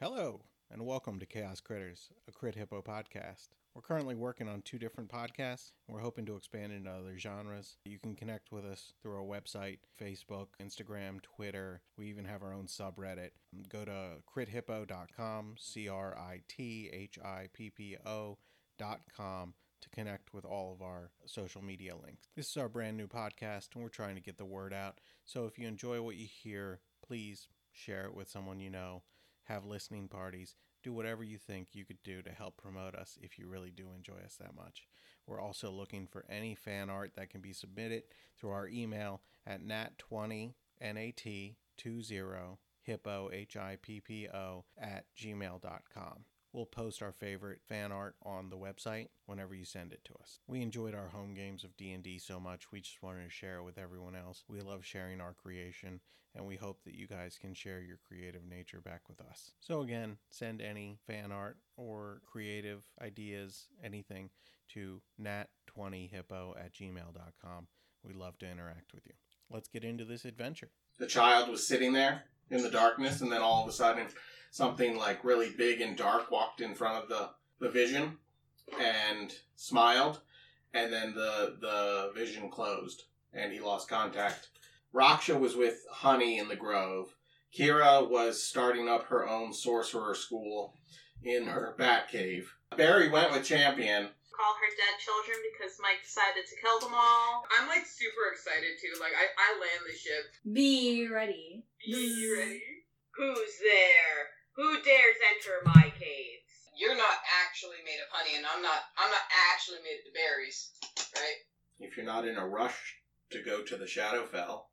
Hello, and welcome to Chaos Critters, a Crit Hippo podcast. We're currently working on two different podcasts, and we're hoping to expand into other genres. You can connect with us through our website, Facebook, Instagram, Twitter. We even have our own subreddit. Go to crithippo.com, C R I T H I P P O dot com to connect with all of our social media links. This is our brand new podcast, and we're trying to get the word out. So if you enjoy what you hear, please share it with someone you know have listening parties, do whatever you think you could do to help promote us if you really do enjoy us that much. We're also looking for any fan art that can be submitted through our email at nat20nat20 hippo h-i-p-p-o at gmail.com we'll post our favorite fan art on the website whenever you send it to us we enjoyed our home games of d&d so much we just wanted to share it with everyone else we love sharing our creation and we hope that you guys can share your creative nature back with us. So, again, send any fan art or creative ideas, anything, to nat20hippo at gmail.com. We'd love to interact with you. Let's get into this adventure. The child was sitting there in the darkness, and then all of a sudden, something like really big and dark walked in front of the, the vision and smiled, and then the, the vision closed, and he lost contact. Raksha was with Honey in the Grove. Kira was starting up her own sorcerer school in her Batcave. Barry went with Champion. call her dead children because Mike decided to kill them all. I'm like super excited too. Like I, I land the ship. Be ready. You ready? Who's there? Who dares enter my caves? You're not actually made of honey, and I'm not. I'm not actually made of berries, right? If you're not in a rush to go to the Shadowfell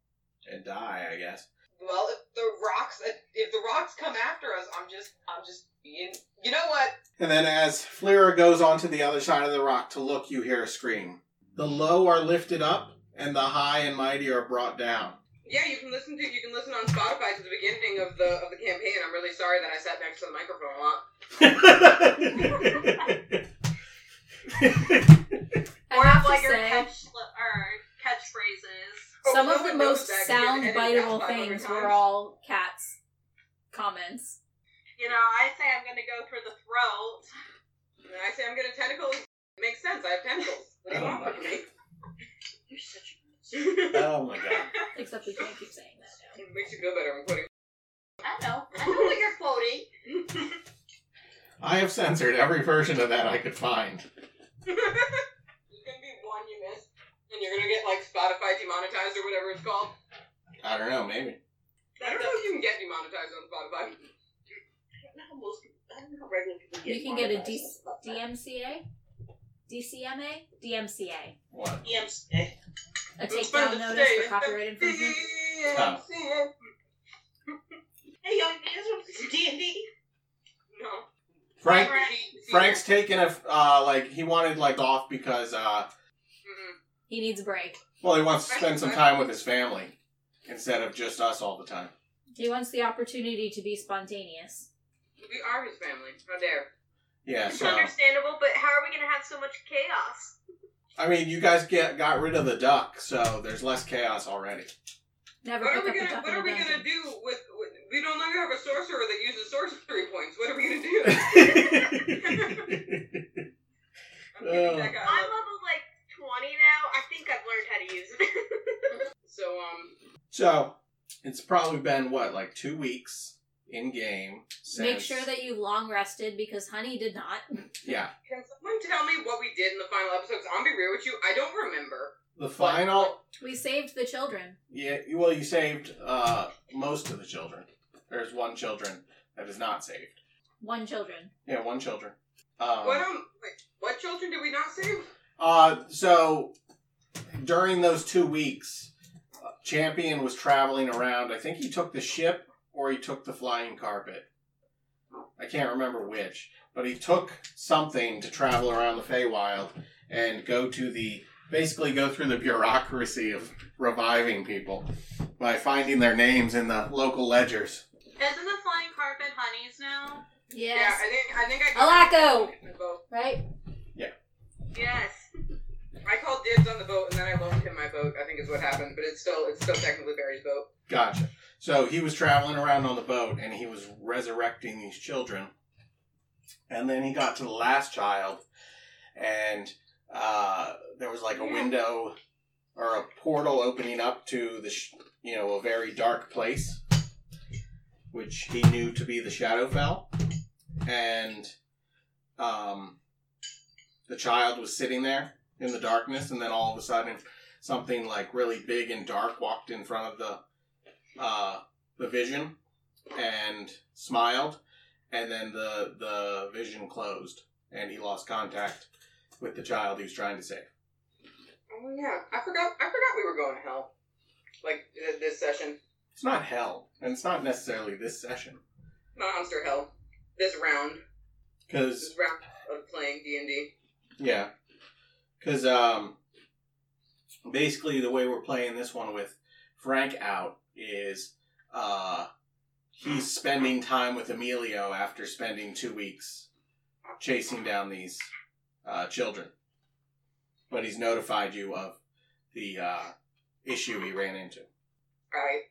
and die, I guess. Well, if the rocks, if the rocks come after us, I'm just, I'm just being. You know what? And then as Flira goes onto the other side of the rock to look, you hear a scream. The low are lifted up, and the high and mighty are brought down. Yeah, you can listen to. You can listen on Spotify to the beginning of the of the campaign. I'm really sorry that I sat next to the microphone a lot. I Or have have to like your say, catch or catchphrases. some Oh, of the Owen knows most that 'cause he sound edited that biteable 500 things times. were all cats' comments. You know, I say I'm gonna go through the throat. And I say I'm gonna tentacles. Makes sense. I have tentacles. What do you want from me? You're such oh my god. Except we can't keep saying that now. It makes you feel better. I'm quoting. I know. I know what you're quoting. I have censored every version of that I could find. There's gonna be one you miss, and you're gonna get like Spotify demonetized or whatever it's called. I don't know, maybe. I don't know if you can get demonetized on Spotify. I don't know how most people, I don't know how regular people get You can get a monetized. D- DMCA? DCMA? DMCA. What? DMs. eh. A It's takedown fun to notice say for it's copyright the infringement. DMCA. Hey, y'all, you guys want to play some D&D? No. Frank He- he- Frank's taking a uh, like he wanted like off because uh Mhm. He needs a break. well he wants to spend some time with his family instead of just us all the time. He wants the opportunity to be spontaneous. We are his family. How dare. Yeah, It's so understandable, but how are we going to have so much chaos? I mean you guys get got rid of the duck, so there's less chaos already. Never What are pick we up a gonna duck What in are a we gonna dungeon. do with, with? We no longer have a sorcerer that uses sorcery points. What are we gonna do? I'm Oh. giving that guy a I'm look. level like 20 now. I think I've learned how to use it. So um. so it's probably been what, like two weeks in game. Since, Make sure that you long rested because Honey did not. Yeah. Can someone tell me what we did in the final episode? 'Cause I'm gonna be real with you, I don't remember. The final We saved the children. Yeah, you- well, you saved uh, most of the children. There's one children that is not saved. One children. Yeah, one children. Um, what um? Wait, what children did we not save? uh, so during those two weeks, uh, Champion was traveling around. I think he took the ship or he took the flying carpet. I can't remember which, but he took something to travel around the Feywild and go to the basically go through the bureaucracy of reviving people by finding their names in the local ledgers. Isn't the flying carpet honeys now? Yeah, Yes. I think I think I Alaco! on the boat. Right? Yes. I called dibs on the boat and then I loaned him my boat. I think is what happened, but it's still it's still technically Barry's boat. Gotcha. So he was traveling around on the boat and he was resurrecting these children. And then he got to the last child and uh, there was like a window or a portal opening up to the, sh- you know, a very dark place, which he knew to be the Shadowfell. And um, the child was sitting there in the darkness and then all of a sudden something like really big and dark walked in front of the uh, the vision and smiled, and then the the vision closed, and he lost contact with the child he was trying to save. Oh yeah, I forgot I forgot we were going to hell. Like th- this session, It's not hell, and it's not necessarily this session, not Monster Hell. This round, because this round of playing D and D. Yeah, because um, basically the way we're playing this one with Frank out is uh, he's spending time with Emilio after spending two weeks chasing down these uh, children, but he's notified you of the uh, issue he ran into. All right,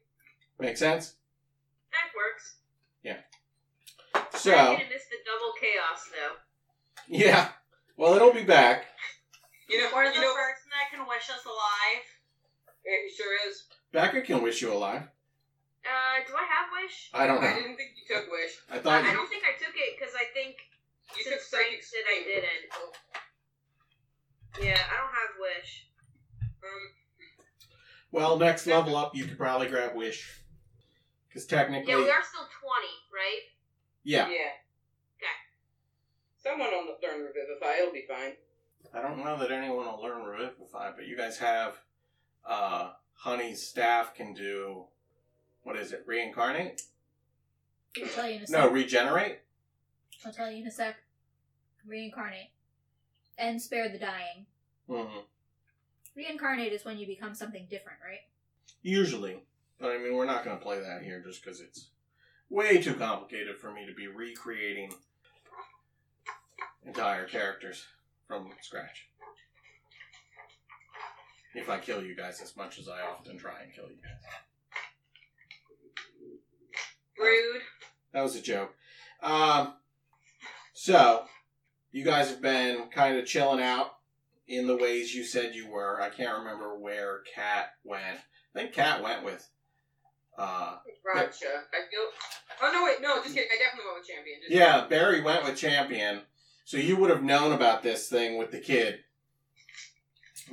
Make sense? That works. So I'm gonna miss the double chaos though. yeah, well it'll be back. you know Or the you know person that can wish us alive. it sure is. Becca can wish you alive. Uh, do I have wish? I don't I know. didn't think you took wish. I I, thought I you don't think I took it because I think You took since Frank psychic said I strength. didn't. Yeah, I don't have wish. Um, Well, next level up, you could probably grab Wish. Because technically, Yeah, we are still twenty, right? yeah, Okay. Someone will learn revivify. It'll be fine. I don't know that anyone will learn Revivify, but you guys have uh, Honey's staff can do what is it? Reincarnate? I'll tell you in a sec. No, regenerate. I'll tell you in a sec. Reincarnate. And spare the dying. hmm Reincarnate is when you become something different, right? Usually, but I mean, we're not going to play that here just because it's way too complicated for me to be recreating entire characters from scratch. If I kill you guys as much as I often try and kill you guys. Rude. That was a joke. Um, so, you guys have been kind of chilling out in the ways you said you were. I can't remember where Kat went. I think Kat went with. Uh, Gotcha. I feel. Oh no, wait, no, just kidding. I definitely went with champion. Just yeah, Barry went with Champion. So you would have known about this thing with the kid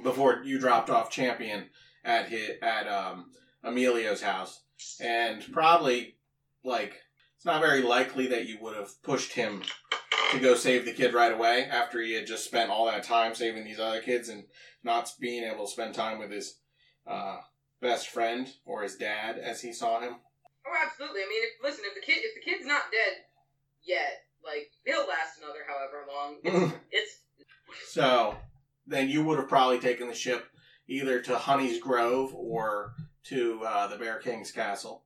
before you dropped off Champion at his, at um, Emilio's house, and probably like it's not very likely that you would have pushed him to go save the kid right away after he had just spent all that time saving these other kids and not being able to spend time with his uh, best friend or his dad as he saw him. Oh, absolutely. I mean, if, listen, if the kid if the kid's not dead yet, like he'll last another however long. Mm. It's, it's So then you would have probably taken the ship either to Honey's Grove or to uh, the Bear King's Castle.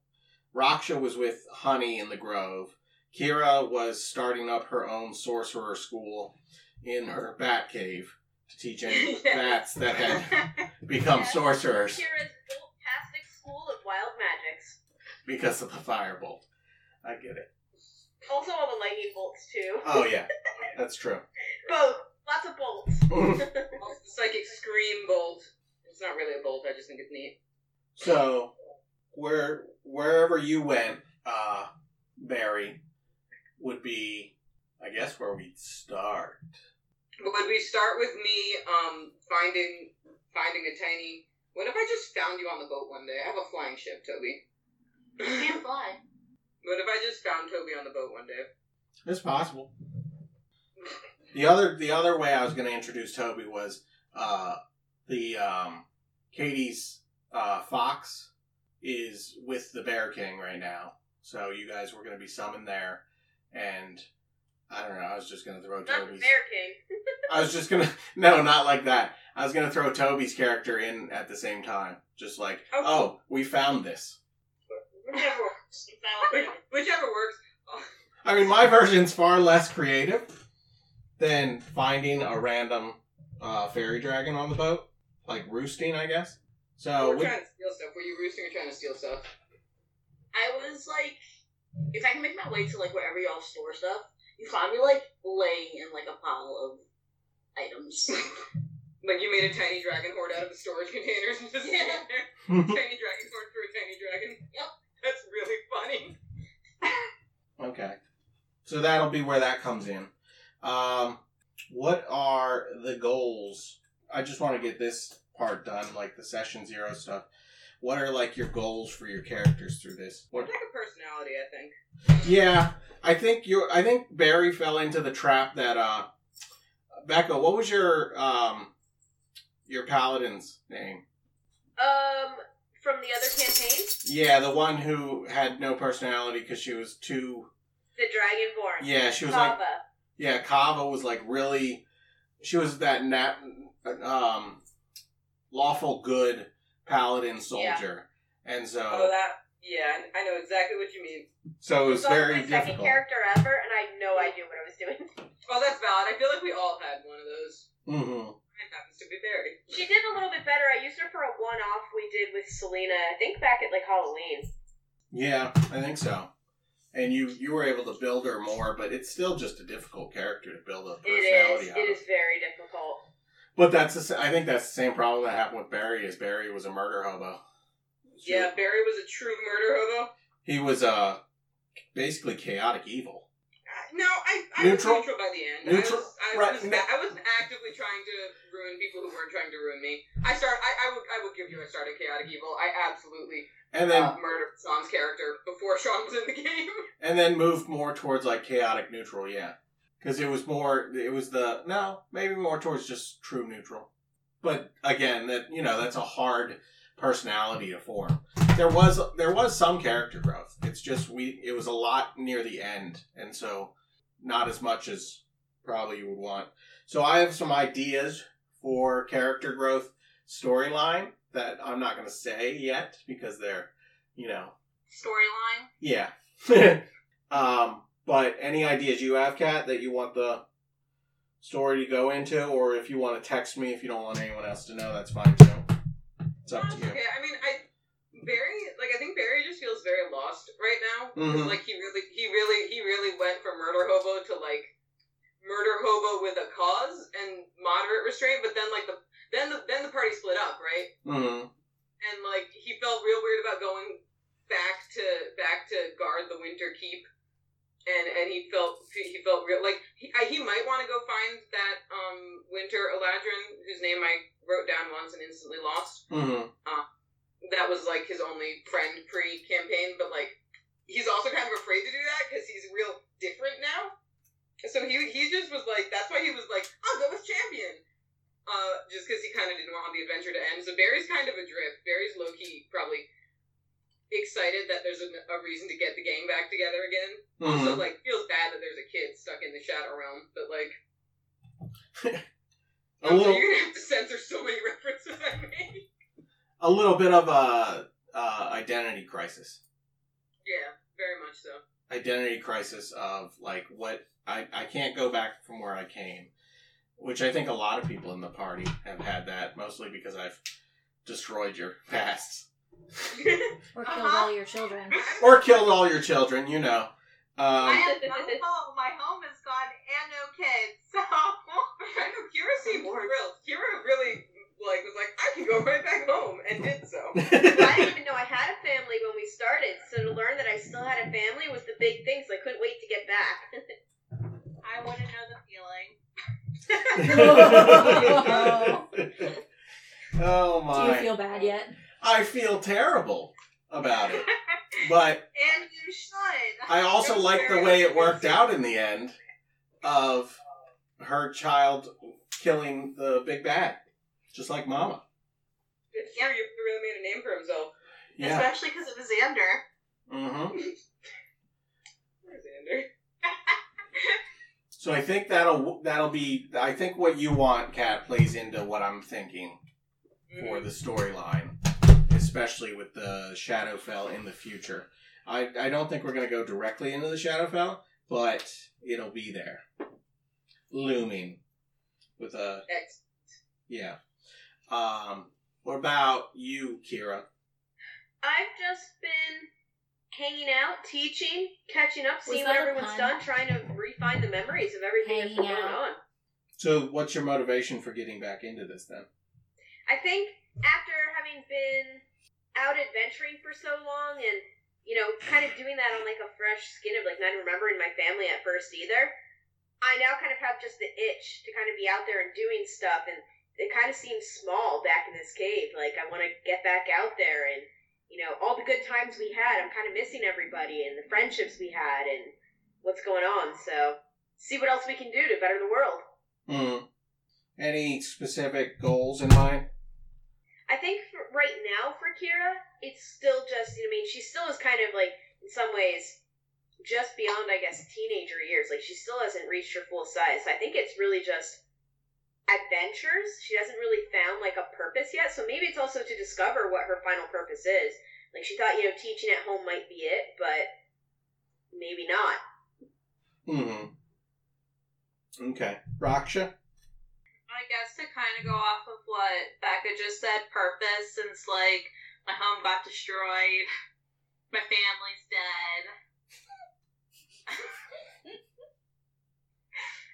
Raksha was with Honey in the Grove. Kira was starting up her own sorcerer school in her bat cave to teach any bats that had become Yes. sorcerers Kira's fantastic school of wild magics. because of the firebolt. I get it. Also, all the lightning bolts too. Oh, yeah, that's true. Both. Lots of bolts. well, it's the psychic scream bolt. It's not really a bolt. I just think it's neat. So where wherever you went, uh, Barry would be, I guess, where we'd start. Would we start with me um finding finding a tiny? What if I just found you on the boat one day? I have a flying ship, Toby. Can't fly. What if I just found Toby on the boat one day? It's possible. The other the other way I was going to introduce Toby was uh, the um, Katie's uh, fox is with the Bear King right now, so you guys were going to be summoned there and I don't know. I was just gonna throw Not Toby's. American. I was just gonna no, not like that. I was gonna throw Toby's character in at the same time, just like Okay. oh, we found this. Whichever Is works. that what Which, it- whichever works. I mean, my version's far less creative than finding a random uh, fairy dragon on the boat, like roosting, I guess. So Uh, We're we, trying to steal stuff. Were you roosting or trying to steal stuff? I was like, if I can make my way to like wherever y'all store stuff, you find me like laying in like a pile of items. Like you made a tiny dragon horde out of the storage containers and just Yeah. tiny dragon horde for a tiny dragon. Yep. That's really funny. okay, so that'll be where that comes in. Um, what are the goals? I just want to get this part done, like the session zero stuff. What are like your goals for your characters through this? What Like a personality, I think. Yeah, I think you. I think Barry fell into the trap that uh, Becca. What was your um, your paladin's name? um, from the other campaign, Yeah, the one who had no personality because she was too. the Dragonborn. Yeah, she was like. Kava. Yeah, Kava was like really. She was that nat, um, lawful good paladin soldier, and so Oh, that. Yeah, I know exactly what you mean. so it was So I very my second difficult. character ever, and I had no idea what I was doing. Oh, that's valid. I feel like we all had one of those. hmm Mine happens to be Barry. She did a little bit better. I used her for a one-off we did with Selena. I think back at like Halloween. Yeah, I think so. And you you were able to build her more, but it's still just a difficult character to build a It personality is. out It of. is very difficult. But that's the, sa- I think that's the same problem that happened with Barry. Is Barry was a murder hobo. She- Yeah, Barry was a true murder hobo. he was uh basically chaotic evil. Uh, No, I, I was Neutral? neutral by the end. Neutral? I, was, I, Right, was, ne- I wasn't actively trying to ruin people who weren't trying to ruin me. I start. I, I would. I would give you. I started chaotic evil. I absolutely And then uh, Oh. murdered Sean's character before Sean was in the game. and then moved more towards like chaotic neutral, yeah. Because it was more, it was the no, maybe more towards just true neutral. But again, that you know, that's a hard personality to form. There was there was some character growth. It's just we it was a lot near the end, and so not as much as probably you would want. So I have some ideas for character growth storyline that I'm not going to say yet because they're you know Storyline. yeah. um, but any ideas you have, Kat, that you want the story to go into, or if you want to text me if you don't want anyone else to know, that's fine too. It's up to you. Okay, I mean, I Barry, like I think Barry just feels very lost right now. Mhm. 'Cause, Like he really, he really, he really went from murder hobo to like murder hobo with a cause and moderate restraint. But then like the then the then the party split up, right? Mm-hmm. And like he felt real weird about going back to back to guard the Winter Keep. And, and he felt he felt real like he, I, he might want to go find that um, Winter Eladrin whose name I wrote down once and instantly lost Mm-hmm. that was like his only friend pre campaign, but like he's also kind of afraid to do that because he's real different now. So he he just was like that's why he was like I'll go with champion, uh, just because he kind of didn't want the adventure to end. So Barry's kind of adrift. Barry's low key probably excited that there's a, a reason to get the gang back together again. Mm-hmm. Also like feels bad that there's a kid stuck in the shadow realm, but like A I'm sorry, little, you're gonna have to censor so many references I made. a little bit of a uh, identity crisis. Yeah, very much so. Identity crisis of like what I I can't go back from where I came, which I think a lot of people in the party have had that mostly because I've destroyed your pasts. Uh-huh. Or killed all your children. or killed all your children, you know. I Um, have no home. My home is gone and no kids. So I know Kira seemed thrilled. Kira really like was like, I can go right back home, and did so. I didn't even know I had a family when we started, so to learn that I still had a family was the big thing, so I couldn't wait to get back. I want to know the feeling. oh Do you my! feel bad yet? I feel terrible about it, but And you should. I also like the way it worked out in the end of her child killing the big bad, just like Mama. Kira, you really made a name for himself. Yeah. Especially because it was Xander. Mm-hmm. Alexander. So I think that'll that'll be. I think what you want, Kat, plays into what I'm thinking for the storyline, especially with the Shadowfell in the future. I I don't think we're going to go directly into the Shadowfell, but it'll be there, looming, with a Ex- yeah. Um, what about you, Kira? I've just been hanging out, teaching, catching up, Was seeing that what a everyone's pun? done, trying to refine the memories of everything that's been Hanging going out. on. So what's your motivation for getting back into this then? I think after having been out adventuring for so long and, you know, kind of doing that on like a fresh skin of like not remembering my family at first either, I now kind of have just the itch to kind of be out there and doing stuff and it kind of seems small back in this cave. Like I want to get back out there and, you know, all the good times we had, I'm kind of missing everybody and the friendships we had and what's going on. So, see what else we can do to better the world. Hmm. Any specific goals in mind? I think for right now for Kira, it's still just, you know, I mean, she still is kind of like, in some ways, just beyond, I guess, teenager years. Like, she still hasn't reached her full size. So I think it's really just adventures. She hasn't really found, like, a purpose yet. So maybe it's also to discover what her final purpose is. Like, she thought, you know, teaching at home might be it, but maybe not. Hmm. Mm-hmm. Okay. Raksha? I guess to kind of go off of what Becca just said, purpose, since like my home got destroyed, my family's dead.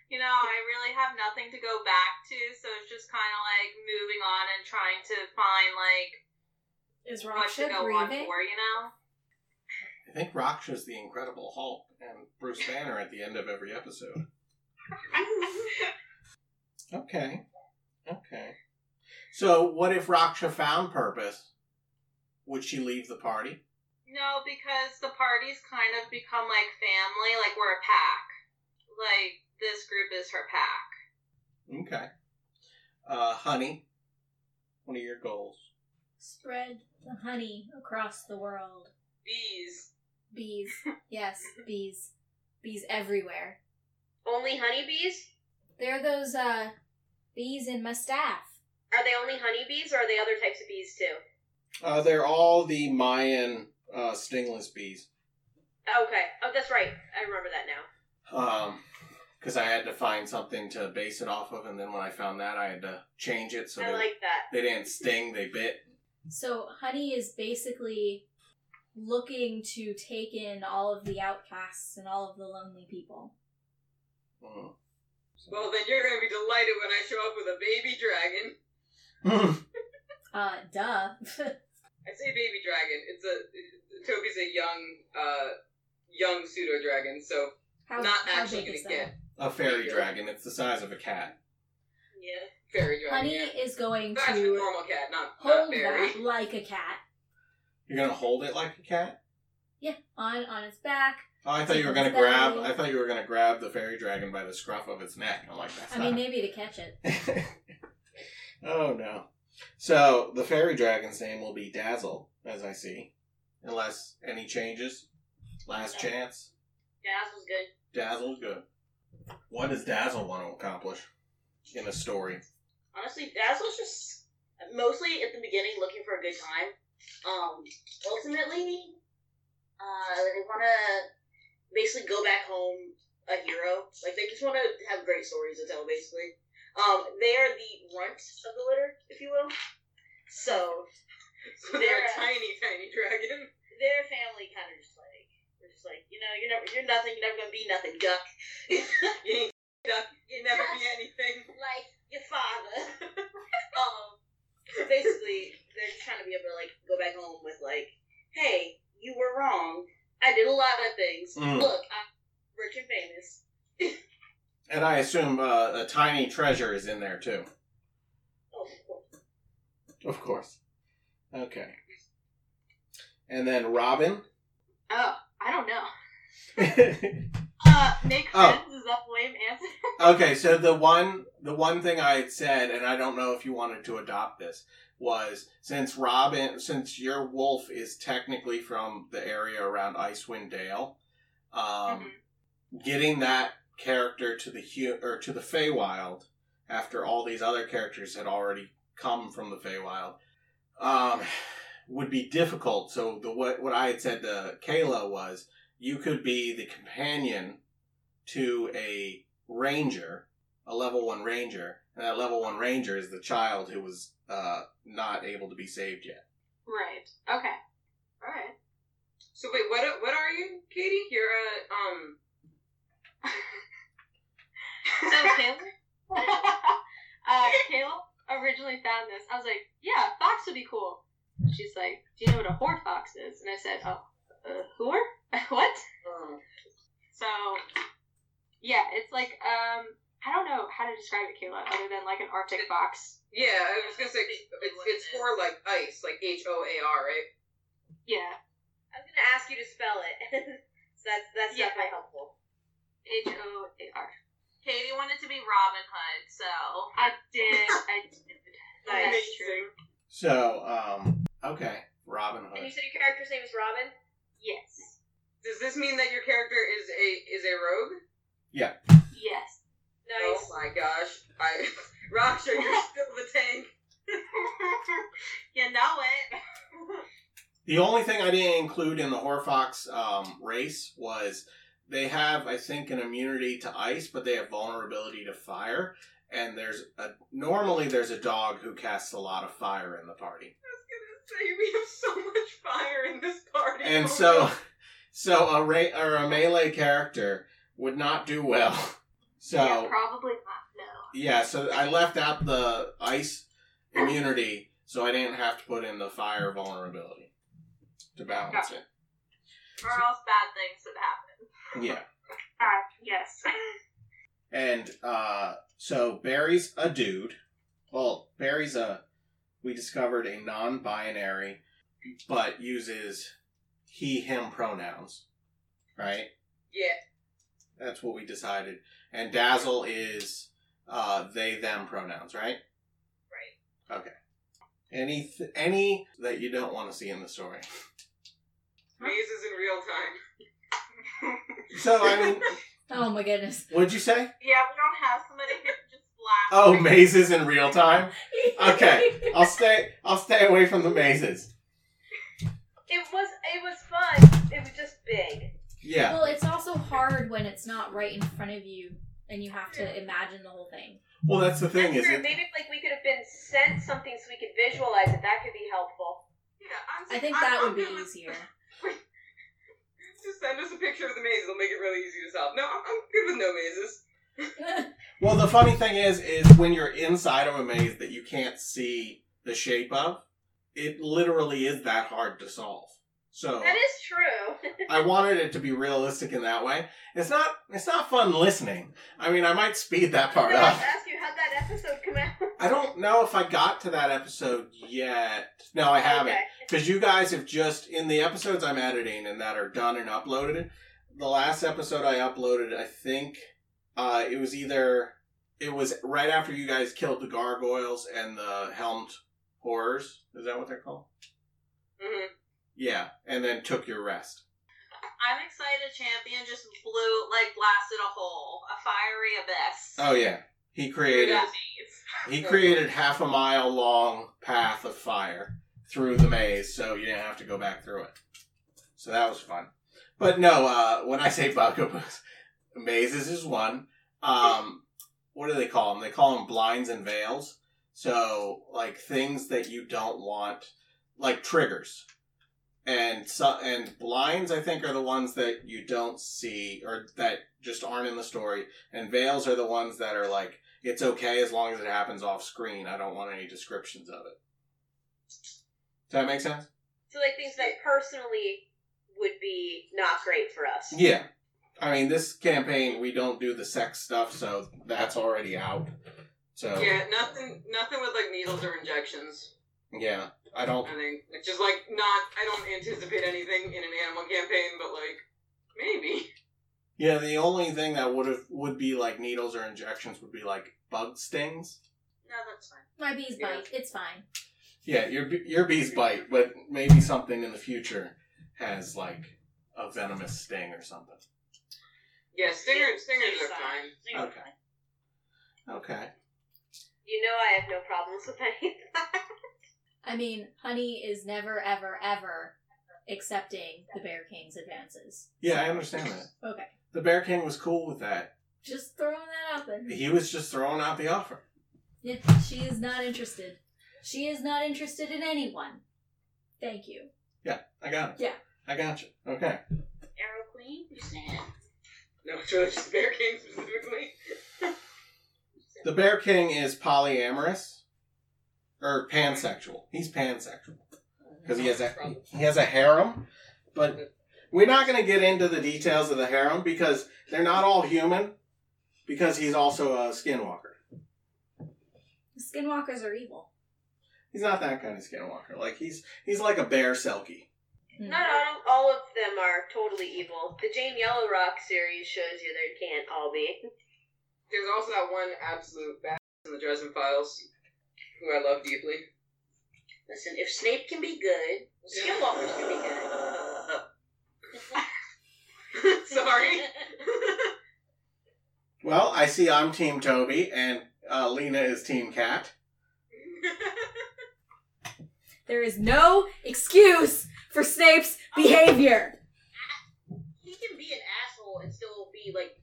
you know, I really have nothing to go back to, so it's just kind of like moving on and trying to find like Is what to Raksha go on grieving? for, you know? I think Raksha's the Incredible Hulk and Bruce Banner at the end of every episode. Okay. Okay. So what if Raksha found purpose? Would she leave the party? No, because the party's kind of become like family, like we're a pack. Like this group is her pack. Okay. Uh, honey, what are your goals? Spread the honey across the world. Bees. Bees. Yes, bees. Bees everywhere. Only honeybees? They're those uh bees in my staff. Are they only honeybees, or are they other types of bees too? Uh, they're all the Mayan uh, stingless bees. Okay. Oh, that's right. I remember that now. Um, because I had to find something to base it off of, and then when I found that, I had to change it so I they, like that. they didn't sting; they bit. So honey is basically looking to take in all of the outcasts and all of the lonely people. Mm. Well, then you're gonna be delighted when I show up with a baby dragon. Mm. Uh duh. I say baby dragon. It's a Toby's a young, uh, young pseudo dragon. So How, Not how actually big is gonna that? a fairy dragon. It's the size of a cat. Yeah. fairy dragon. Honey yeah. is going That's a to normal cat, not not hold fairy. that like a cat. You're gonna hold it like a cat. Yeah, on on its back. Oh, I thought you were gonna It's grab. belly. I thought you were gonna grab the fairy dragon by the scruff of its neck. I'm like, that's I mean maybe to catch it. not. oh no! So the fairy dragon's name will be Dazzle, as I see, unless any changes. Last chance. Dazzle's good. Dazzle's good. What does Dazzle want to accomplish in a story? Honestly, Dazzle's just mostly at the beginning looking for a good time. Um, ultimately, uh, they want to basically go back home a hero. Like they just want to have great stories to tell. Basically, um, they are the runt of the litter, if you will. So So they're a They're- tiny, tiny dragon. their family kind of just like we're just like you know you're never you're nothing you're never gonna be nothing duck You ain't duck. You never be anything. like your father. um, basically, they're just trying to be able to like go back home with like, hey, you were wrong. I did a lot of things. Mm. Look, I'm rich and famous. And I assume uh, a tiny treasure is in there too. Oh, of course. Of course. Okay. And then Robin. Oh, I don't know. okay, Uh, make Oh. friends is that the lame answer? so the one the one thing I had said, and I don't know if you wanted to adopt this, was since Robin since your wolf is technically from the area around Icewind Dale, um, Mhm. getting that character to the hu- or to the Feywild after all these other characters had already come from the Feywild um, would be difficult. So the what what I had said to Kayla was you could be the companion to a ranger, a level one ranger, and that level one ranger is the child who was uh, not able to be saved yet. Right. Okay. All right. So wait, what what are you, Katie? You're a um. So Caleb, uh, Caleb originally found this. I was like, "Yeah, fox would be cool." She's like, "Do you know what a whore fox is?" And I said, "Oh, a whore? what?" Um, So, yeah, it's like um, I don't know how to describe it, Kayla, other than like an Arctic fox. yeah, I was gonna say it's it's for like ice, like H O A R, right? Yeah, I was gonna ask you to spell it, so that's that's Yeah. definitely helpful. H O A R. Katie wanted to be Robin Hood, so I did. I did. Nice. That's true. So um, okay, Robin And you Hood. said your character's name is Robin. Yes. Does this mean that your character is a is a rogue? Yes. Nice. Oh my gosh! I, Rasha, you're still the tank. you know it. The only thing I didn't include in the Horfox um, race was they have, I think, an immunity to ice, but they have vulnerability to fire. And there's a normally there's a dog who casts a lot of fire in the party. I was gonna say we have so much fire in this party. Oh, and so so a ra- or a melee character would not do well. So Yeah, probably not. No. yeah, so I left out the ice immunity, so I didn't have to put in the fire vulnerability to balance it. Or else bad things would happen. Yeah, Uh, yes. and uh, so Barry's a dude. Well, Barry's a we discovered a non-binary, but uses he/him pronouns, right? yeah, That's what we decided. And dazzle is uh, they them pronouns, right? Right. Okay. Any th- any that you don't want to see in the story. Maze is in real time. So I mean, Oh my goodness. what'd you say? Yeah, we don't have somebody who can just blast. Oh, mazes in real time. Okay. I'll stay. I'll stay away from the mazes. It was it was fun. It was just big. Yeah. Well, it's also hard when it's not right in front of you and you have to imagine the whole thing. Well, that's the thing is, That's true. it, Maybe if, like we could have been sent something so we could visualize it. That could be helpful. Yeah, I'm I think I'm- that I'm would be good with- easier. Just send us a picture of the maze. It'll make it really easy to solve. No, I'm, I'm good with no mazes. well, the funny thing is, is when you're inside of a maze that you can't see the shape of, it literally is that hard to solve. So That is true. I wanted it to be realistic in that way. It's not it's not fun listening. I mean, I might speed that I'm part gonna up. have to ask you how that episode come out. I don't know if I got to that episode yet. No, I haven't. Okay. Because you guys have just in the episodes I'm editing and that are done and uploaded. The last episode I uploaded, I think uh, it was either it was right after you guys killed the gargoyles and the helmed horrors. Is that what they're called? hmm Yeah, and then took your rest. I'm excited. Champion just blew like blasted a hole, a fiery abyss. Oh yeah, he created. Through the maze. He created half a mile long path of fire through the maze, so you didn't have to go back through it. So that was fun. But no, uh, when I say bugaboos, mazes is one. Um, what do they call them? They call them blinds and veils. So like things that you don't want, like triggers, and so, and blinds I think are the ones that you don't see or that just aren't in the story, and veils are the ones that are like it's okay as long as it happens off screen. I don't want any descriptions of it. Does that make sense? So like things that personally would be not great for us. Yeah. I mean, this campaign we don't do the sex stuff, so that's already out. So Yeah, nothing, nothing with like needles or injections. yeah, I don't. I think it's just like not. I don't anticipate anything in an animal campaign, but like maybe. Yeah, the only thing that would have would be like needles or injections would be like bug stings. No, that's fine. My bees Yeah. bite. It's fine. Yeah, your b- your bees bite, but maybe something in the future has like a venomous sting or something. Yeah, Stinger, Stingers Stingers are fine. Stingers are Okay. fine. Okay. You know I have no problems with any of that. I mean, Honey is never, ever, ever accepting the Bear King's advances. Yeah, I understand that. Okay. The Bear King was cool with that. Just throwing that out there. He was just throwing out the offer. Yeah, she is not interested. She is not interested in anyone. Thank you. I got it. Yeah. I got you. Okay. Arrow Queen? You saying? No, it's really just Bear King specifically. The Bear King is polyamorous or pansexual. He's pansexual because he has a he has a harem, but we're not going to get into the details of the harem because they're not all human. Because he's also a skinwalker. Skinwalkers are evil. He's not that kind of skinwalker. Like he's he's like a bear selkie. Not all, Hmm. all of them are totally evil. The Jane Yellow Rock series shows you they can't all be. There's also that one absolute badass in the Dresden Files, who I love deeply. Listen, if Snape can be good, Skinwalkers can be good. Sorry. Well, I see I'm Team Toby and uh, Lena is Team Cat. There is no excuse for Snape's behavior. he can be an asshole and still be like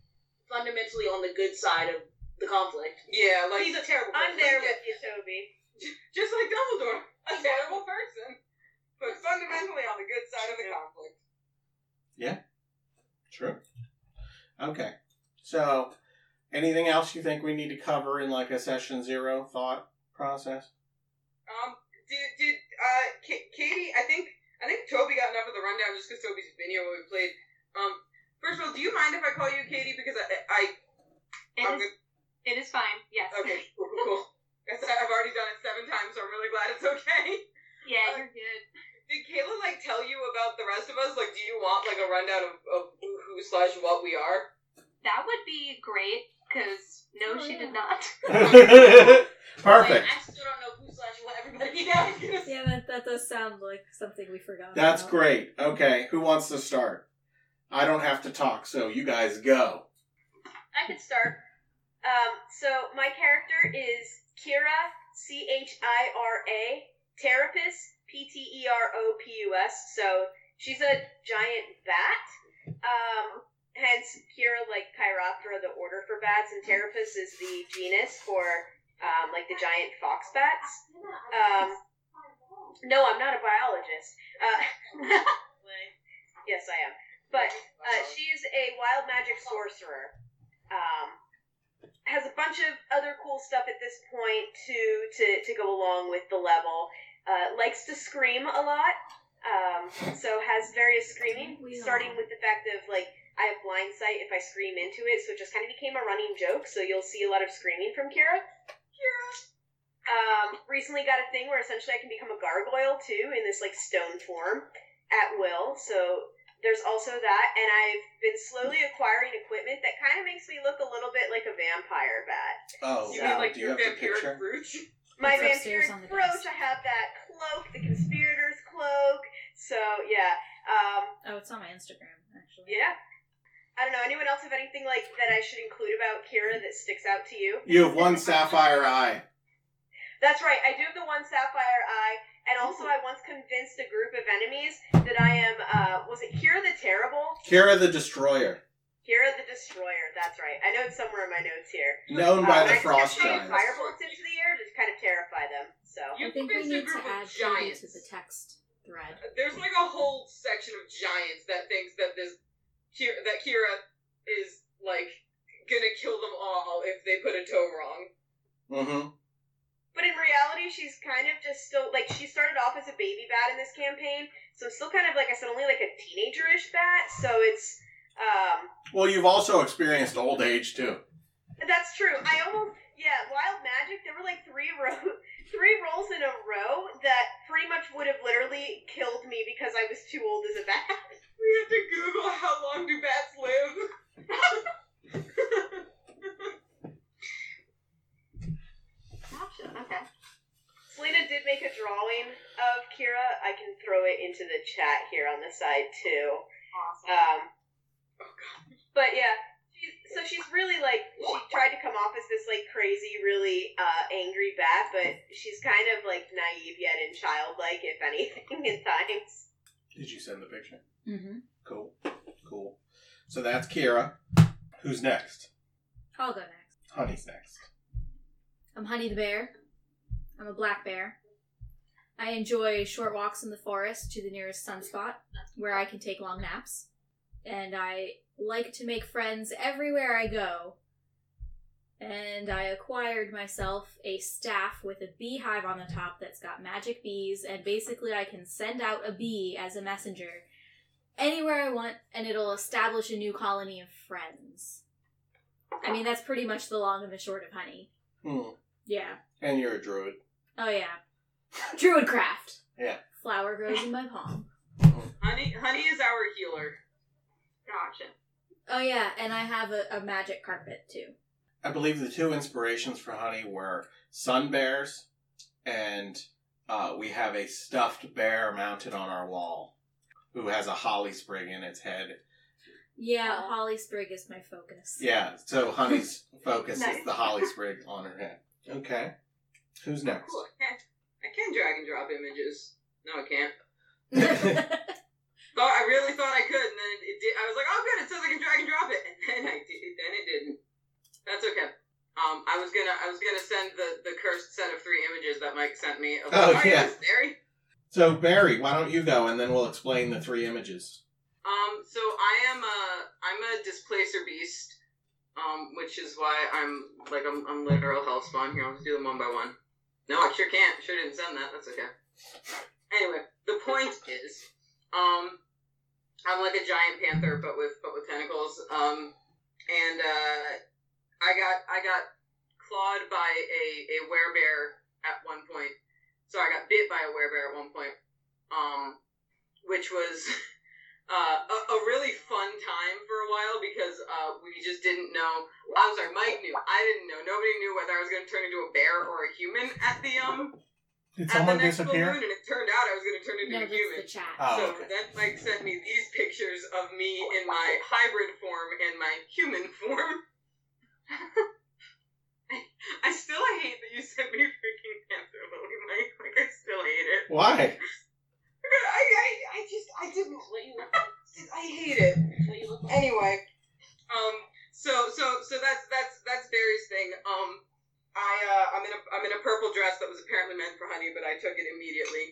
fundamentally on the good side of the conflict. yeah, like He's a terrible. I'm person. there with you, Toby. just like Dumbledore, a terrible person, but fundamentally on the good side of the conflict. True. Okay. So, anything else you think we need to cover in like a session zero thought process? Um, did did uh K- Katie? I think I think Toby got enough of the rundown just because Toby's been here when we played. Um, first of all, do you mind if I call you Katie because I I It I'm is, it is fine. Yes. gonna, okay cool cool cool. That's- I've already done it seven times, so I'm really glad it's okay. Yeah, you're good. Did Kayla like tell you about the rest of us? Like, do you want like a rundown of, of who, who slash what we are? That would be great because Oh, no, she yeah. did not. Like, Perfect. I still don't know who slash what everybody Yeah, I is. was gonna say- Yeah, that, that does sound like something we forgot. That's about. great. Okay, who wants to start? I don't have to talk, so you guys go. I could start. Um, so my character is Kira, C H I R A, Terrapus, P T E R O P U S. So she's a giant bat. Um, hence Kira, like Chiroptera, the order for bats, and Terrapus is the genus for um, like the giant fox bats. Um, no, I'm not a biologist. Uh, yes, I am. But uh, she is a wild magic sorcerer. Um, has a bunch of other cool stuff at this point to to, to go along with the level. Uh, likes to scream a lot. Um, so has various screaming, We all- starting with the fact of like I have blind sight if I scream into it, so it just kind of became a running joke. So you'll see a lot of screaming from Kira. Kira. Um, recently got a thing where essentially I can become a gargoyle too in this like stone form at will. So there's also that, and I've been slowly acquiring equipment that kind of makes me look a little bit like a vampire bat. Oh, you wow. mean like do you your have the vampiric picture? brooch? My It's upstairs vampiric on the brooch, desk. I have that cloak, the conspirator's cloak. So yeah, um, Oh, it's on my Instagram, actually. yeah. I don't know. Anyone else have anything like that I should include about Kira that sticks out to you? You have one sapphire eye. That's right. I do have the one sapphire eye, and also I once convinced a group of enemies that I am. Uh, was it Kira the Terrible? Kira the Destroyer, Kira the Destroyer. That's right. I know it's somewhere in my notes here. known by Um, the I just kept Frost shooting Giants. Fire bolts into the air to kind of terrify them. So I You think convinced we a need to group of add Toby giants. to the text thread. There's like a whole section of giants that thinks that this Kira, that Kira is like gonna kill them all if they put a toe wrong. Mm-hmm. but in reality, she's kind of just still like she started off as a baby bat in this campaign, so it's still kind of like I said, only like a teenagerish bat. So it's um, Well, you've also experienced old age too. that's true. I almost yeah, wild magic. There were like three row, three rolls in a row that pretty much would have literally killed me because I was too old as a bat. We had to Google how long do bats live. Gotcha. Okay. Selena did make a drawing of Kira. I can throw it into the chat here on the side too. Oh, Awesome. Um, but yeah, this like crazy, really uh, angry bat, but she's kind of like naive yet and childlike, if anything, in times. Did you send the picture? Mm-hmm. Cool. Cool. So that's Kira. Who's next? I'll go next. Honey's next. I'm Honey the Bear. I'm a black bear. I enjoy short walks in the forest to the nearest sunspot, where I can take long naps. And I like to make friends everywhere I go. And I acquired myself a staff with a beehive on the top that's got magic bees, and basically I can send out a bee as a messenger anywhere I want, and it'll establish a new colony of friends. I mean, that's pretty much the long and the short of honey. Hmm. Yeah. And you're a druid. Oh yeah. Druidcraft. Yeah. Flower grows in my palm. Honey, honey is our healer. Gotcha. Oh yeah, and I have a, a magic carpet too. I believe the two inspirations for honey were sun bears, and uh, we have a stuffed bear mounted on our wall who has a holly sprig in its head. Yeah, Holly Sprig is my focus. Yeah, so honey's focus is Nice. the holly sprig on her head. Okay. Who's next? Cool. I can, I can drag and drop images. No, I can't. Thought I really thought I could, and then it did. I was like, "Oh, good! It says I can drag and drop it," and then I did. Then it didn't. That's okay. Um, I was gonna, I was gonna send the the cursed set of three images that Mike sent me. Of, Oh, "Are you yeah. Scary. So Barry, why don't you go and then we'll explain the three images. Um, so I am a I'm a displacer beast, um, which is why I'm like I'm I'm literal hell spawn here. I'll just do them one by one. No, I sure can't. Sure didn't send that. That's okay. Anyway, the point is, um, I'm like a giant panther, but with but with tentacles. Um, and uh, I got I got clawed by a a werebear at one point. So I got bit by a werebear at one point. Um, which was uh, a, a really fun time for a while because uh, we just didn't know. Well, I'm sorry, Mike knew. I didn't know. Nobody knew whether I was going to turn into a bear or a human at the um Did at the next full moon, and it turned out I was going to turn into no, a that's human. the chat. Oh. so okay. then Mike sent me these pictures of me in my hybrid form and my human form. I still hate that you sent me freaking panther Lily, Mike. Like I still hate it. Why? I, I, I just I didn't. I hate it. Anyway, um, so so so that's that's that's Barry's thing. Um, I uh, I'm in a I'm in a purple dress that was apparently meant for Honey, but I took it immediately.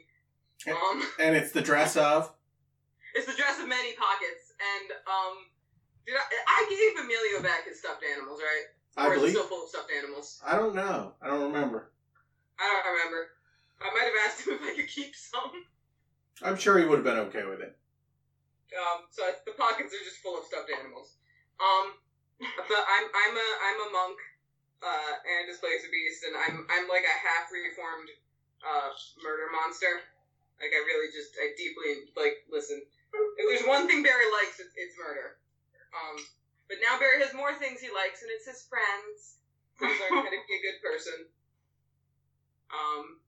Um, And it's the dress of it's the dress of many pockets, and um, did I, I gave Emilio back his stuffed animals, right? I or is it believe still full of stuffed animals. I don't know. I don't remember. I don't remember. I might have asked him if I could keep some. I'm sure he would have been okay with it. Um, so it's, the pockets are just full of stuffed animals. Um, but I'm I'm a I'm a monk, uh, and a displays a beast, and I'm I'm like a half reformed, uh, murder monster. Like I really just I deeply like listen. If there's one thing Barry likes, it's, it's murder. Um, but now Barry has more things he likes, and it's his friends. So he's learned how to be a good person. Um,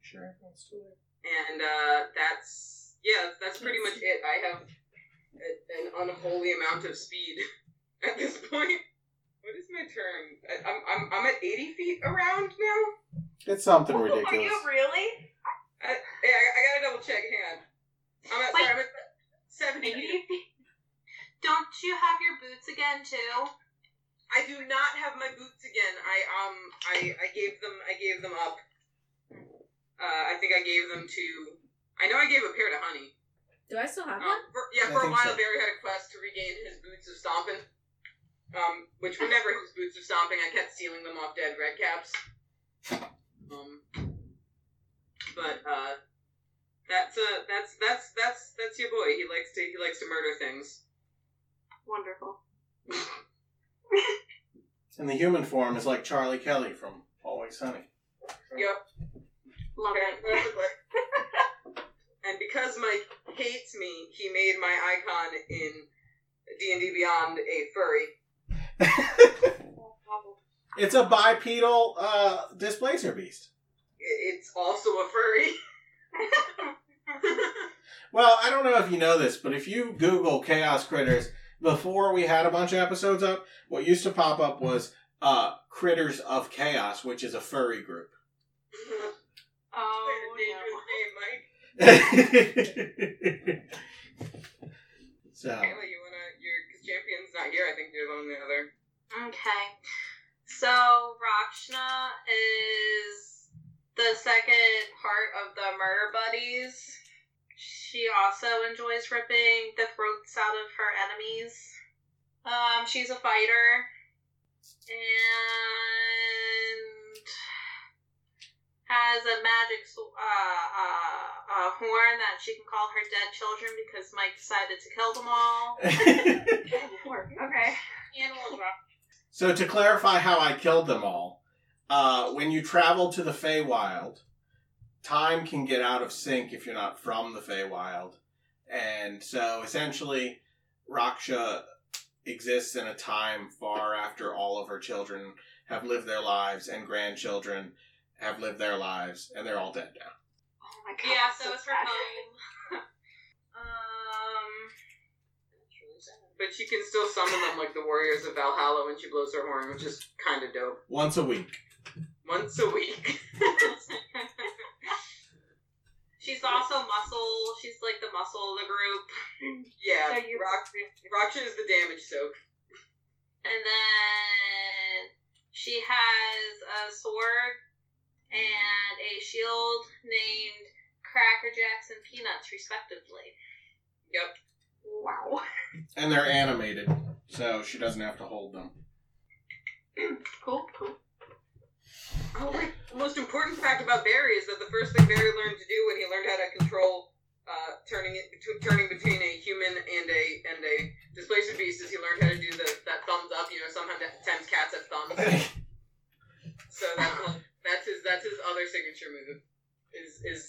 Sure, everyone's still there. and uh, that's yeah, that's pretty much it. I have a, an unholy amount of speed at this point. What is my turn? I, I'm, I'm I'm at eighty feet around now. It's something Are ridiculous. you really? I, yeah, I, I gotta double check. Hang on. I'm at, sorry, I'm at seventy. feet. Don't you have your boots again too? I do not have my boots again. I um I I gave them I gave them up. Uh, I think I gave them to. I know I gave a pair to Honey. Do I still have one? Um, for, yeah, I for a think while so. Barry had a quest to regain his boots of stomping, um, which were never his boots of stomping. I kept stealing them off dead redcaps. Um, but uh, that's uh, that's that's that's that's your boy. He likes to he likes to murder things. Wonderful. And the human form is like Charlie Kelly from Always Sunny. Yep. Love it. and because Mike hates me, he made my icon in D and D Beyond a furry. It's a bipedal uh, displacer beast. It's also a furry. Well, I don't know if you know this, but if you Google Chaos Critters, before we had a bunch of episodes up, what used to pop up was uh, Critters of Chaos, which is a furry group. Oh, dangerous no. name, Mike. so, Kayla, you wanna? Your cause champion's not here. I think you're the only other. Okay. So Rakshana is the second part of the murder buddies. She also enjoys ripping the throats out of her enemies. Um, she's a fighter. And has a magic s- uh, uh, uh, horn that she can call her dead children because Mike decided to kill them all. Okay. Animal so to clarify how I killed them all, uh, when you travel to the Feywild, time can get out of sync if you're not from the Feywild, and so essentially, Raksha exists in a time far after all of her children have lived their lives and grandchildren have lived their lives, and they're all dead now. Oh my Yeah, so that's it's her bad. home. um, But she can still summon them like the warriors of Valhalla when she blows her horn, which is kind of dope. Once a week. Once a week. she's also muscle. She's like the muscle of the group. yeah, So you- Rock, Raksha is the damage soak. And then she has a sword and a shield named Cracker Jacks and Peanuts, respectively. Yep. Wow. And they're animated, so she doesn't have to hold them. Cool, cool. Oh wait, the most important fact about Barry is that the first thing Barry learned to do when he learned how to control uh, turning it betw- turning between a human and a and a displacement beast is he learned how to do the, that thumbs up. You know, sometimes cats have thumbs. So that's that's his that's his other signature move. Is is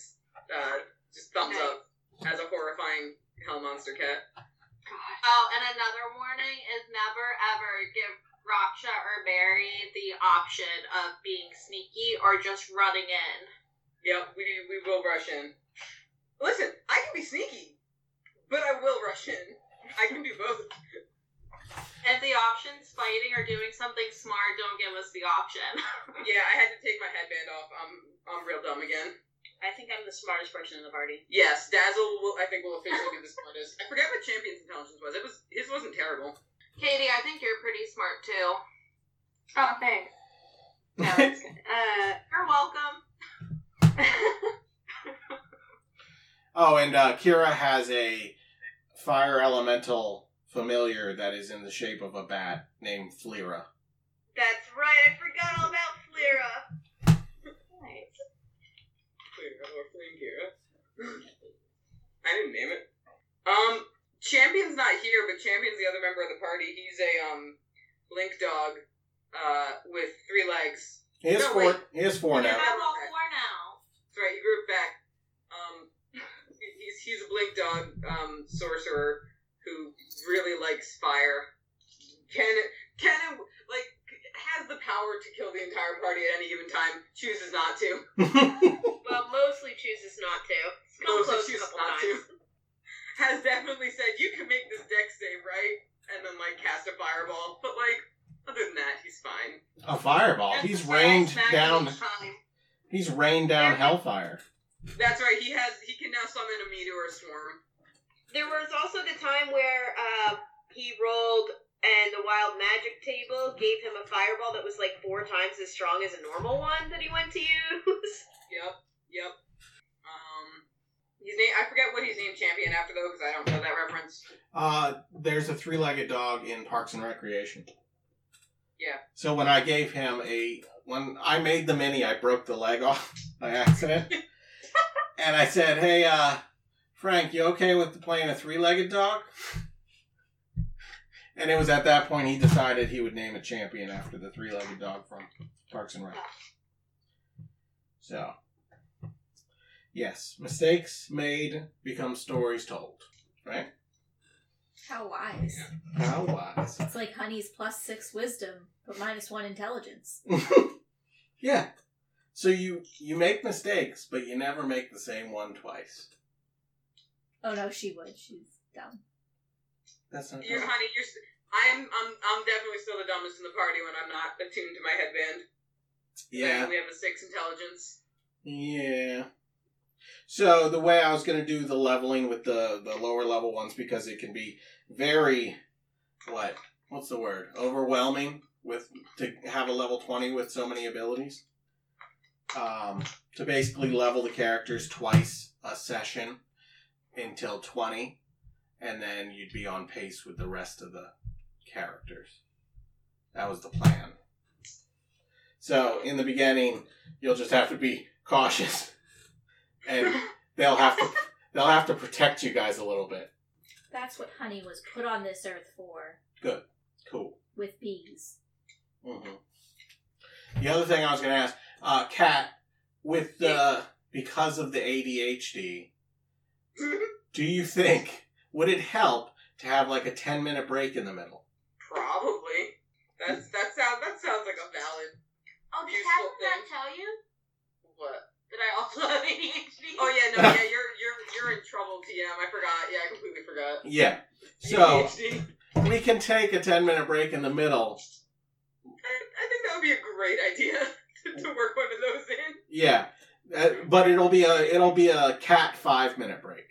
uh, just thumbs up as a horrifying hell monster cat. Oh, and another warning is never ever give Raksha or Barry the option of being sneaky or just running in. Yep, we we will rush in. Listen, I can be sneaky, but I will rush in. I can do both. If the option's fighting or doing something smart, don't give us the option. Yeah, I had to take my headband off. I'm I'm real dumb again. I think I'm the smartest person in the party. Yes, Dazzle will I think will officially be the smartest. I forget what Champion's intelligence was. It was his wasn't terrible. Katie, I think you're pretty smart too. Oh, thanks. No, that's good. Uh, You're welcome. oh, and uh, Kira has a fire elemental familiar that is in the shape of a bat named Fleera. that's right. I forgot all about Flira. Nice. Clear or Flame Kira. I didn't name it. Um, Champion's not here, but Champion's the other member of the party. He's a um link dog, uh, with three legs. He is No, four. wait. He is four Yeah, now. I'm all four now. That's right, he grew it back. Um, he's he's a blink dog um, sorcerer who really likes fire. Can can like has the power to kill the entire party at any given time. Chooses not to. Well, mostly chooses not to. It's come Mostly close a chooses couple not times. Oh, to. Has definitely said you can make this deck save right, and then like cast a fireball. But like other than that, he's fine. a fireball. He's rained down. He's rained down hellfire. That's right. He has he can now summon a meteor swarm. There was also the time where uh, he rolled and the wild magic table gave him a fireball that was like four times as strong as a normal one that he went to use. Yep, yep. Um, his name I forget what he's named champion after though because I don't know that reference. Uh, there's a three-legged dog in Parks and Recreation. Yeah. So when I gave him a when I made the mini, I broke the leg off by accident, and I said, "Hey, uh, Frank, you okay with playing a three-legged dog?" And it was at that point he decided he would name a champion after the three-legged dog from Parks and Rec. So, yes, mistakes made become stories told. How wise. How wise. It's like honey's plus six wisdom, but minus one intelligence. Mm. yeah. So you you make mistakes, but you never make the same one twice. Oh no, she would. She's dumb. That's not. You, honey, you're s- I'm I'm I'm definitely still the dumbest in the party when I'm not attuned to my headband. I only have a six intelligence. Yeah. So the way I was going to do the leveling with the the lower level ones because it can be very what what's the word overwhelming with to have a level twenty with so many abilities. Um, to basically level the characters twice a session until twenty, and then you'd be on pace with the rest of the characters. That was the plan. So in the beginning, you'll just have to be cautious, and they'll have to they'll have to protect you guys a little bit. That's what honey was put on this earth for, Cool. with bees. Mm-hmm. The other thing I was going to ask, uh, Kat, with the because of the ADHD, do you think would it help to have like a ten minute break in the middle? Probably. That's that sounds that sounds like a valid Oh, did Useful Catherine not thing. tell you what? that I also have ADHD? Oh yeah, no, yeah, you're you're you're in trouble, TM. I forgot. Yeah, I completely forgot. Yeah. So ADHD. we can take a ten minute break in the middle I, I think that would be a great idea to, to work one of those in. Yeah, uh, but it'll be a it'll be a cat five minute break.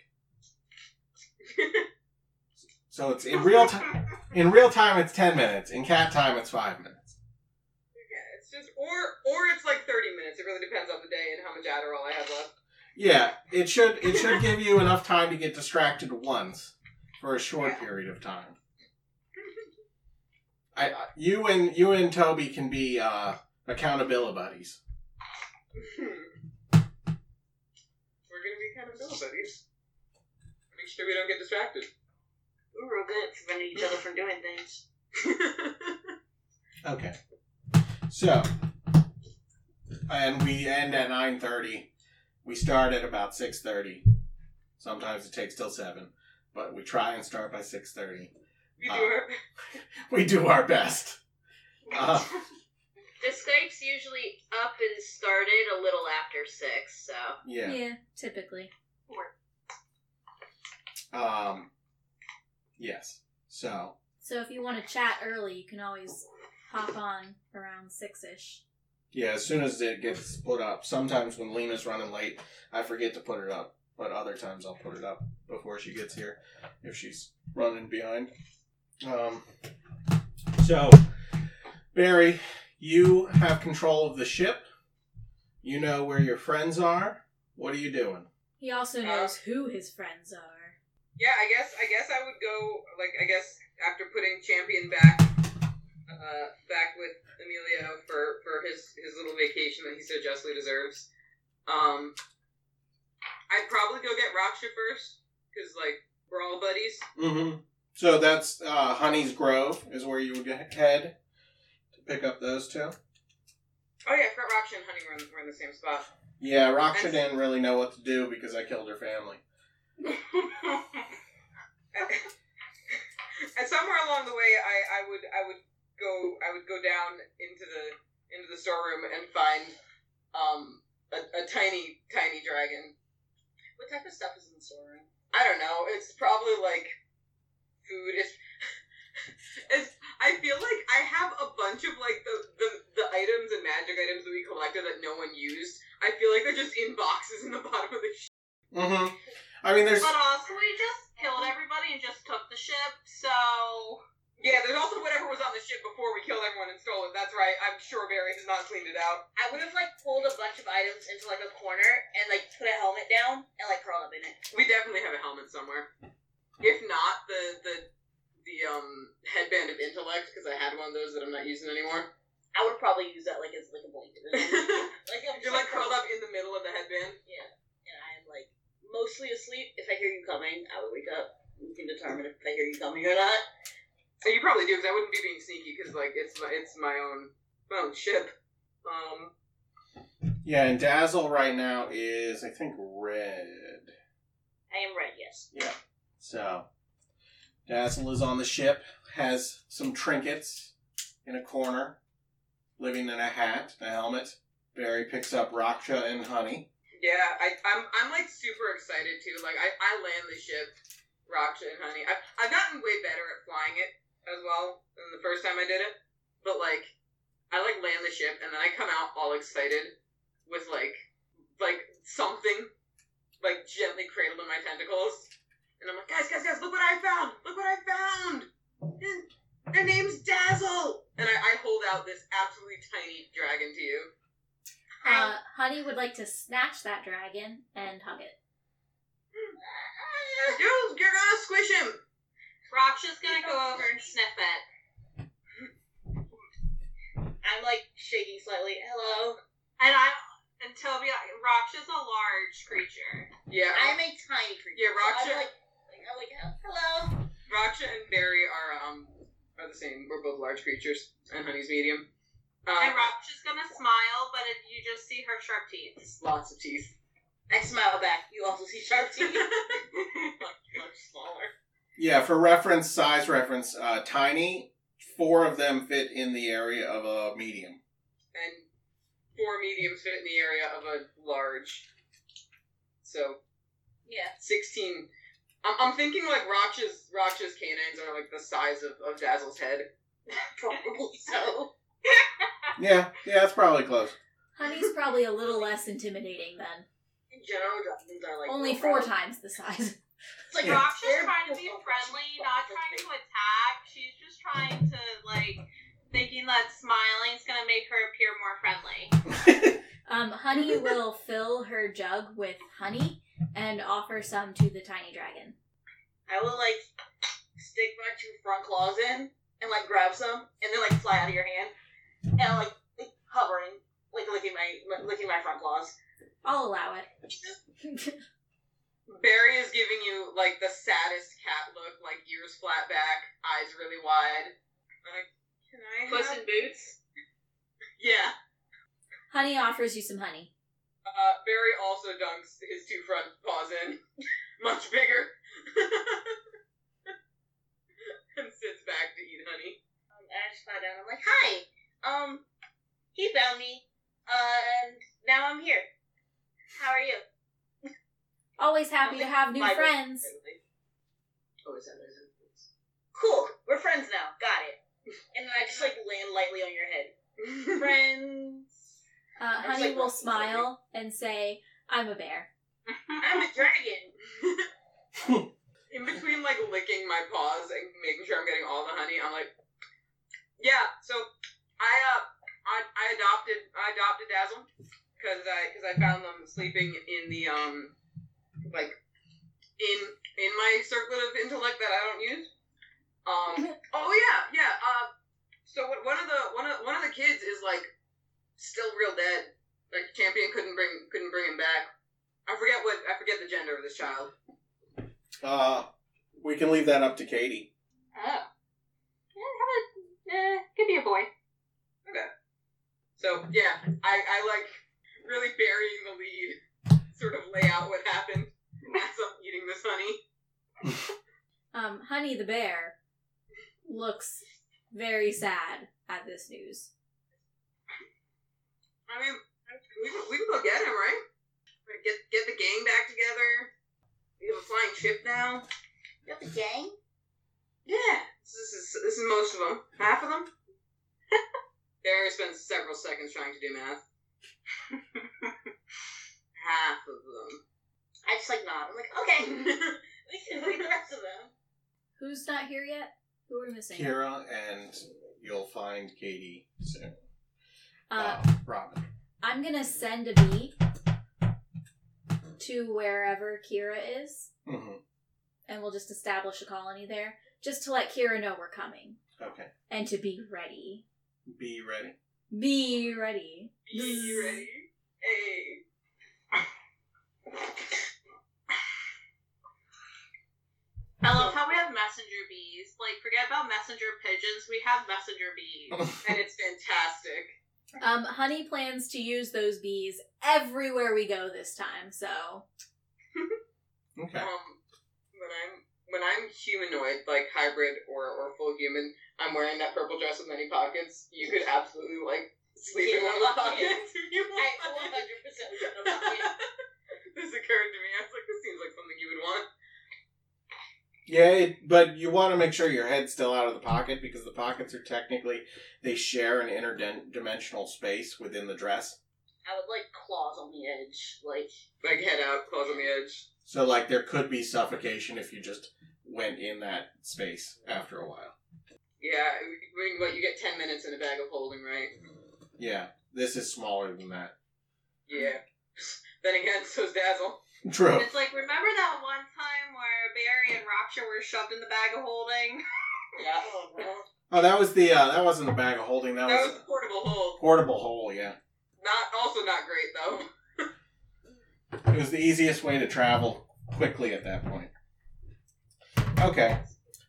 so it's in real time. In real time, it's ten minutes. In cat time, it's five minutes. Yeah, it's just or or it's like thirty minutes. It really depends on the day and how much Adderall I have left. Yeah, it should it should give you enough time to get distracted once for a short period of time. I I- you and you and Toby can be uh, accountability buddies. Hmm. We're gonna be kind of dull buddies. Make sure we don't get distracted. We were real good at preventing each other from doing things. Okay. So, and we end at nine thirty. We start at about six thirty. Sometimes it takes till seven, but we try and start by six thirty. we do our We do our best. Uh, The Skype's usually up and started a little after six, so yeah. typically. Um. Yes. So So if you want to chat early, you can always hop on around six ish. yeah, as soon as it gets put up, sometimes when Lena's running late, I forget to put it up, but other times I'll put it up before she gets here if she's running behind. Um, so, Barry, you have control of the ship. You know where your friends are. What are you doing? He also knows who his friends are. Yeah, I guess I guess I would go like I guess after putting Champion back uh, back with Emilio for, for his, his little vacation that he so justly deserves. Um, I'd probably go get Raksha first because like we're all buddies. Mm-hmm. So that's uh, Honey's Grove is where you would get- head to pick up those two. Oh yeah, I forgot Raksha and Honey were in, were in the same spot. Yeah, Raksha didn't really know what to do because I killed her family. and somewhere along the way, I, I would I would go I would go down into the into the storeroom and find um a, a tiny tiny dragon. What type of stuff is in the storeroom? I don't know. It's probably like food. It's, it's I feel like I have a bunch of like the, the the items and magic items that we collected that no one used. I feel like they're just in boxes in the bottom of the ship. Mm-hmm. I mean, there's But also, we just killed everybody and just took the ship, so. Yeah, there's also whatever was on the ship before we killed everyone and stole it. That's right. I'm sure Barry has not cleaned it out. I would have like pulled a bunch of items into like a corner and like put a helmet down and like curled up in it. We definitely have a helmet somewhere. If not, the the the um headband of intellect because I had one of those that I'm not using anymore. I would probably use that like as like a blanket. or something. You're like like I'm curled up in the middle of the headband. Yeah, and I am like mostly asleep. If I hear you coming, I would wake up. You can determine if I hear you coming or not. And you probably do because I wouldn't be being sneaky because like it's my it's my own my own ship. Um, Yeah, and Dazzle right now is I think red. I am red. Yes. So Dazzle is on the ship, has some trinkets in a corner, living in a hat, a helmet. Barry picks up Raksha and Honey. yeah, I I'm I'm like super excited too. Like I I land the ship, Raksha and Honey. I've I've gotten way better at flying it as well than the first time I did it. But like, I like land the ship and then I come out all excited with like, like something, like gently cradled in my tentacles, and I'm like, guys, guys, guys, look what I found! Look what I found! And their name's Dazzle, and I, I hold out this absolutely tiny dragon to you. Uh, Honey would like to snatch that dragon and hug it. Dude, you're gonna squish him. Rock's just gonna go over and sniff it. I'm like shaking slightly. Hello. And I and Toby Rock's just a large creature. Yeah, I'm a tiny creature. Yeah, Raksha- So I'm like, like, I'm like, hello. Raksha and Barry are um are the same. We're both large creatures, and Honey's medium. Uh, And Rock's just gonna smile, but it, you just see her sharp teeth. lots of teeth. I smile back. You also see sharp teeth. Much smaller. Yeah, for reference, size reference, uh, tiny, four of them fit in the area of a medium. And four mediums fit in the area of a large. So yeah. sixteen. I'm, I'm thinking like Raksha's Raksha's canines are like the size of, of Dazzle's head. Probably so. Yeah, yeah, that's probably close. Honey's probably a little less intimidating then. In general, dragons are like Only little four brown. times the size. It's like Yeah. Rock's just trying to be friendly, not trying to attack. She's just trying to like thinking that smiling's gonna make her appear more friendly. Um, honey will fill her jug with honey and offer some to the tiny dragon. I will like stick my two front claws in and like grab some and then like fly out of your hand and I'm, like hovering, like licking my li- licking my front claws. I'll allow it. Barry is giving you like the saddest cat look, like ears flat back, eyes really wide. Like, can I? Puss have- in Boots. Yeah. honey offers you some honey. Uh, Barry also dunks his two front paws in, much bigger, and sits back to eat honey. Um, and I just fly down. I'm like, hi. Um, he found me, uh, and now I'm here. How are you? Always happy to have new Bye. friends. Oh, is that what it is? Cool. We're friends now. Got it. And then I just like land lightly on your head. Friends. Uh, I was honey like, will "What's the matter?" smile and say, I'm a bear. I'm a dragon. In between, like licking my paws and making sure I'm getting all the honey, I'm like, yeah. So I uh, I, I adopted I adopted Dazzle because I because I found them sleeping in the um like in in my circlet of intellect that I don't use. Um. oh yeah, yeah. Uh. So one- one of the one of one of the kids is like still real dead. Like champion couldn't bring couldn't bring him back. I forget what I forget the gender of this child. Uh, we can leave that up to Katie. Oh. Yeah, have a uh, could be a boy. So yeah, I, I like really burying the lead, sort of lay out what happened as I'm eating this honey. Um, honey the bear looks very sad at this news. I mean, we can, we can go get him, right? Like, Get get the gang back together. We have a flying ship now. You got the gang? Yeah, this is this is most of them, half of them. Barry spends several seconds trying to do math. half of them. I just like nod. I'm like, okay. we can look at the rest of them. Who's not here yet? Who are we missing? Kira, and you'll find Katie soon. Uh, Oh. Robin. I'm gonna send a bee to wherever Kira is, hmm and we'll just establish a colony there, just to let Kira know we're coming Okay. and to be ready. Be ready. Be ready. Be ready. Hey. I love how we have messenger bees. Like, forget about messenger pigeons. We have messenger bees. And it's fantastic. Um, Honey plans to use those bees everywhere we go this time, so Okay. Um, when I'm when I'm humanoid, like hybrid or or full human, I'm wearing that purple dress with many pockets. You could absolutely like sleep in Yeah, one of the lock it. pockets if you I want. 100% gonna lock it. this occurred to me. I was like, this seems like something you would want. Yeah, it, but you want to make sure your head's still out of the pocket because the pockets are technically they share an interdimensional space within the dress. I would like claws on the edge, like Like head out, claws on the edge. So like there could be suffocation if you just went in that space after a while. Yeah, we- what you get ten minutes in a bag of holding, right? Yeah, this is smaller than that. Yeah. Then again, so's Dazzle. True. It's like remember that one time where Barry and Raksha were shoved in the bag of holding? Yeah. Oh, that was the uh, that wasn't a bag of holding. That That was was a portable hold. portable hole. Yeah, Not also not great though. it was the easiest way to travel quickly at that point. Okay,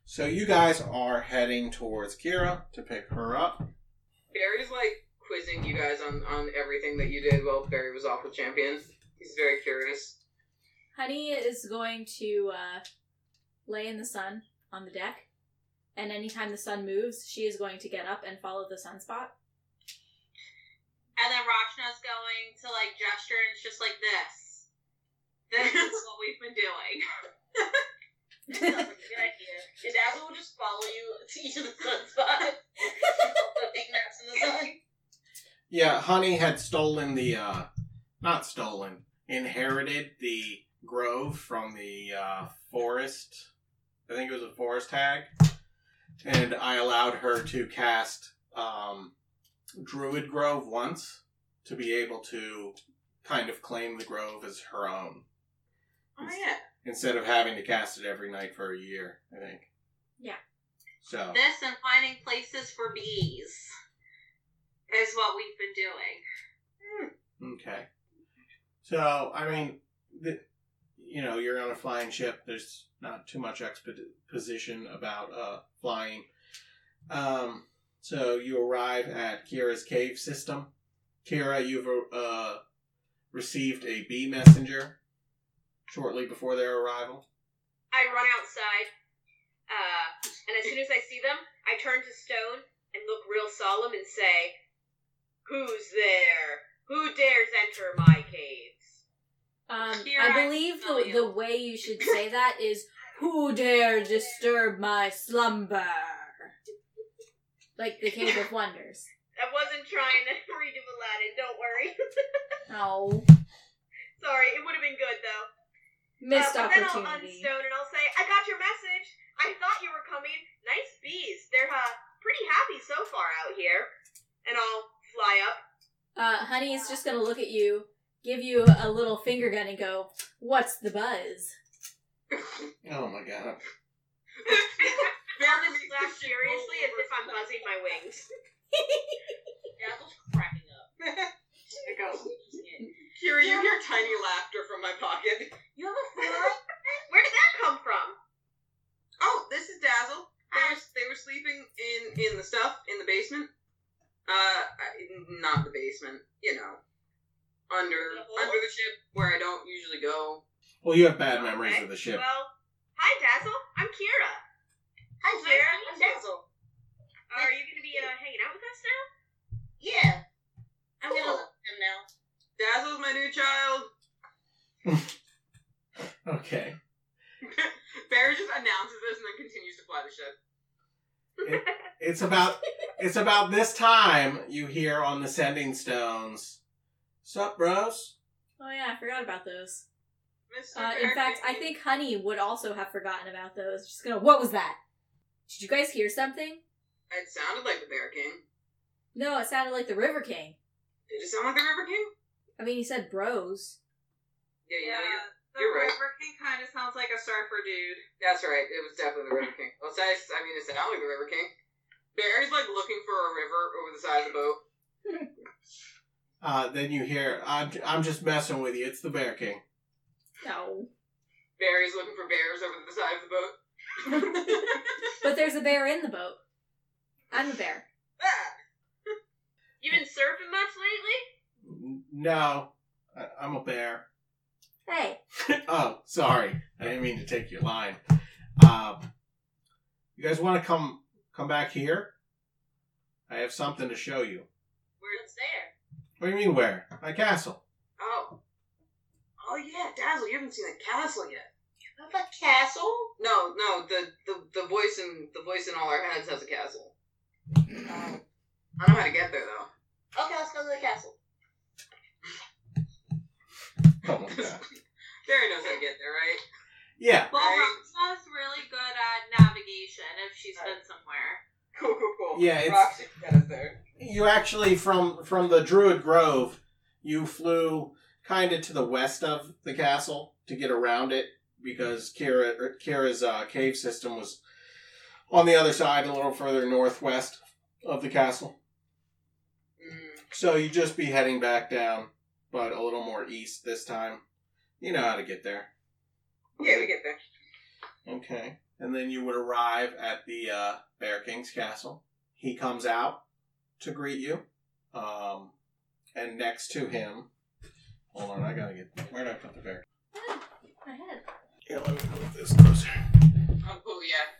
so you guys are heading towards Kira to pick her up. Barry's like quizzing you guys on on everything that you did while Barry was off with Champion. He's very curious. Honey is going to uh, lay in the sun on the deck, and anytime the sun moves, she is going to get up and follow the sunspot. And then Rakshna's going to like gesture and it's just like this. This is what we've been doing. Good idea. And Dazzle will just follow you to each of the sunspot. Take naps in the sun. Yeah, Honey had stolen the uh, not stolen, inherited the grove from the uh, forest. I think it was a forest hag, and I allowed her to cast um, Druid Grove once to be able to kind of claim the grove as her own Oh yeah. instead of having to cast it every night for a year. I think. Yeah. So This and finding places for bees is what we've been doing. Okay. So, I mean, the, you know, you're on a flying ship. There's not too much exposition about uh, flying. Um, so you arrive at Kira's cave system. Kira, you've uh, received a bee messenger shortly before their arrival. I run outside, uh, and as soon as I see them, I turn to stone and look real solemn and say, "Who's there? Who dares enter my caves?" Um, Here I I believe smell the, you. the way you should say that is, Who dare disturb my slumber? Like the Cave of Wonders. I wasn't trying to redo Aladdin. Don't worry. Oh, Sorry, it would have been good though. missed uh, but then I'll opportunity. unstone and I'll say, "I got your message. I thought you were coming. Nice bees. They're uh, pretty happy so far out here." And I'll fly up. Uh, honey is just gonna look at you, give you a little finger gun, and go, What's the buzz? Oh my god. I'll just laugh seriously as if I'm buzzing my wings. Dazzle's cracking up. It goes. Kira, you hear tiny laughter from my pocket. You have a fly? Where did that come from? Oh, this is Dazzle. They were, they were sleeping in in the stuff in the basement. Uh, I- not the basement. You know, under The hole? under the ship where I don't usually go. Well, you have bad memories Okay, of the ship. Well, hi Dazzle. I'm Kira. Hi, Nice Kira. to meet I'm you. Dazzle. Are you going to be uh, hanging out with us now? Yeah. I'm Cool. gonna love him now. Dazzle's my new child. Okay. Barry just announces this and then continues to fly the ship. It's about it's about this time you hear on the sending stones. Sup, bros? Oh, yeah, I forgot about those. Mr. Uh, in fact, I think Honey would also have forgotten about those. She's gonna, What was that? Did you guys hear something? it sounded like the Bear King. No, it sounded like the River King. Did it sound like the River King? I mean, he said bros. Yeah, you know, Yeah, the you're right. River King kind of sounds like a surfer dude. That's right. It was definitely the River King. Well, I, I mean, it sounded like the River King. Barry's like looking for a river over the side of the boat. Uh, then you hear, I'm, I'm just messing with you. It's the Bear King. No. Barry's looking for bears over the side of the boat. But there's a bear in the boat. I'm a bear. You been surfing much lately? N- No, I, I'm a bear. Hey. oh, sorry. I didn't mean to take your line. Uh, you guys want to come come back here? I have something to show you. Where's there? What do you mean, where? My castle. oh, oh yeah, Dazzle, you haven't seen the castle yet. Of a castle? No, no, the, the, the voice in the voice in all our heads has a castle. Oh. I don't know how to get there though. Okay, let's go to the castle. Something like that. Gary knows how to get there, right? Yeah. Well, Right. Roxa's really good at navigation if she's been somewhere. Cool, cool, cool. Yeah, it's- Roxy got us there. You actually from from the Druid Grove, you flew kind of to the west of the castle to get around it because Kira or Kira's uh, cave system was on the other side, a little further northwest of the castle. Mm. So you'd just be heading back down, but a little more east this time. You know how to get there. Okay, we get there. Okay. And then you would arrive at the uh, Bear King's castle. He comes out to greet you. Um, and next to him, hold on, I gotta get where did I put the bear? Ah, Ahead. Here, let me move this closer. Oh, cool, yeah.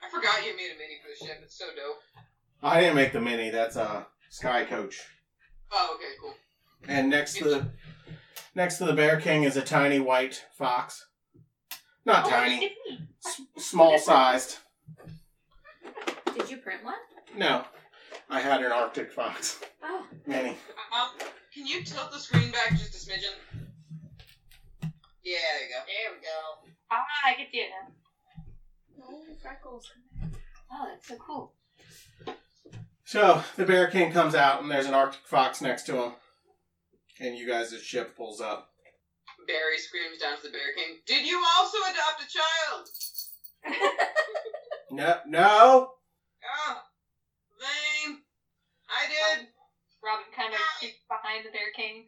I forgot you made a mini for the ship. It's so dope. I didn't make the mini. That's a uh, Sky Coach. Oh, okay, cool. And next to the next to the Bear King is a tiny white fox. Not tiny, s- small sized. Did you print one? No, I had an Arctic fox Oh, mini. Mom, Um, can you tilt the screen back just a smidgen? Yeah, there you go. There we go. Ah, I can see it now. oh freckles. Oh, that's so cool. So the Bear King comes out, and there's an Arctic fox next to him. And you guys' ship pulls up. Barry screams down to the Bear King. Did you also adopt a child? No, no. Ah, lame. I did. Robin kind of creeps behind the Bear King.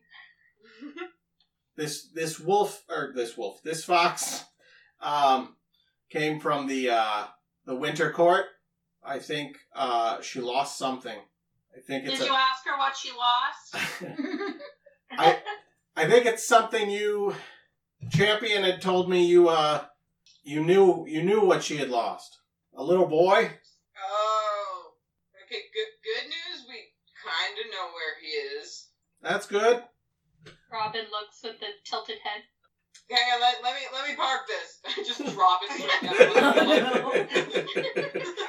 This this wolf or this wolf, this fox, um, came from the uh, the Winter Court. I think uh, she lost something. I think it's Did you a. ask her what she lost? I think it's something you, Champion had told me you uh, you knew you knew what she had lost. A little boy. Oh. Okay, good good news. We kind of know where he is. That's good. Robin looks with the tilted head. Hang on, let, let me let me park this. I just drop it. so it doesn't-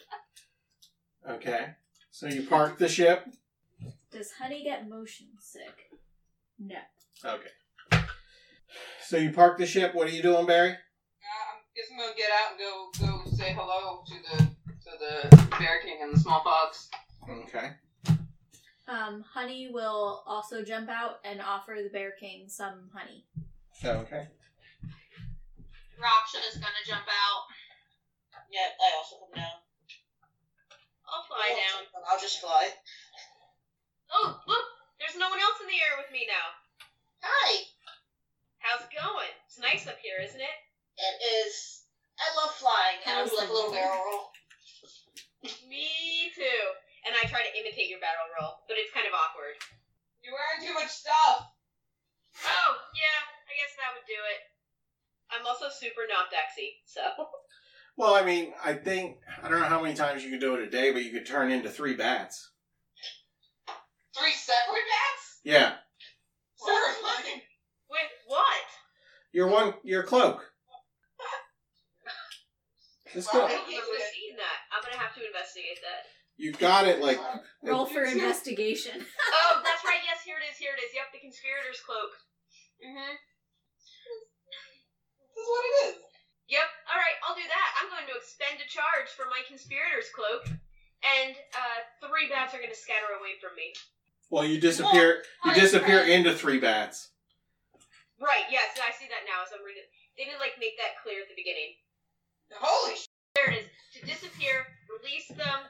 Okay. So you park the ship. Does Honey get motion sick? No. Okay. So you park the ship. What are you doing, Barry? Uh, I'm just gonna get out and go go say hello to the to the Bear King and the small fox. Okay. Um, Honey will also jump out and offer the Bear King some honey. Okay. Raksha is gonna jump out. Yeah, I also come down. I'll fly down. I'll just fly. Oh, look, there's no one else in the air with me now. Hi. How's it going? It's nice up here, isn't it? It is. I love flying. and I How's do like the a little weather? barrel roll. Me too. And I try to imitate your battle roll, but it's kind of awkward. You're wearing too much stuff. Oh, yeah, I guess that would do it. I'm also super not dexy, so. Well, I mean, I think I don't know how many times you could do it a day, but you could turn into three bats. Three separate bats. Yeah. Horrifying. With what? Your one, your cloak. Let's go. I've never seen that. I'm gonna have to investigate that. You got it. Like Roll for investigation. Oh, that's right. Yes, here it is. Here it is. Yep, the conspirator's cloak. Mhm. This is what it is. Yep. All right, I'll do that. I'm going to expend a charge for my conspirator's cloak, and uh, three bats are gonna scatter away from me. well, you disappear. You disappear into three bats. Right. Yes, I see that now as I'm reading. They didn't like make that clear at the beginning. Holy sh! There it is. To disappear, release them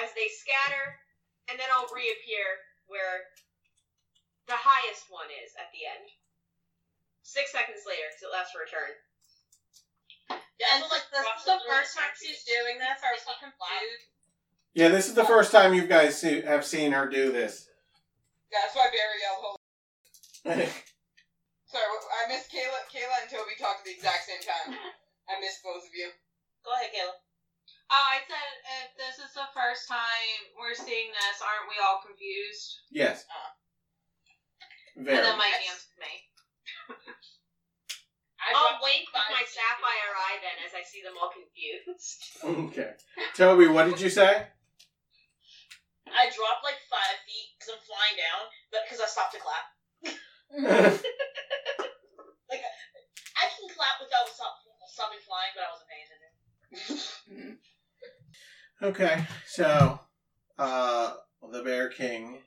as they scatter, and then I'll reappear where the highest one is at the end. Six seconds later, because it lasts for a turn. And Yeah, and like this Roxa's is the really first time happy. she's doing this. I was so confused. Yeah, this is the first time you guys see, have seen her do this. That's why Barry yelled "Holy!" Sorry, what- I missed Kayla. Kayla and Toby talked at the exact same time. I missed both of you. Go ahead, Kayla. Oh, I said if this is the first time we're seeing this, aren't we all Ah. confused? yes. Very. And then my Yes. hands me. I'll wink with my sapphire eye then as I see them all confused. Okay. Toby, what did you say? I dropped like five feet because I'm flying down, but because I stopped to clap. I can clap without stop, stopping flying, but I wasn't paying attention. okay. So, uh, the Bear King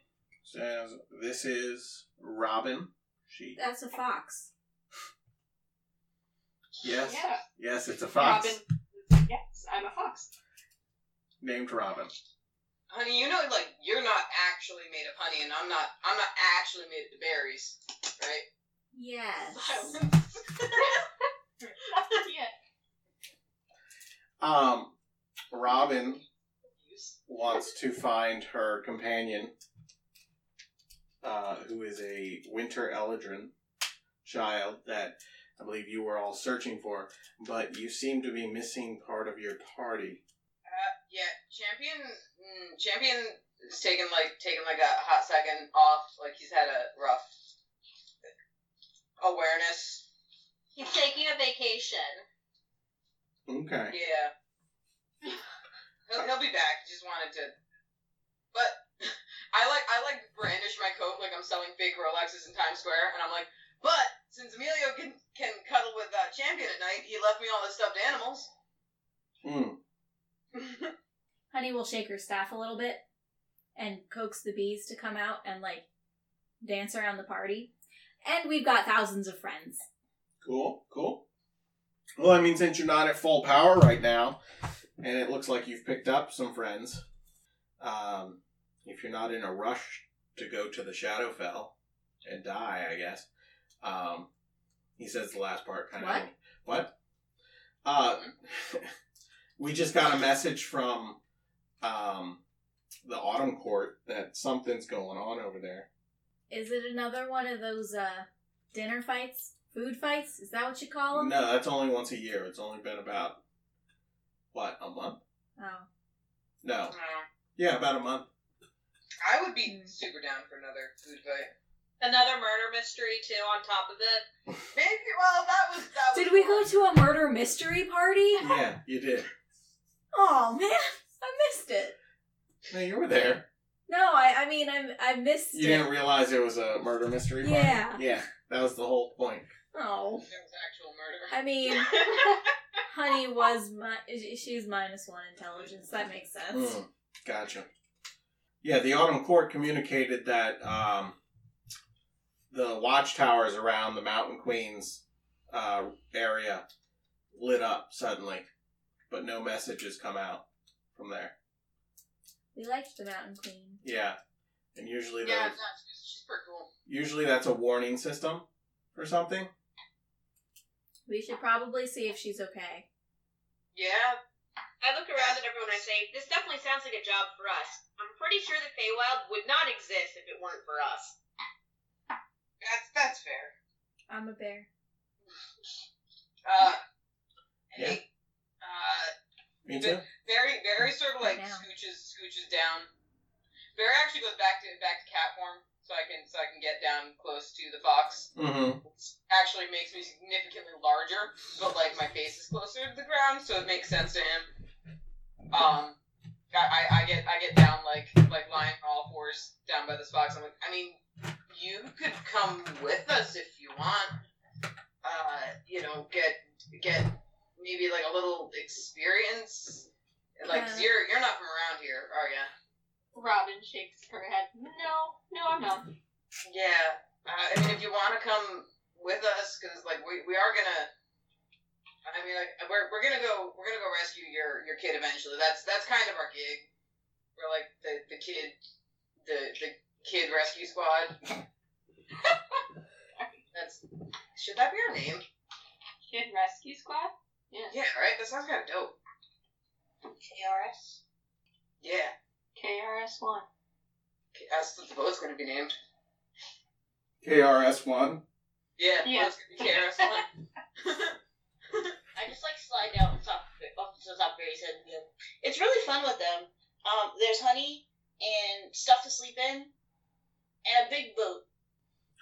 says, This is Robin. She. That's a fox. Yes. Yeah, Yes, it's a fox Robin. Yes, I'm a fox. named Robin. Honey, you know, like you're not actually made of honey, and I'm not. I'm not actually made of berries, right? Uh, Yes. yeah. Um, Robin wants to find her companion, uh, who is a winter eldrin child that I believe you were all searching for, but you seem to be missing part of your party. Uh, yeah, champion. Mm, champion is taking like taking like a hot second off. Like he's had a rough awareness. He's taking a vacation. Okay. Yeah. He'll, he'll be back. Just wanted to. But I like I like brandish my coat like I'm selling fake Rolexes in Times Square, and I'm like, but since Emilio can can cuddle with uh, Champion at night, he left me all the stuffed animals. Uh, Mm. Honey will shake her staff a little bit and coax the bees to come out and like dance around the party. And we've got thousands of friends. Cool. Cool. Well, I mean, since you're not at full power right now, and it looks like you've picked up some friends, um, if you're not in a rush to go to the Shadowfell and die, I guess. Um, he says the last part kind of. What? What? Uh, we just got a message from um, the Autumn Court that something's going on over there. Is it another one of those uh, dinner fights? Food fights? Is that what you call them? No, that's only once a year. It's only been about what a month? Oh. No, Uh, yeah, about a month. I would be Mm. super down for another food fight. Another murder mystery too on top of it. Maybe. Well, that was that. was Did we go to a murder mystery party? Yeah, you did. Oh man, I missed it. No, you were there. No, I, I mean I I missed You it. didn't realize it was a murder mystery. party? Yeah. yeah, that was the whole point. Oh, There was actual murder. I mean, Honey was my she's minus one intelligence. That makes sense. Mm, gotcha. Yeah, the Autumn Court communicated that um, the watchtowers around the Mountain Queen's uh, area lit up suddenly, but no messages come out from there. We liked the Mountain Queen. Yeah, and usually yeah, those- no, she's, she's pretty cool. usually that's a warning system or something. We should probably see if she's okay. Yeah. I look around at everyone and I say, this definitely sounds like a job for us. I'm pretty sure the Feywild would not exist if it weren't for us. That's that's fair. I'm a bear. Uh. Yeah. Hey, uh. Me too. Barry Barry sort of like Right now. scooches scooches down. Barry actually goes back to back to cat form so I can so I can get down close to the fox. Mm-hmm. Actually makes me significantly larger, but like my face is closer to the ground, so it makes sense to him. Um I, I, I get I get down like like lying on all fours down by this fox. I'm like, I mean, you could come with us if you want. Uh, you know, get get maybe like a little experience. Like Yeah. you you're you're not from around here, are ya? Robin shakes her head. No, no, I'm not. Yeah. Uh, I mean, if you want to come with us, because like we, we are gonna. I mean, like we're, we're gonna go we're gonna go rescue your your kid eventually. That's that's kind of our gig. We're like the the kid the the kid rescue squad. that's should that be our name? Kid Rescue Squad? Yeah, right. That sounds kind of dope. KRS. Yeah, KRS1. that's what the boat's gonna be named. KRS One. Yeah, Yeah. boat's gonna be KRS-One. I just like slide down on top of it, off the top of Barry's head. and go, It's really fun with them. Um, there's honey and stuff to sleep in, and a big boat.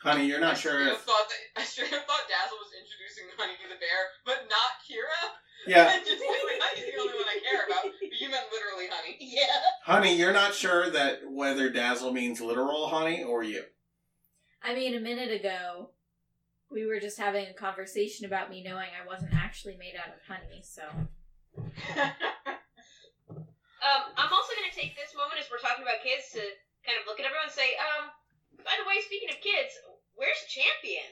Honey, you're not I sure straight up if. thought that, I straight up thought Dazzle was introducing Honey to the Bear, but not Kira. Yeah, I just said, like, Honey's the only one I care about. But you meant literally Honey. Yeah. honey, you're not sure that whether dazzle means literal honey or you. I mean, a minute ago, we were just having a conversation about me knowing I wasn't actually made out of honey, so. Um, I'm also going to take this moment as we're talking about kids to kind of look at everyone and say, um, by the way, speaking of kids, where's Champion?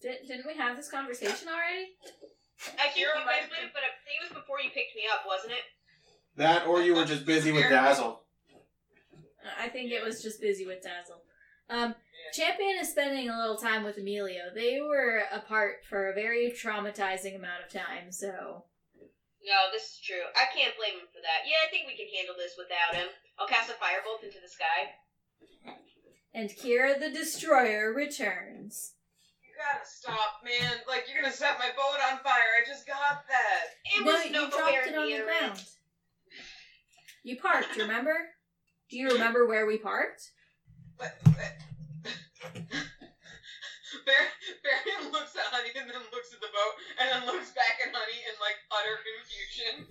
Did, didn't we have this conversation already? I think Kira you might guys have would have, but I think it was before you picked me up, wasn't it? That or you were just busy with dazzle. Uh, I think it was just busy with Dazzle. Um, Champion is spending a little time with Emilio. They were apart for a very traumatizing amount of time, so. No, this is true. I can't blame him for that. Yeah, I think we can handle this without him. I'll cast a firebolt into the sky. And Kira the Destroyer returns. You gotta stop, man. Like, you're gonna set my boat on fire. I just got that. It no, was you nowhere dropped it on the near ground. You parked, remember? Do you remember where we parked? Bear, Baron looks at Honey and then looks at the boat and then looks back at Honey in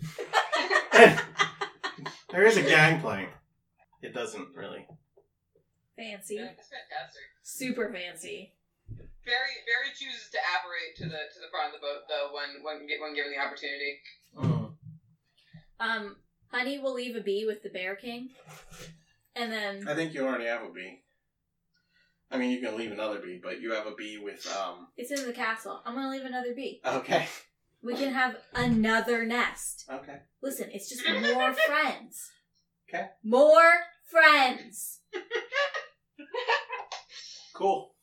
like utter confusion. there is a gang playing. It doesn't really. Fancy. Yeah, It's fantastic. Super fancy. Barry Barry chooses to apparate to the to the front of the boat though when when gi- when given the opportunity. Um, Honey will leave a bee with the Bear King. And then I think you already have a bee. I mean, you can leave another bee, but you have a bee with um. it's in the castle. I'm gonna leave another bee. Okay. We can have another nest. Okay. Listen, it's just more friends. 'Kay. More friends. Cool.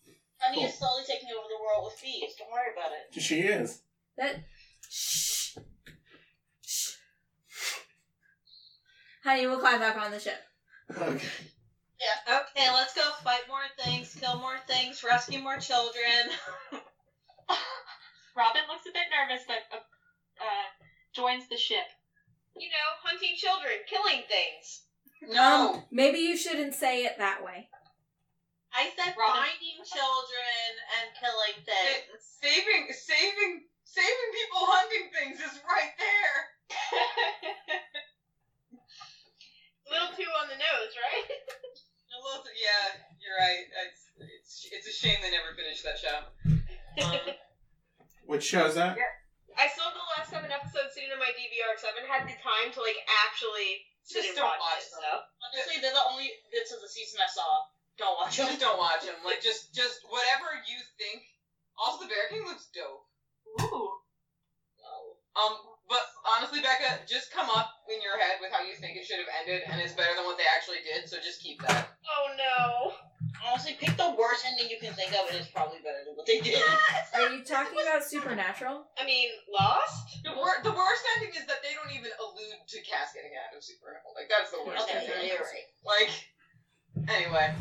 Honey Cool. is slowly taking over the world with bees. Don't worry about it. She is. That. Shh. Shh. Honey, we'll climb back on the ship. Okay. Yeah. Okay, let's go fight more things, kill more things, rescue more children. Robin looks a bit nervous, but uh, uh, joins the ship. You know, hunting children, killing things. No. Um, maybe you shouldn't say it that way. I said Robin. finding children and killing things. Saving saving saving people hunting things is right there. A little too on the nose, right? A little t- yeah, you're right. It's, it's it's a shame they never finished that show. Um, Which shows that? I saw the last seven episodes sitting on my DVR, so I haven't had the time to like actually sit Just and don't watch, watch it. them. So. Honestly, they're the only bits of the season I saw. Don't watch them. just don't watch them. Like just just whatever you think. Also, the Bear King looks dope. Ooh. Um, but honestly, Becca, just come up in your head with how you think it should have ended, and it's better than what they actually did. So just keep that. Oh no! Honestly, pick the worst ending you can think of, and it's probably better than what they did. Are you talking about supernatural? I mean, Lost. The, wor- the worst ending is that they don't even allude to Cass getting out of Supernatural. Like that's the worst. okay, ending. you're right. Like, anyway.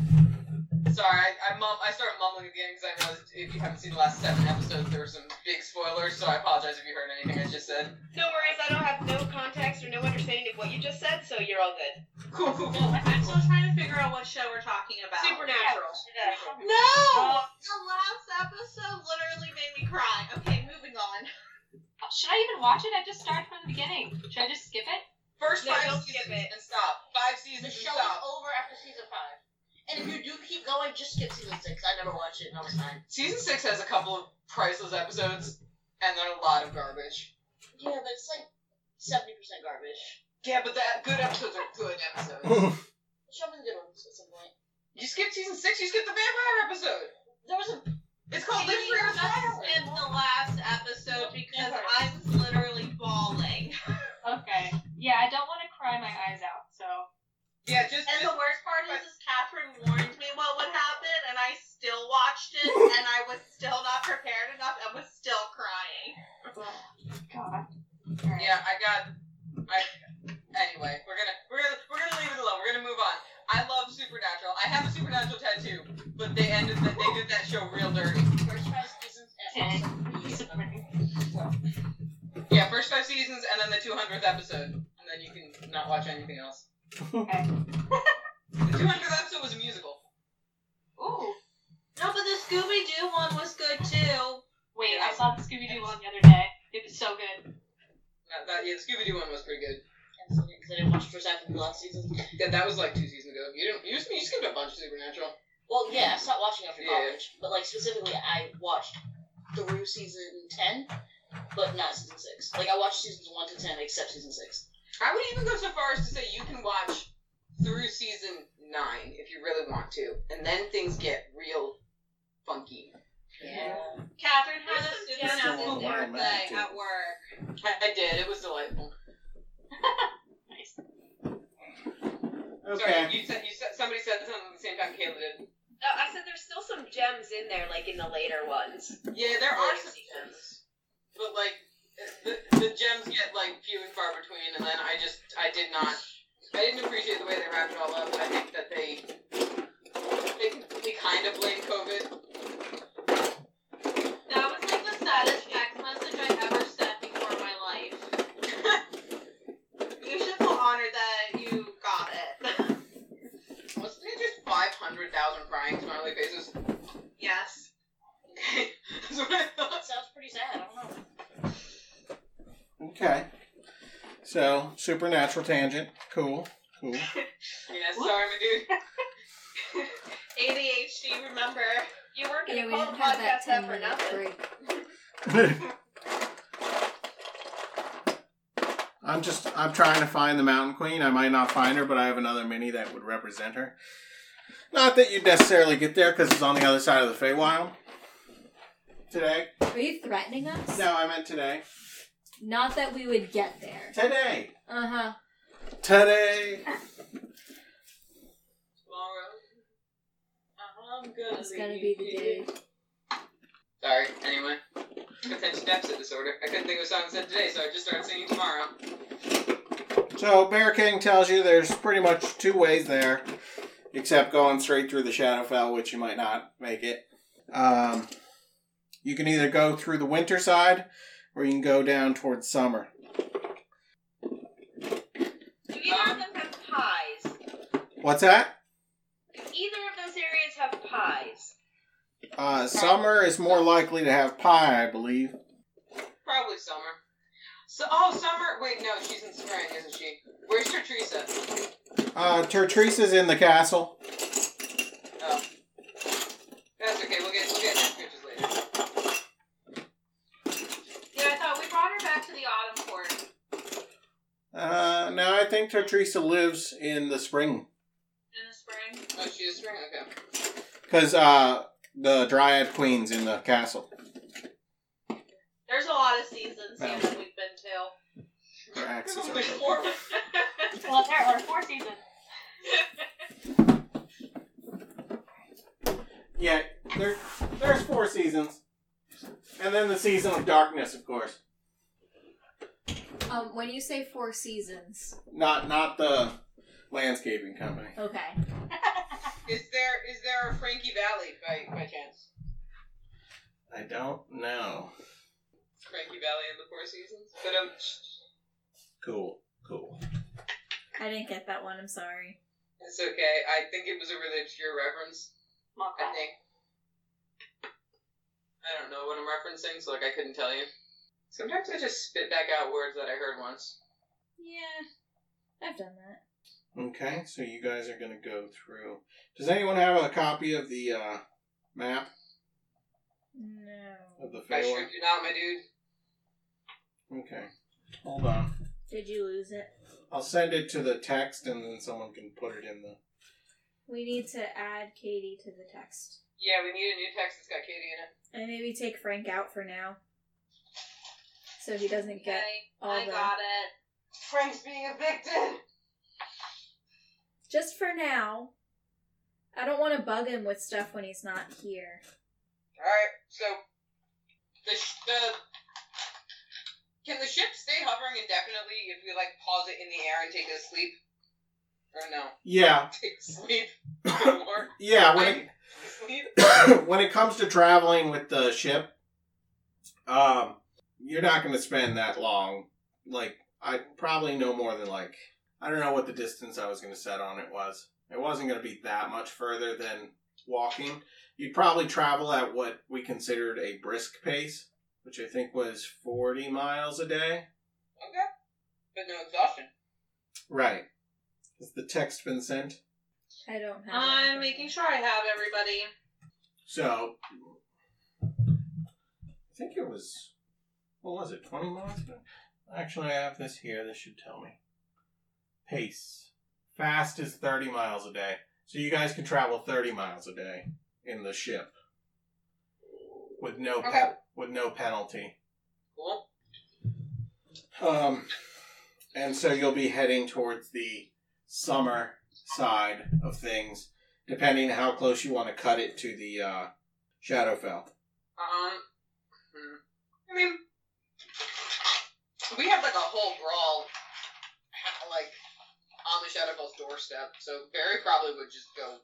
Sorry, I I, mum- I started mumbling at the end because I realized if you haven't seen the last seven episodes, there were some big spoilers. So I apologize if you heard anything I just said. No worries, I don't have no context or no understanding of what you just said, so you're all good. Cool, cool, cool. I'm still trying to figure out what show we're talking about. Supernatural. No! the last episode literally made me cry. Okay, moving on. Uh, Should I even watch it? I just started from the beginning. Should I just skip it? First No, five don't skip seasons it. and stop. Five The seasons and show stop. is over after season five. And if you do keep going, just skip season six. I never watched it, and I was fine. Season six has a couple of priceless episodes, and then a lot of garbage. Yeah, but it's like seventy percent garbage. Yeah, but that good episodes are good episodes. Show me the good ones at some point. you skipped season six, you skipped the vampire episode. There was a It's called Live Free or Die. in the last episode because I was literally bawling. Okay. Yeah, I don't want to cry my eyes out, so. Yeah, just, And the just worst part is, is Catherine warned me what would happen, and I still watched it, and I was still not prepared enough, and was still crying. God. yeah. I got. I anyway, we're gonna we're gonna we're gonna leave it alone. We're gonna move on. I love Supernatural. I have a Supernatural tattoo, but they ended that they did that show real dirty. First five seasons, and Yeah, first five seasons and then the 200th episode, and then you can not watch anything else. Okay. The 200th episode was a musical. Ooh. No, Scooby Doo one was good too. Wait, Yeah. I saw the Scooby Doo one the other day. It was so good. That, that, yeah, Scooby Doo one was pretty good. Because I didn't watch the first half of the last season. Yeah, that was like two seasons ago. You didn't. You, just- you skipped a bunch of Supernatural. Well, yeah, I stopped watching after Yeah. college, but like specifically, I watched through season ten, but not season six. Like I watched seasons one to ten, except season six. I would even go so far as to say you can watch through season nine if you really want to, and then things get real funky. Yeah. Catherine had had a a Scooby It's Scooby still a Doo lot of birthday magic. at work. I, I did. It was delightful. Nice. Okay. Sorry, you said you said somebody said something at the same time Kayla did. No, I said there's still some gems in there, like in the later ones. Yeah, there are Later some gems, seasons. but like the, the gems get like few and far between, and then I just I did not I didn't appreciate the way they wrapped it all up. I think that they they, they kind of blame COVID. That was like the saddest text message I ever sent before my life. You should feel honored that you got it. Wasn't it just five hundred thousand crying smiley faces? yes. Okay, that's what I thought. That sounds pretty sad. I don't know. Okay. So supernatural tangent. Cool. Cool. Yeah, sorry, my dude. ADHD, remember? You weren't gonna Yeah, we call didn't the have that podcast that 10 for minute nothing. break. I'm just I'm trying to find the Mountain Queen. I might not find her, but I have another mini that would represent her. Not that you'd necessarily get there because it's on the other side of the Feywild. Today? Are you threatening us? No, I meant today. Not that we would get there. Today. Uh huh. Today. Uh-huh, I'm good. It's gonna be the day. Sorry, anyway. Attention deficit disorder. I couldn't think of a song set today, so I just started singing tomorrow. So Bear King tells you there's pretty much two ways there, except going straight through the Shadowfell, which you might not make it. Um, you can either go through the winter side, or you can go down towards summer. Do either Um, of them have pies? What's that? Do either of those areas have pies? Uh, summer is more likely to have pie, I believe. Probably summer. So, oh, summer. Wait, no, she's in spring, isn't she? Where's your Teresa? Uh, Tertrice is in the castle. Oh, that's okay. We'll get we'll get her pictures later. Yeah, I thought we brought her back to the autumn court. Uh, no, I think Tertrice lives in the spring in the spring. Oh, she's in spring. Okay. because uh, the Dryad Queen's in the castle. There's a lot of seasons Wow. here that we've been to. Her axes are Only broken. four. well, there are four seasons. Yeah, there, there's four seasons. And then the season of darkness, of course. Um, when you say four seasons, Not not the landscaping company. okay. Is there is there a Frankie Valley by by chance? I don't know. Frankie Valley in the Four Seasons. But um, Cool. Cool. I didn't get that one. I'm sorry. it's okay. I think it was a really obscure reference. Not I bad. think. I don't know what I'm referencing, so like I couldn't tell you. Sometimes I just spit back out words that I heard once. Yeah, I've done that. Okay, so you guys are gonna go through. Does anyone have a copy of the uh, map No. of the I sure Feywild? do not, my dude. Okay, hold on. Did you lose it? I'll send it to the text, and then someone can put it in the. We need to add Katie to the text. Yeah, we need a new text that's got Katie in it. And maybe take Frank out for now. So he doesn't get Okay, all I the. got it. Frank's being evicted. Just for now. I don't want to bug him with stuff when he's not here. All right, so the sh- the can the ship stay hovering indefinitely if we like pause it in the air and take a sleep? Or no, Yeah, take a sleep or yeah. When it, I- sleep. when it comes to traveling with the ship, um, you're not going to spend that long. Like, I probably no more than like I don't know what the distance I was going to set on it was. It wasn't going to be that much further than walking. You'd probably travel at what we considered a brisk pace, which I think was 40 miles a day. Okay. But no exhaustion. Right. Has the text been sent? I don't have. I'm making sure I have everybody. So, I think it was, what was it, 20 miles? Actually, I have this here. This should tell me. Pace. Fast is 30 miles a day. So you guys can travel 30 miles a day in the ship with no pe- Okay. with no penalty. Cool. Um, and so you'll be heading towards the summer side of things, depending on how close you want to cut it to the uh, Shadowfell. Um, hmm. I mean, we have like a whole brawl, ha- like on the Shadowfell's doorstep. So Barry probably would just go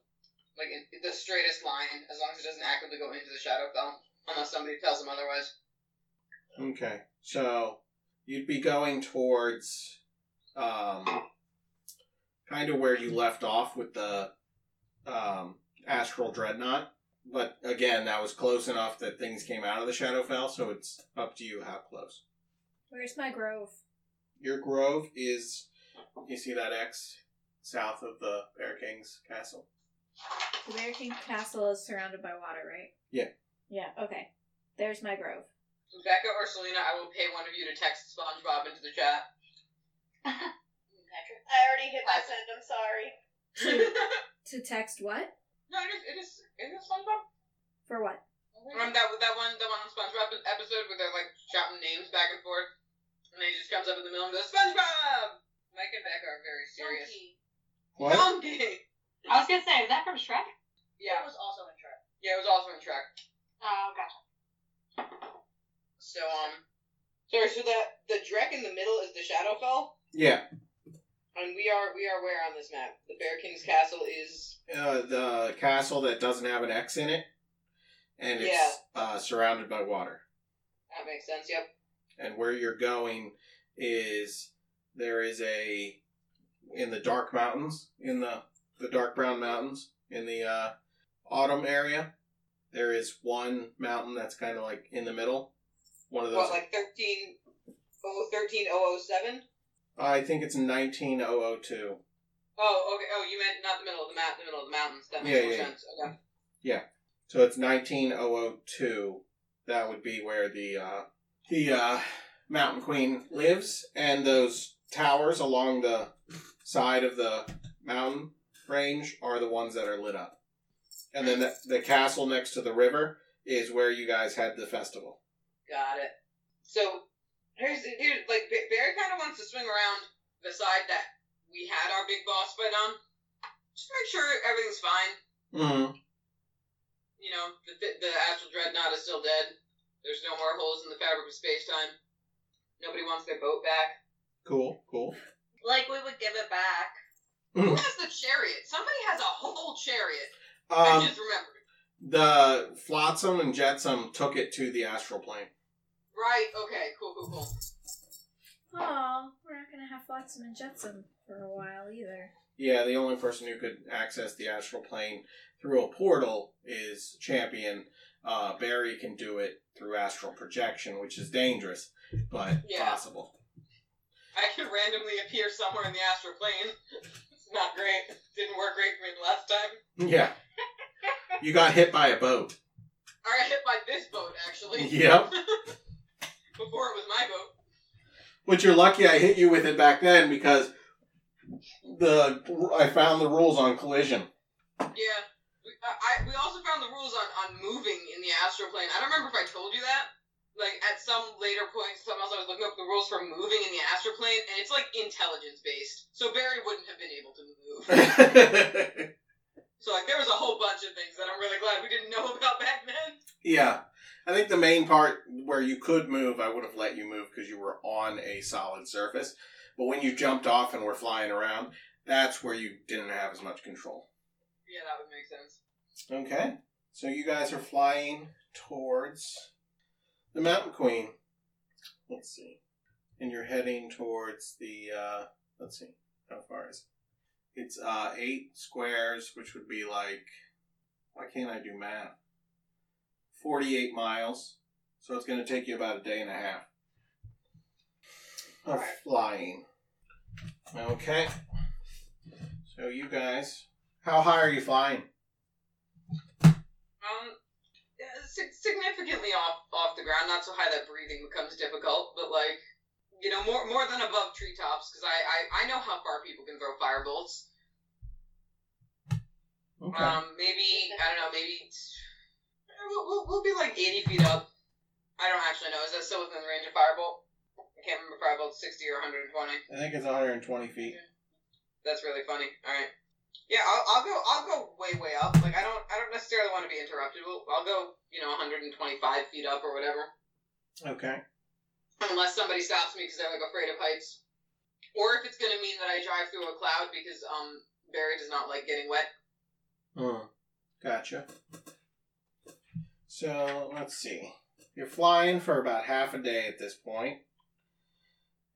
like in, the straightest line, as long as it doesn't actively go into the Shadowfell, unless somebody tells him otherwise. Okay, so you'd be going towards um, kind of where you left off with the um, Astral Dreadnought, but again, that was close enough that things came out of the Shadowfell, so it's up to you how close. Where's my grove? Your grove is, you see that X south of the Bear King's castle? The Bear King Castle is surrounded by water, right? Yeah. Yeah. Okay. There's my grove. Becca or Selena, I will pay one of you to text SpongeBob into the chat. I already hit my send. I'm sorry. To text what? no, it is. It is. Is it SpongeBob? For what? Remember that that one that one SpongeBob episode where they're like shouting names back and forth, and then he just comes up in the middle and goes SpongeBob. Mike and Becca are very serious. Donkey. I was gonna say, is that from Shrek? Yeah, was also in Trek. yeah, it was also in Trek. Oh, gotcha. So um, so so the the Drek in the middle is the Shadowfell, Yeah, and we are we are where on this map? The Bear King's castle is uh, the castle that doesn't have an X in it, and it's uh, surrounded by water. that makes sense. Yep. and where you're going is there is a in the dark mountains in the the dark brown mountains in the uh, autumn area there is one mountain that's kind of like in the middle one of those What like thirteen oh thirteen oh oh seven? i think it's 19002 Oh okay. Oh, you meant not the middle of the map, the middle of the mountains. That makes Yeah, more yeah, yeah. sense. Okay. so it's 19002 that would be where the uh, the uh, mountain queen lives and those towers along the side of the mountain range are the ones that are lit up and then the, the castle next to the river is where you guys had the festival Got it. So here's here like Ba- Barry kind of wants to swing around the side that we had our big boss fight on. Just make sure everything's fine. mm-hmm. You know, the the, the astral dreadnought is still dead. There's no more holes in the fabric of space time. Nobody wants their boat back. cool cool Like we would give it back. Who has the chariot? Somebody has a whole chariot. I um, just remembered. the flotsam and jetsam took it to the astral plane Right. Okay. Cool. Cool. Cool. Oh, we're not gonna have Flotsam and Jetsam for a while either. Yeah, the only person who could access the astral plane through a portal is Champion. Uh, Barry can do it through astral projection, which is dangerous, but Yeah. possible. I could randomly appear somewhere in the astral plane. it's not great. Didn't work great for me the last time. Yeah. you got hit by a boat. I got hit by this boat actually. Yep. Before it was my boat. Which you're lucky I hit you with it back then because the I found the rules on collision. Yeah. We, I, I- we also found the rules on, on moving in the astral plane. I don't remember if I told you that. Like at some later point, someone else I was looking up the rules for moving in the astral plane, and it's like intelligence based. So Barry wouldn't have been able to move. so like there was a whole bunch of things that I'm really glad we didn't know about back then. yeah. I think the main part where you could move, I would have let you move because you were on a solid surface. But when you jumped off and were flying around, that's where you didn't have as much control. Yeah, that would make sense. Okay. So you guys are flying towards the Mountain Queen. Let's see. And you're heading towards the, uh, let's see, how far is it? It's uh, eight squares, which would be like Why can't I do math? 48 miles. So it's going to take you about a day and a half of flying. Okay. So you guys, how high are you flying? Um, yeah, sig- significantly off off the ground, not so high that breathing becomes difficult, but like you know, more more than above treetops, because I, I I know how far people can throw firebolts. Um, maybe I don't know, maybe uh, we'll, we'll we'll be like eighty feet up. I don't actually know. Is that still within the range of firebolt? I can't remember if firebolt's sixty or one hundred and twenty. I think it's 120 feet. That's really funny. All right. Yeah, I'll, I'll go. I'll go way, way up. Like I don't. I don't necessarily want to be interrupted. We'll, I'll go. You know, 125 feet up or whatever. Okay. Unless somebody stops me because they're like afraid of heights, or if it's going to mean that I drive through a cloud because um Barry does not like getting wet. Hmm. Gotcha. So let's see. You're flying for about half a day at this point,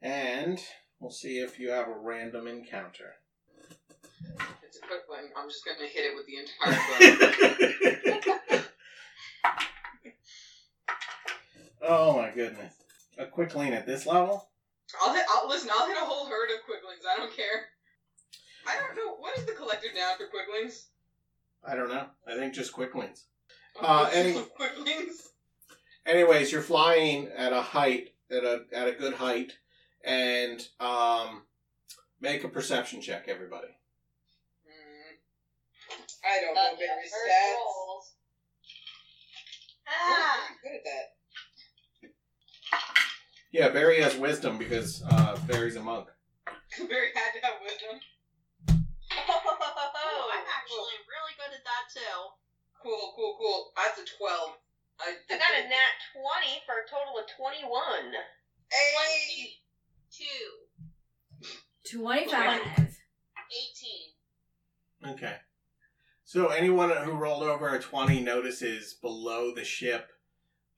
and we'll see if you have a random encounter. It's a quick one. I'm just going to hit it with the entire book. oh my goodness! A quick lean at this level. I'll hit. I'll listen. I'll hit a whole herd of quicklings. I don't care. I don't know what is the collective noun for quicklings. I don't know. I think just quick leans. Uh, any- quicklings. anyways, you're flying at a height at a at a good height, and um, make a perception check, everybody. Hmm. I don't know Not yet. Barry's First stats. rolls. Ah, Ah, good at that. Yeah, Barry has wisdom because uh, Barry's a monk. Barry had to have wisdom. oh, Oh, I'm actually really good at that too. Cool, cool, cool. That's a twelve. I, I got a nat 20 for a total of 21. Hey, 22, 25. 18. Okay. So anyone who rolled over a twenty notices below the ship,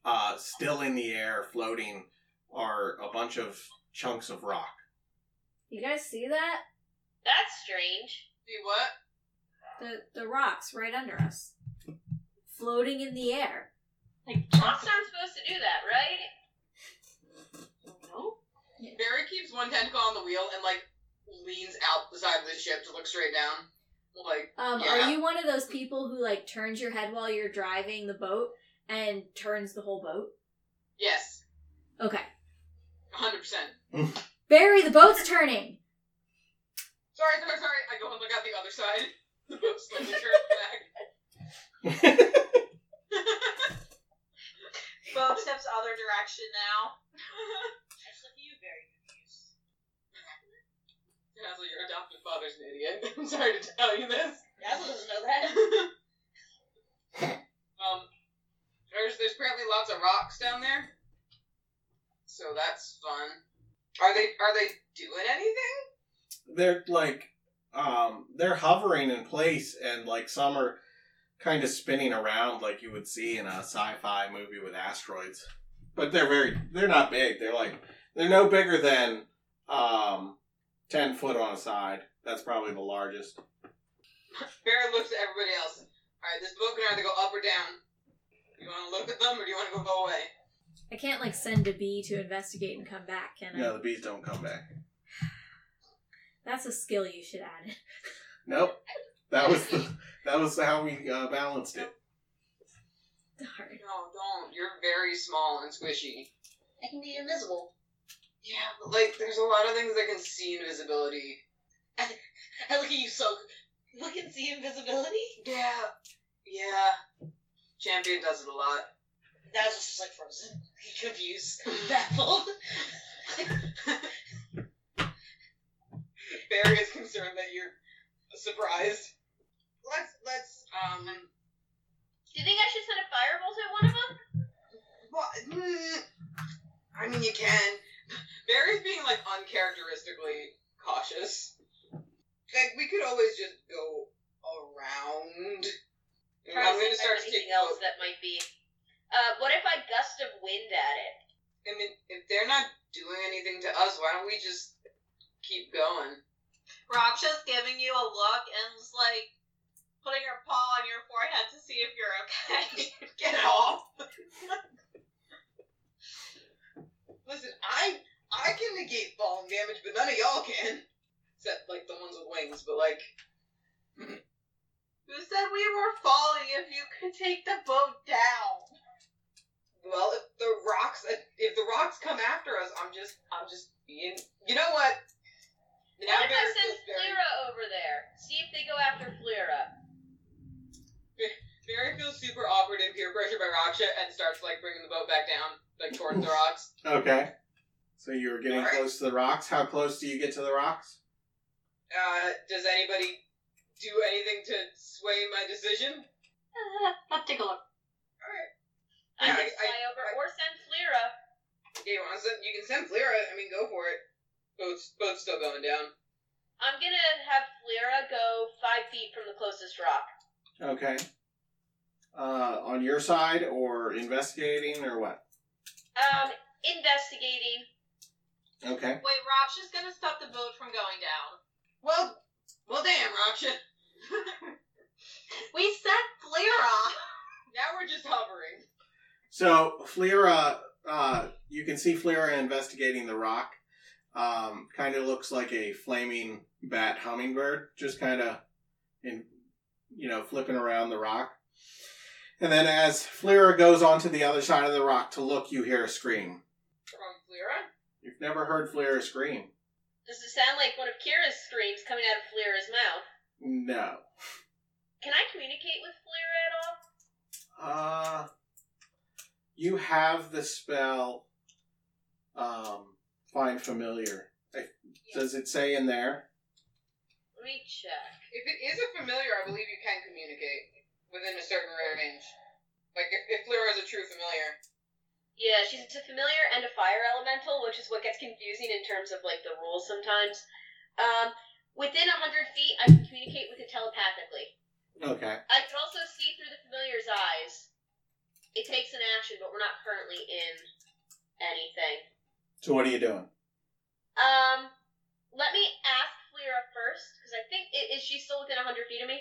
uh, still in the air, floating, are a bunch of chunks of rock. You guys see that? That's strange. see what? The the rocks right under us. Floating in the air. Like, Lots aren't supposed to do that, right? no. Barry keeps one tentacle on the wheel and like leans out the side of the ship to look straight down. Like, Um, Yeah. Are you one of those people who like turns your head while you're driving the boat and turns the whole boat? yes, Okay. hundred percent. Barry, the boat's turning. Sorry, sorry, sorry. I go and look out the other side. The boat slowly turns back. Bob steps other direction now. I just look at you very confused. Hazel, your adopted father's an idiot. I'm sorry to tell you this. Dazzle doesn't know that. um, there's there's apparently lots of rocks down there, so that's fun. Are they are they doing anything? they're like um they're hovering in place and like some are kind of spinning around like you would see in a sci-fi movie with asteroids but they're very they're not big they're like they're no bigger than um 10 foot on a side that's probably the largest Barry looks at everybody else. All right, this boat can either go up or down. You want to look at them, or do you want to go away? I can't like send a bee to investigate and come back, can I? no the bees don't come back That's a skill you should add. nope that was the, that was how we uh, balanced it Darn. No, don't. You're very small and squishy. I can be invisible. Yeah, but like there's a lot of things that can see invisibility. I look at you so. Look and see invisibility. Yeah, yeah. Champion does it a lot. Dazzle's just like frozen, confused, baffled. Barry is concerned that you're surprised. Let's let's um. Do you think I should send a firebolt at one of them? Well, mm, I mean, you can. Barry's being like uncharacteristically cautious. Like we could always just go around. I'm Trying gonna to start think of sticking. anything else that might be. Uh, what if I gust of wind at it? I mean, if they're not doing anything to us, why don't we just keep going? Raksha's giving you a look and is like putting her paw on your forehead to see see if you're okay. Get off. Listen, I I can negate falling damage, but none of y'all can. Except like the ones with wings, but like Who said we were falling if you could take the boat down? well, if the rocks if the rocks come after us, I'm just I'm just being you know what? What if I Navigator send feels very Flira over there? See if they go after Flira. Barry feels super awkward in peer pressure by Raksha and starts like bringing the boat back down, like towards the rocks. Okay. So you were getting All right. close to the rocks. How close do you get to the rocks? Uh, does anybody do anything to sway my decision? Uh, let's take a look. I Yeah, can I- fly over or send Flira. Yeah, you, wanna send, you can send Flira. I mean, go for it. Boat's boat's still going down. I'm gonna have Flira go five feet from the closest rock. Okay. Uh, on your side or investigating or what? Um, investigating. Okay. Wait, Raksha's gonna stop the boat from going down. Well, well, damn, Raksha. We sent Flira. Now we're just hovering. So Flira, uh, you can see Flira investigating the rock. Um, kind of looks like a flaming bat hummingbird, just kind of in, you know, flipping around the rock. And then as Flira goes onto the other side of the rock to look, you hear a scream. From Flira? You've never heard Flira scream. Does it sound like one of Kira's screams coming out of Flira's mouth? No. Can I communicate with Flira at all? Uh, you have the spell um, Find Familiar. I- Does it say in there? Let me check. If it is a familiar, I believe you can communicate within a certain range. Like if, if Flira is a true familiar. Yeah, she's a familiar and a fire elemental, which is what gets confusing in terms of like the rules sometimes. Um, within hundred feet, I can communicate with it telepathically. Okay. I can also see through the familiar's eyes. It takes an action, but we're not currently in anything. So what are you doing? Um, let me ask Flira first, because I think i- is she still within hundred feet of me?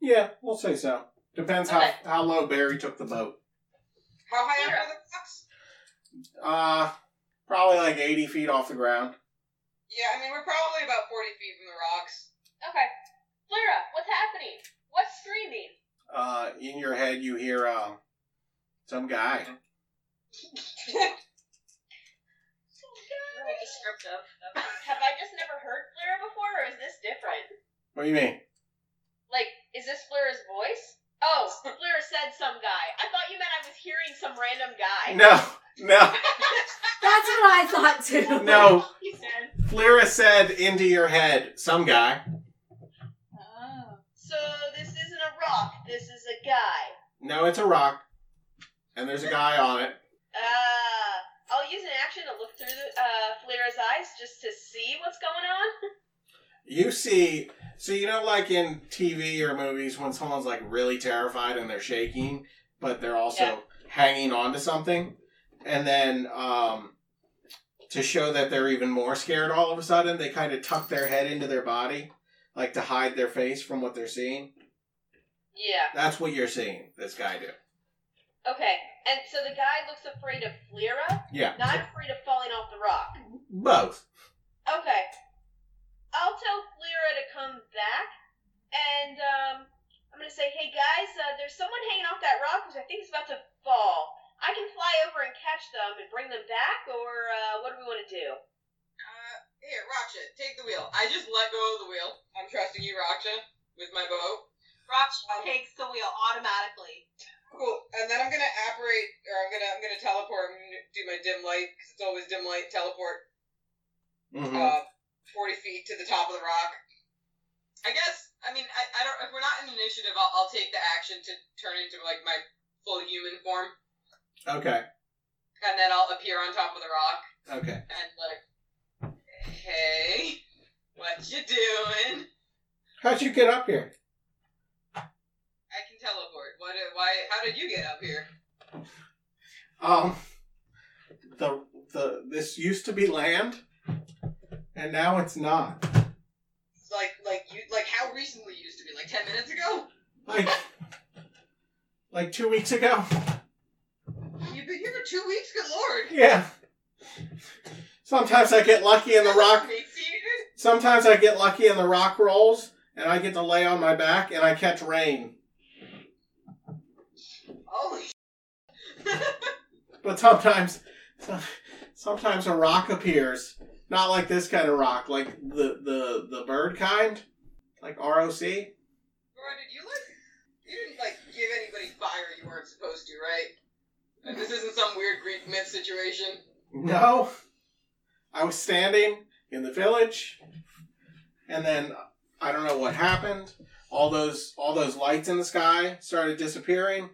Yeah, we'll say so. Depends Okay. how how low Barry took the boat. How high Flira. up are the rocks? Uh probably like eighty feet off the ground. Yeah, I mean we're probably about forty feet from the rocks. Okay. Flira, what's happening? What's screaming? Uh, in your head, you hear um, some guy. Really descriptive. Have I just never heard Flira before, or is this different? What do you mean? Like, is this Flira's voice? Oh, Flira said some guy. I thought you meant I was hearing some random guy. No, no, That's what I thought too. no. He said. Flira said into your head, some guy. Oh. So this isn't a rock. This is a guy. No, it's a rock, and there's a guy on it. Uh, I'll use an action to look through the, uh, Flira's eyes just to see what's going on. You see, so you know, like in TV or movies, when someone's like really terrified and they're shaking, but they're also Yeah. hanging on to something, and then um, to show that they're even more scared, all of a sudden they kind of tuck their head into their body, like to hide their face from what they're seeing. Yeah. That's what you're seeing this guy do. Okay. And so the guy looks afraid of Flira, Yeah, not afraid of falling off the rock. both. Okay. I'll tell Flira to come back, and um, I'm gonna say, hey guys, uh, there's someone hanging off that rock which I think is about to fall. I can fly over and catch them and bring them back, or uh, what do we want to do? Uh, here, Raksha, take the wheel. I just let go of the wheel. I'm trusting you, Raksha, with my bow. Um, Raksha takes the wheel automatically. Cool. And then I'm gonna apparate, or I'm gonna, I'm gonna teleport. I'm gonna do my dim light because it's always dim light. Teleport Mhm. uh, 40 feet to the top of the rock. I guess. I mean, I, I don't. If we're not in initiative, I'll, I'll take the action to turn into like my full human form, Okay, and then I'll appear on top of the rock okay. and like, hey, what you doing? How'd you get up here? I can teleport. What? Why? How did you get up here? Um, the the this used to be land, and now it's not. Like, like you, like how recently you used to be, like ten minutes ago. Like like two weeks ago. You've been here for two weeks. Good lord. Yeah. Sometimes I get lucky and the rock. Sometimes I get lucky and the rock rolls, and I get to lay on my back and I catch rain. Holy. But sometimes, sometimes a rock appears. Not like this kind of rock, like the the the bird kind, like ROC. Nora, did you like? You didn't like give anybody fire you weren't supposed to, right? Uh, This isn't some weird Greek myth situation. No. I was standing in the village, and then I don't know what happened. All those all those lights in the sky started disappearing,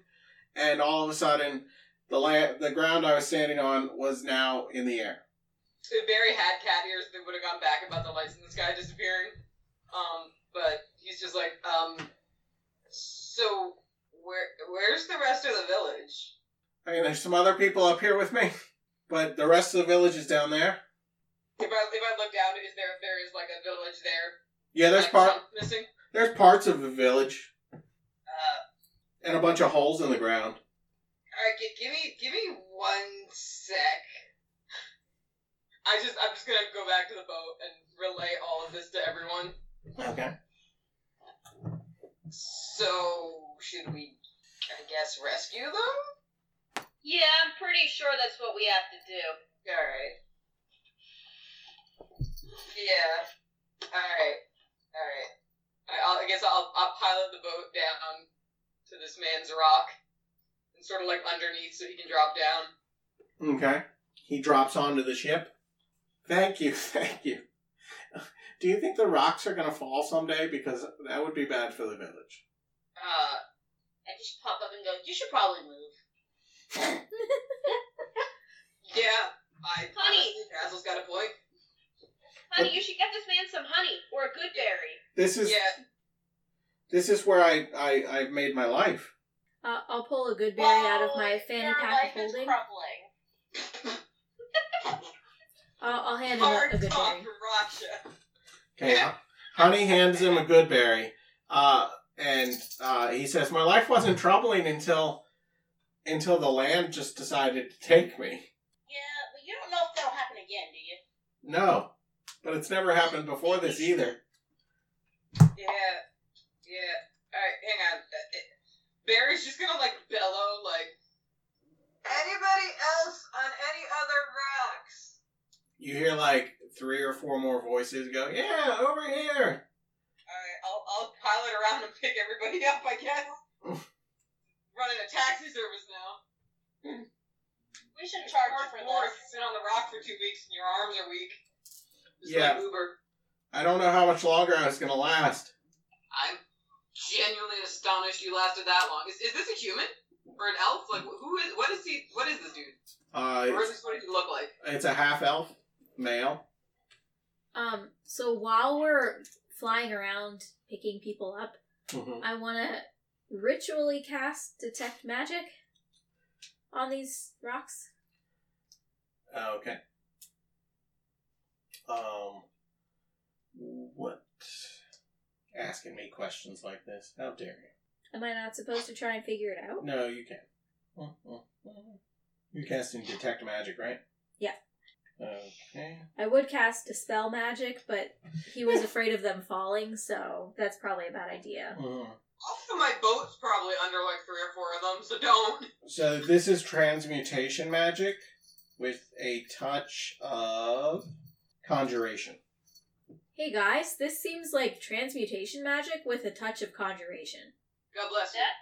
and all of a sudden, the la- the ground I was standing on was now in the air. If Barry had cat ears, they would have gone back about the lights in the sky disappearing. Um, but he's just like, um, so where where's the rest of the village? I mean, there's some other people up here with me, but the rest of the village is down there. If I if I look down, is there there is like a village there? Yeah, there's like, part something missing. there's parts of the village Uh, and a bunch of holes in the ground. all right, gi- give me give me one sec. I just I'm just gonna go back to the boat and relay all of this to everyone. Okay. So should we, I guess, rescue them? Yeah, I'm pretty sure that's what we have to do. Alright. Yeah. Alright. Alright. I, I'll- I guess I'll, I'll pilot the boat down to this man's rock and sort of like underneath so he can drop down. Okay. He drops onto the ship. Thank you, thank you. Do you think the rocks are going to fall someday? Because that would be bad for the village. Uh, I just pop up and go. You should probably move. yeah. I, Honey. honestly, Dazzle's got a point. Honey, you should get this man some honey or a good berry. This is Yeah. this is where I I I've made my life. Uh, I'll pull a good berry out of my fanny your pack life of holding. is crumbling. I'll, I'll hand him Hard a, a good talk berry. for Rasha. Okay. Honey hands him a good berry, uh, and uh, he says, "My life wasn't troubling until until the land just decided to take me. Yeah, but you don't know if that'll happen again, do you? No, but it's never happened before this either." Yeah. Yeah. Alright, hang on. Uh, uh, Barry's just gonna like bellow, like, anybody else on any other rocks? You hear like three or four more voices go, "Yeah, over here." Alright, I'll, I'll pilot around and pick everybody up, I guess. Running a taxi service now. We should charge Hard for more if this. you sit on the rock for two weeks and your arms are weak. Just Yeah. like Uber. I don't know how much longer I was gonna last. I'm genuinely astonished you lasted that long. Is, is this a human? Or an elf? Like, who is, what is he, what is this dude? Uh, Or it's, is this what does he look like? it's a half elf male. Um, so while we're flying around picking people up, Mhm. I want to ritually cast detect magic on these rocks. Uh, Okay. Um, what? Asking me questions like this? How dare you? Am I not supposed to try and figure it out? No, you can't. Mhm. You're casting detect magic, right? Yeah. Okay. I would cast dispel magic, but he was afraid of them falling, so that's probably a bad idea. Mhm. Also, my boat's probably under like three or four of them, so don't. So this is transmutation magic with a touch of conjuration. Hey guys, this seems like transmutation magic with a touch of conjuration. God bless you. That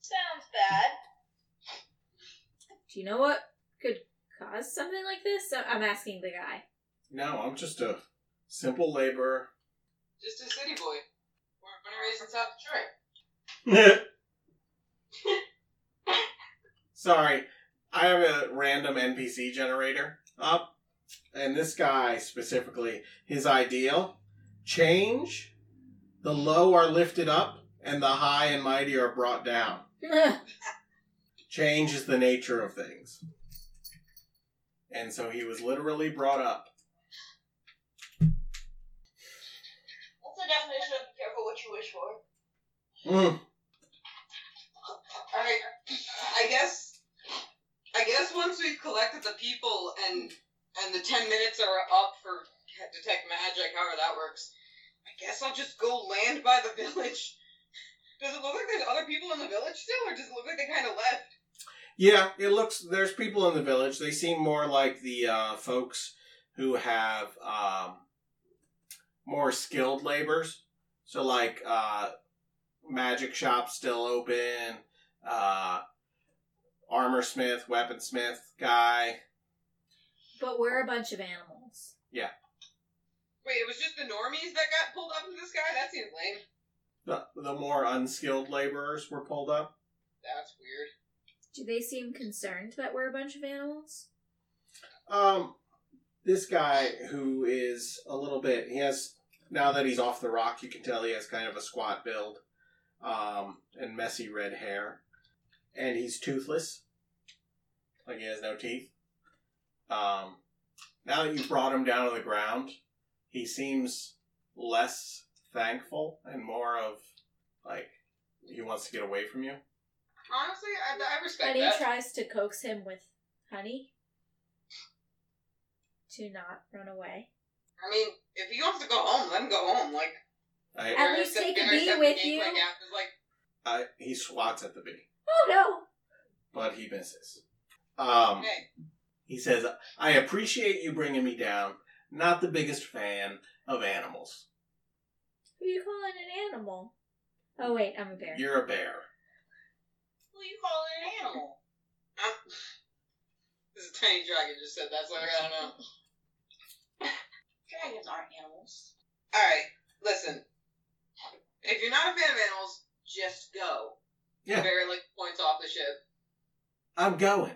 sounds bad. Do you know what could cause something like this? So- I'm asking the guy. No, I'm just a simple laborer. Just a city boy. Born and raised in South Detroit. Sorry, I have a random NPC generator up, and this guy specifically, his ideal change the low are lifted up, and the high and mighty are brought down. Change is the nature of things. And so he was literally brought up. What's the definition of be careful what you wish for? Mm. Alright, once we've collected the people and and the ten minutes are up for detect magic, however that works, I guess I'll just go land by the village. Does it look like there's other people in the village still, or does it look like they kind of left? Yeah, it looks there's people in the village. They seem more like the uh, folks who have um, more skilled labors. So like uh, magic shop still open, uh, armor smith, weapon smith guy. But we're a bunch of animals. Wait, it was just the normies that got pulled up into the sky. That seems lame. The, the more unskilled laborers were pulled up. That's weird. Do they seem concerned that we're a bunch of animals? Um, this guy who is a little bit he has now that he's off the rock, you can tell he has kind of a squat build, um, and messy red hair, and he's toothless, like he has no teeth. Um, now that you brought him down to the ground, he seems less thankful and more of like he wants to get away from you. Honestly, I, I respect Honey that. tries to coax him with honey to not run away. I mean, if he wants to go home, let him go home. Like, I, At least intercept- they could be intercept the with game, you. Like, after, like, I, he swats at the bee, Oh no! but he misses. Um, hey, He says, I appreciate you bringing me down. Not the biggest fan of animals. Who are you calling an animal? Oh wait, I'm a bear. You're a bear. Who you call an animal? I- this is tiny dragon just said that, so I don't know. Dragons aren't animals. All right, listen. If you're not a fan of animals, just go. Yeah. Bear like points off the ship. I'm going.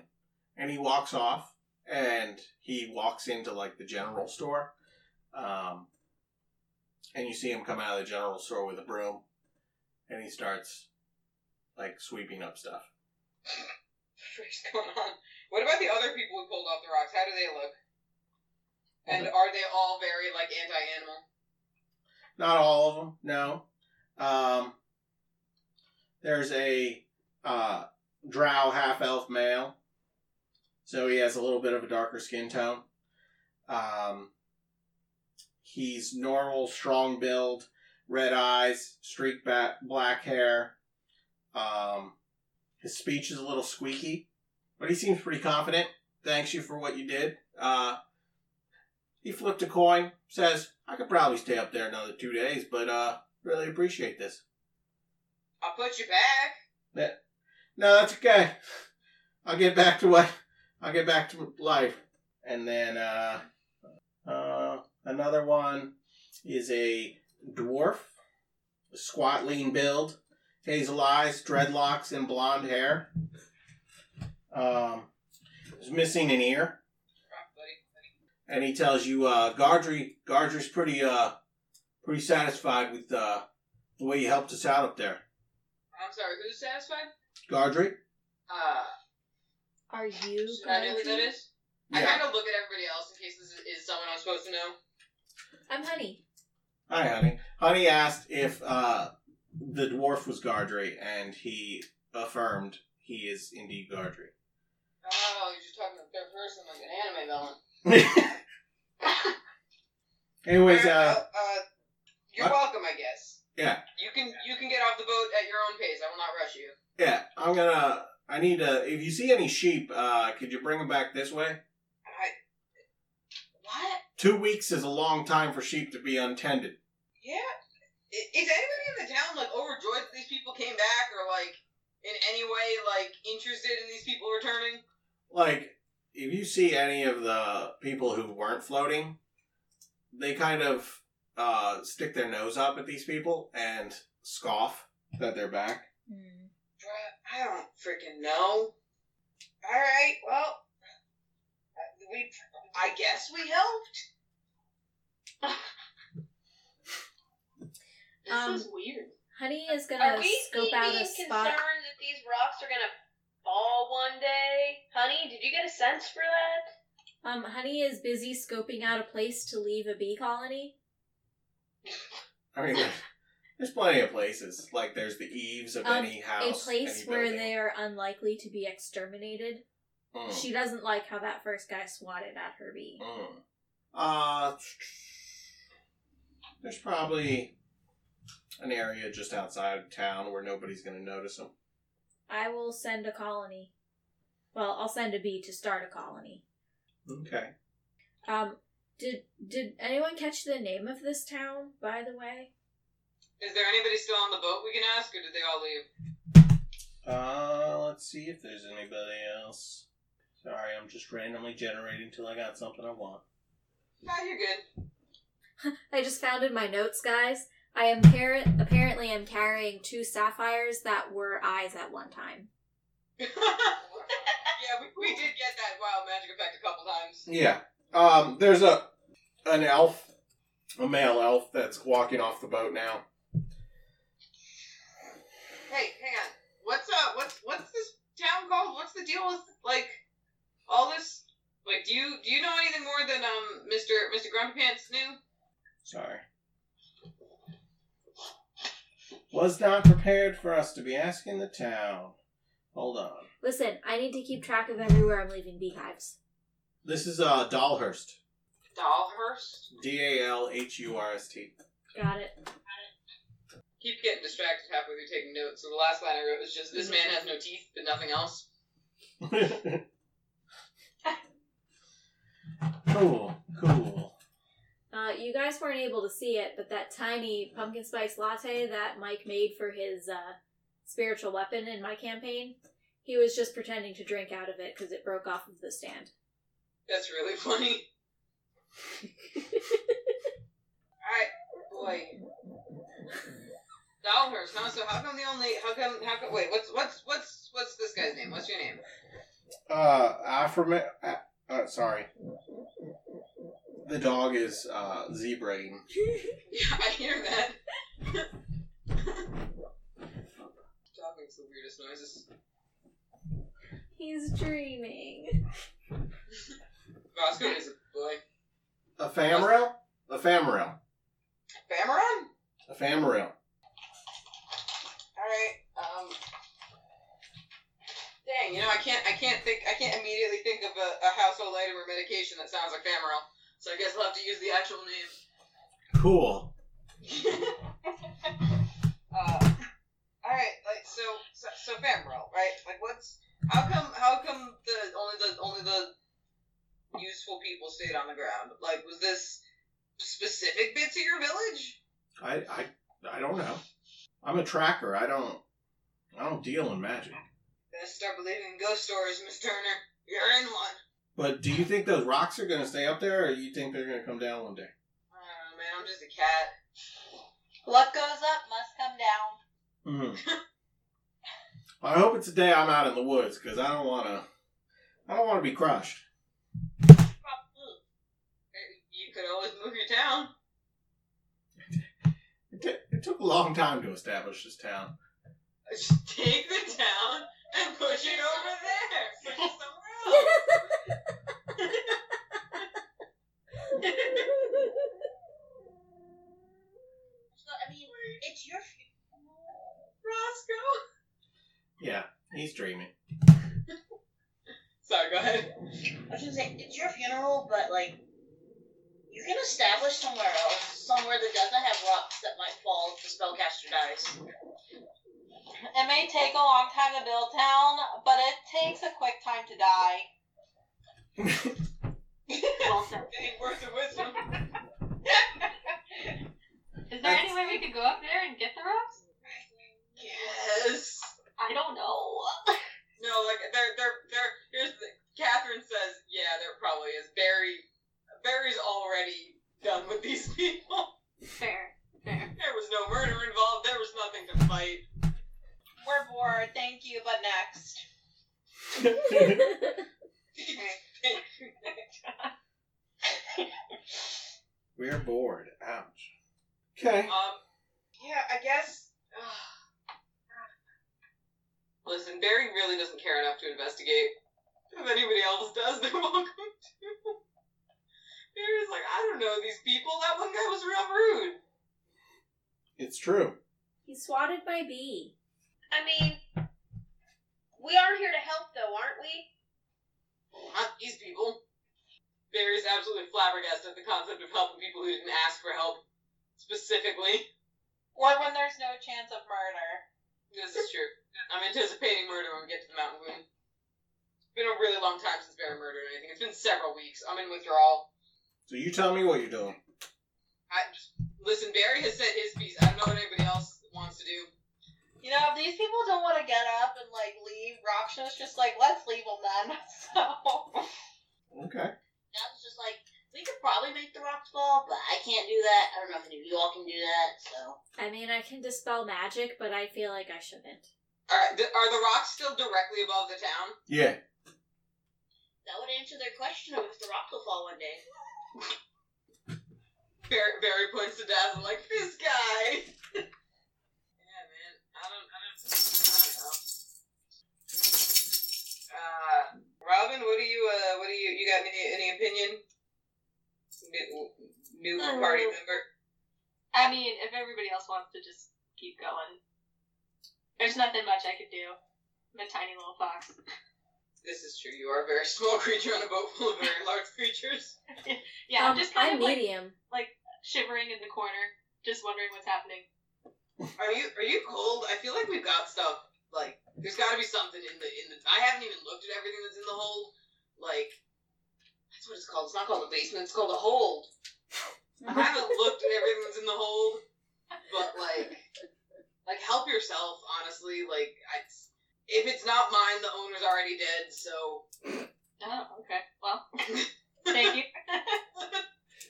And he walks off and he walks into like the general store. Um, and you see him come out of the general store with a broom and he starts like sweeping up stuff. What's going on? What about the other people we pulled off the rocks? How do they look? And are they all very like anti-animal? Not all of them, no. Um, there's a uh, drow half elf male, so he has a little bit of a darker skin tone. Um, he's normal, strong build, red eyes, streaked back, black hair. Um, his speech is a little squeaky, but he seems pretty confident. Thanks you for what you did. Uh, he flipped a coin, says, I could probably stay up there another two days, but uh really appreciate this. I'll put you back. No, that's okay. I'll get back to what I'll get back to life. And then uh uh another one is a dwarf, squat lean build, hazel eyes, dreadlocks, and blonde hair. Um is missing an ear. Rock, buddy. and he tells you uh Gardry Gardry's pretty uh pretty satisfied with uh the way you helped us out up there. I'm sorry. Who's satisfied? Gardry? Uh, Are you should I know who that Gardry? is? I kind of look at everybody else in case this is, is someone I'm supposed to know. I'm honey. Hi honey. Honey asked if uh the dwarf was Gardry and he affirmed he is indeed Gardry. Oh, you're just talking to the third person like an anime villain. Anyways, uh Alright, well, uh, you're what? welcome, I guess. Yeah. You can you can get off the boat at your own pace. I will not rush you. yeah, I'm gonna I need uh if you see any sheep, uh could you bring them back this way? I, what? Two weeks is a long time for sheep to be untended. Yeah. I- Is anybody in the town like overjoyed that these people came back, or like in any way like interested in these people returning? like if you see any of the people who weren't floating they kind of uh, stick their nose up at these people and scoff that they're back Hmm. Bruh, I don't freaking know. All right, well, uh, we I guess we helped. This Um, is weird. Honey is Are gonna we scope out a being spot. concerned that these rocks are gonna fall one day? Honey, did you get a sense for that? Um, honey is busy scoping out a place to leave a bee colony. i mean there's, there's plenty of places like there's the eaves of Um, any house a place any where building. they are unlikely to be exterminated. Mm, She doesn't like how that first guy swatted at her bee. mm. Uh, there's probably an area just outside of town where nobody's going to notice him. I will send a colony. Well, I'll send a bee to start a colony. Okay. Um, did did anyone catch the name of this town, by the way? Is there anybody still on the boat we can ask, or did they all leave? Uh, let's see if there's anybody else. Sorry, I'm just randomly generating till I got something I want. No, you're good. I just found in my notes, guys. I am car- apparently am carrying two sapphires that were eyes at one time. yeah, we, we did get that wild magic effect a couple times. Yeah. Um, there's a an elf, a male elf that's walking off the boat now. Hey, hang on. What's uh, what's what's this town called? What's the deal with like all this? Like, do you do you know anything more than um, Mister Mister Grumpy Pants knew? Sorry. Was not prepared for us to be asking the town. Hold on. Listen, I need to keep track of everywhere I'm leaving beehives. This is uh Dahlhurst. Dahlhurst. D A L H U R S T. Got it. Keep getting distracted halfway through taking notes. So the last line I wrote was just, "This man has no teeth, but nothing else." cool, cool. Uh, you guys weren't able to see it, but that tiny pumpkin spice latte that Mike made for his uh, spiritual weapon in my campaign, he was just pretending to drink out of it because it broke off of the stand. That's really funny. Alright, boy. Dahlhurst, huh? So how come the only how come how come wait, what's what's what's what's this guy's name? What's your name? Uh, Afro. Uh, uh, sorry. The dog is uh, Zebrain. Yeah, I hear that. Dog makes the weirdest noises. He's dreaming. Vasco is a boy. Ephemeral? Ephemeral. Bamaran? Ephemeral. Alright, um Dang, you know, I can't I can't think I can't immediately think of a, a household item or medication that sounds like Bamaral. So I guess I'll have to use the actual name. Cool. uh, all right, like so, so, so Fambrel, right? Like, what's how come? How come the only the only the useful people stayed on the ground? Like, was this specific bits of your village? I, I I don't know. I'm a tracker. I don't I don't deal in magic. Gonna start believing in ghost stories, Miss Turner. You're in one. But do you think those rocks are going to stay up there, or you think they're going to come down one day? Oh man, I'm just a cat. What goes up must come down. Hmm. I hope it's a day I'm out in the woods because I don't want to. I don't want to be crushed. You could always move your town. It, t- it took a long time to establish this town. Just take the town and push it over there. Push it somewhere else. So, I mean, it's your future. Roscoe. Yeah, he's dreaming. Sorry, go ahead. I was gonna say it's your funeral, but like you can establish somewhere else, somewhere that doesn't have rocks that might fall if the spellcaster dies. It may take a long time to build town, but it takes a quick time to die. Well said. Any words of wisdom? Is there any way we could go up there and get the rocks? Yes. I don't know. No, like there, there, there. Here's the. Catherine says, yeah, there probably is. Barry, Barry's already done with these people. Fair. Fair. There was no murder involved. There was nothing to fight. We're bored, thank you, but next. We're bored. Ouch. Okay. Um, yeah, I guess. Listen, Barry really doesn't care enough to investigate. If anybody else does, they're welcome to. Barry's like, I don't know these people. That one guy was real rude. It's true. he swatted my bee. I mean, we are here to help, though, aren't we? Not these people. Barry's absolutely flabbergasted at the concept of helping people who didn't ask for help. Specifically, Or when there's no chance of murder. this is true. I'm anticipating murder when we get to the mountain moon. It's been a really long time since Barry murdered anything. It's been several weeks. I'm in withdrawal. So you tell me what you're doing. I just listen. Barry has said his piece. I don't know what anybody else wants to do. You know, if these people don't want to get up and like leave, Raksha's just like, let's leave them then. So Okay. Nell's just like, we could probably make the rocks fall, but I can't do that. I don't know if any of you all can do that, so. I mean, I can dispel magic, but I feel like I shouldn't. All right, th- are the rocks still directly above the town? Yeah. That would answer their question of if the rocks will fall one day. Barry, Barry points to Dazzle like this guy. yeah, man. I don't. I don't. I don't know. Uh, Robin, what do you? Uh, what do you? You got any any opinion? New, new Uh, party member. I mean, if everybody else wants to just keep going, there's nothing much I could do. I'm a tiny little fox. This is true. You are a very small creature on a boat full of very large creatures. Yeah, Um, I'm just I'm kind of like medium. shivering in the corner, just wondering what's happening. Are you? Are you cold? I feel like we've got stuff. Like, there's got to be something in the in the. I haven't even looked at everything that's in the hold. Like, that's what it's called. It's not called a basement. It's called a hold. I haven't looked at everything that's in the hold, but like, like help yourself. Honestly, like, I, if it's not mine, the owner's already dead. So Oh, okay. Well, thank you.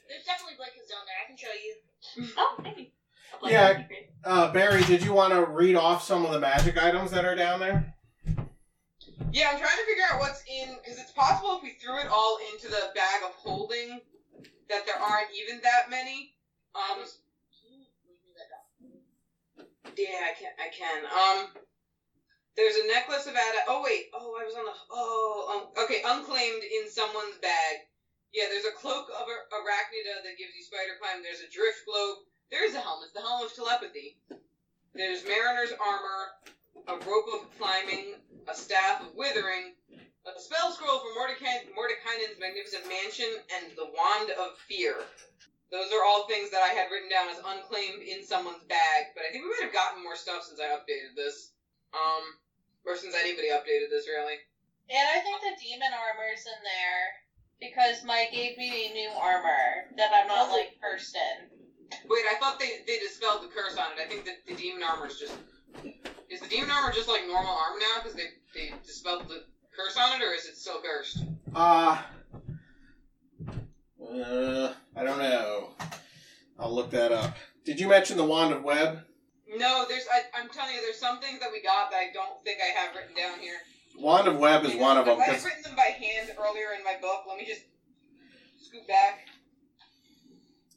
There's definitely blankets down there. I can show you. Oh, thank you. Like, Yeah. that'd be great. Uh, Barry, did you want to read off some of the magic items that are down there? yeah, I'm trying to figure out what's in because it's possible if we threw it all into the bag of holding that there aren't even that many. Um, yeah, I can. I can. Um, there's a necklace of Ada. Oh wait. Oh, I was on the. Oh, um, okay. Unclaimed in someone's bag. Yeah, there's a cloak of Ar- arachnida that gives you spider climb. There's a drift globe. There's a helmet. The helmet of telepathy. There's mariner's armor, a rope of climbing, a staff of withering, a spell scroll for Mordecai- Mordekainen's magnificent mansion, and the wand of fear. Those are all things that I had written down as unclaimed in someone's bag, but I think we might have gotten more stuff since I updated this. Um, or since anybody updated this, really. And I think the demon armor's in there because Mike gave me new armor that I'm not like cursed in. Wait, I thought they, they dispelled the curse on it. I think that the demon armor is just. Is the demon armor just like normal armor now because they, they dispelled the curse on it, or is it still cursed? Uh, uh, I don't know. I'll look that up. Did you mention the wand of web? No, there's. I, I'm telling you, there's some things that we got that I don't think I have written down here. Wand of web is one of them. I might 'cause- have written them by hand earlier in my book. Let me just scoot back.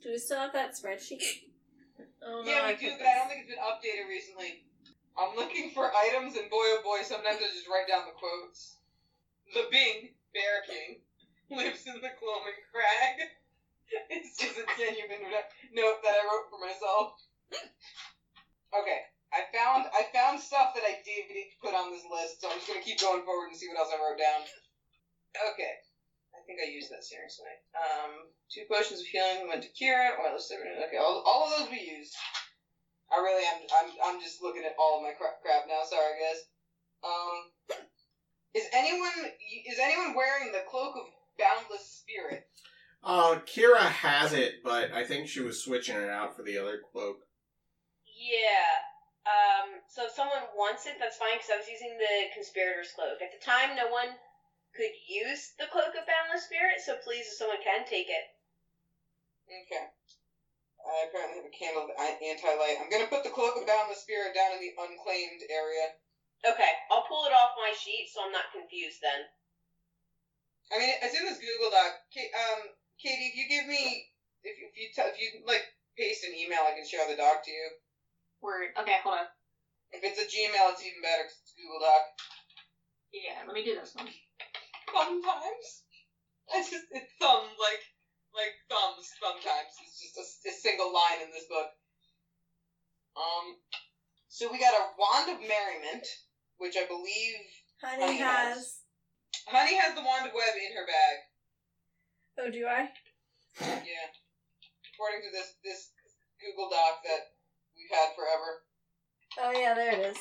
Do we still have that spreadsheet? Oh, Yeah, we I do, put but I this- don't think it's been updated recently. I'm looking for items, and boy oh boy, sometimes I just write down the quotes. The Bing, Bear King, lives in the Cloman Crag. It's just a genuine note that I wrote for myself. Okay, I found I found stuff that I did put on this list, so I'm just gonna keep going forward and see what else I wrote down. Okay, I think I used that seriously. Um, two potions of healing went to Kira. Oh, Oil of Severance- Okay, all, all of those we used. I really am. I'm, I'm just looking at all of my crap, crap now. Sorry, guys. Um, is anyone is anyone wearing the cloak of boundless spirit? Uh, Kira has it, but I think she was switching it out for the other cloak. Yeah. Um, so if someone wants it, that's fine, because I was using the Conspirator's Cloak. At the time, no one could use the Cloak of Boundless Spirit, so please, if someone can, take it. Okay. I apparently have a candle of anti light. I'm gonna put the cloak of boundless spirit down in the unclaimed area. Okay, I'll pull it off my sheet so I'm not confused then. I mean, it's in this Google Doc. Ka- um, Katie, if you give me, if, if you t- if you like paste an email, I can share the doc to you. Word. Okay, hold on. If it's a Gmail, it's even better 'cause it's Google Doc. Yeah, let me do this one. Sometimes I just it thumb like like thumbs. Sometimes it's just a, a single line in this book. Um, so we got a wand of merriment, which I believe Honey Oh Honey has. has Honey has the wand of web in her bag. Oh, do I? Yeah. According to this this Google Doc that we've had forever. Oh yeah, there it is.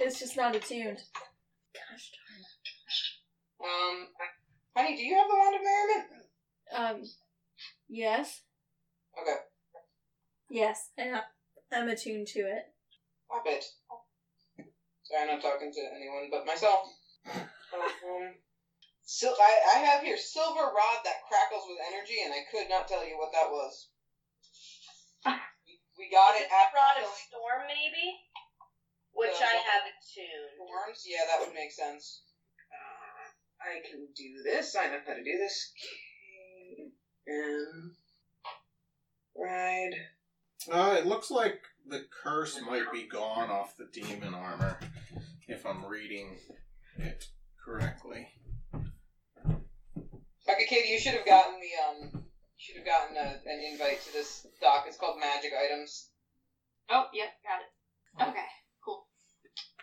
It's just not attuned. Gosh Um, honey, do you have the wand of merriment? darn. Um, yes, Okay, yes, and I, I'm attuned to it. pop it. Sorry, I'm not talking to anyone but myself. Um, sil- I, I have here silver rod that crackles with energy, and I could not tell you what that was. We, we got it after Rod of killing Storm, maybe? Which Yeah. I have attuned. Worms? Yeah, that would make sense. Uh, I can do this. I know how to do this. And ride. Uh, it looks like the curse might be gone off the demon armor, if I'm reading it correctly. Okay, Katie, you should have gotten the um. You should have gotten a, an invite to this doc. It's called Magic Items. Oh, yep, got it. Okay, cool.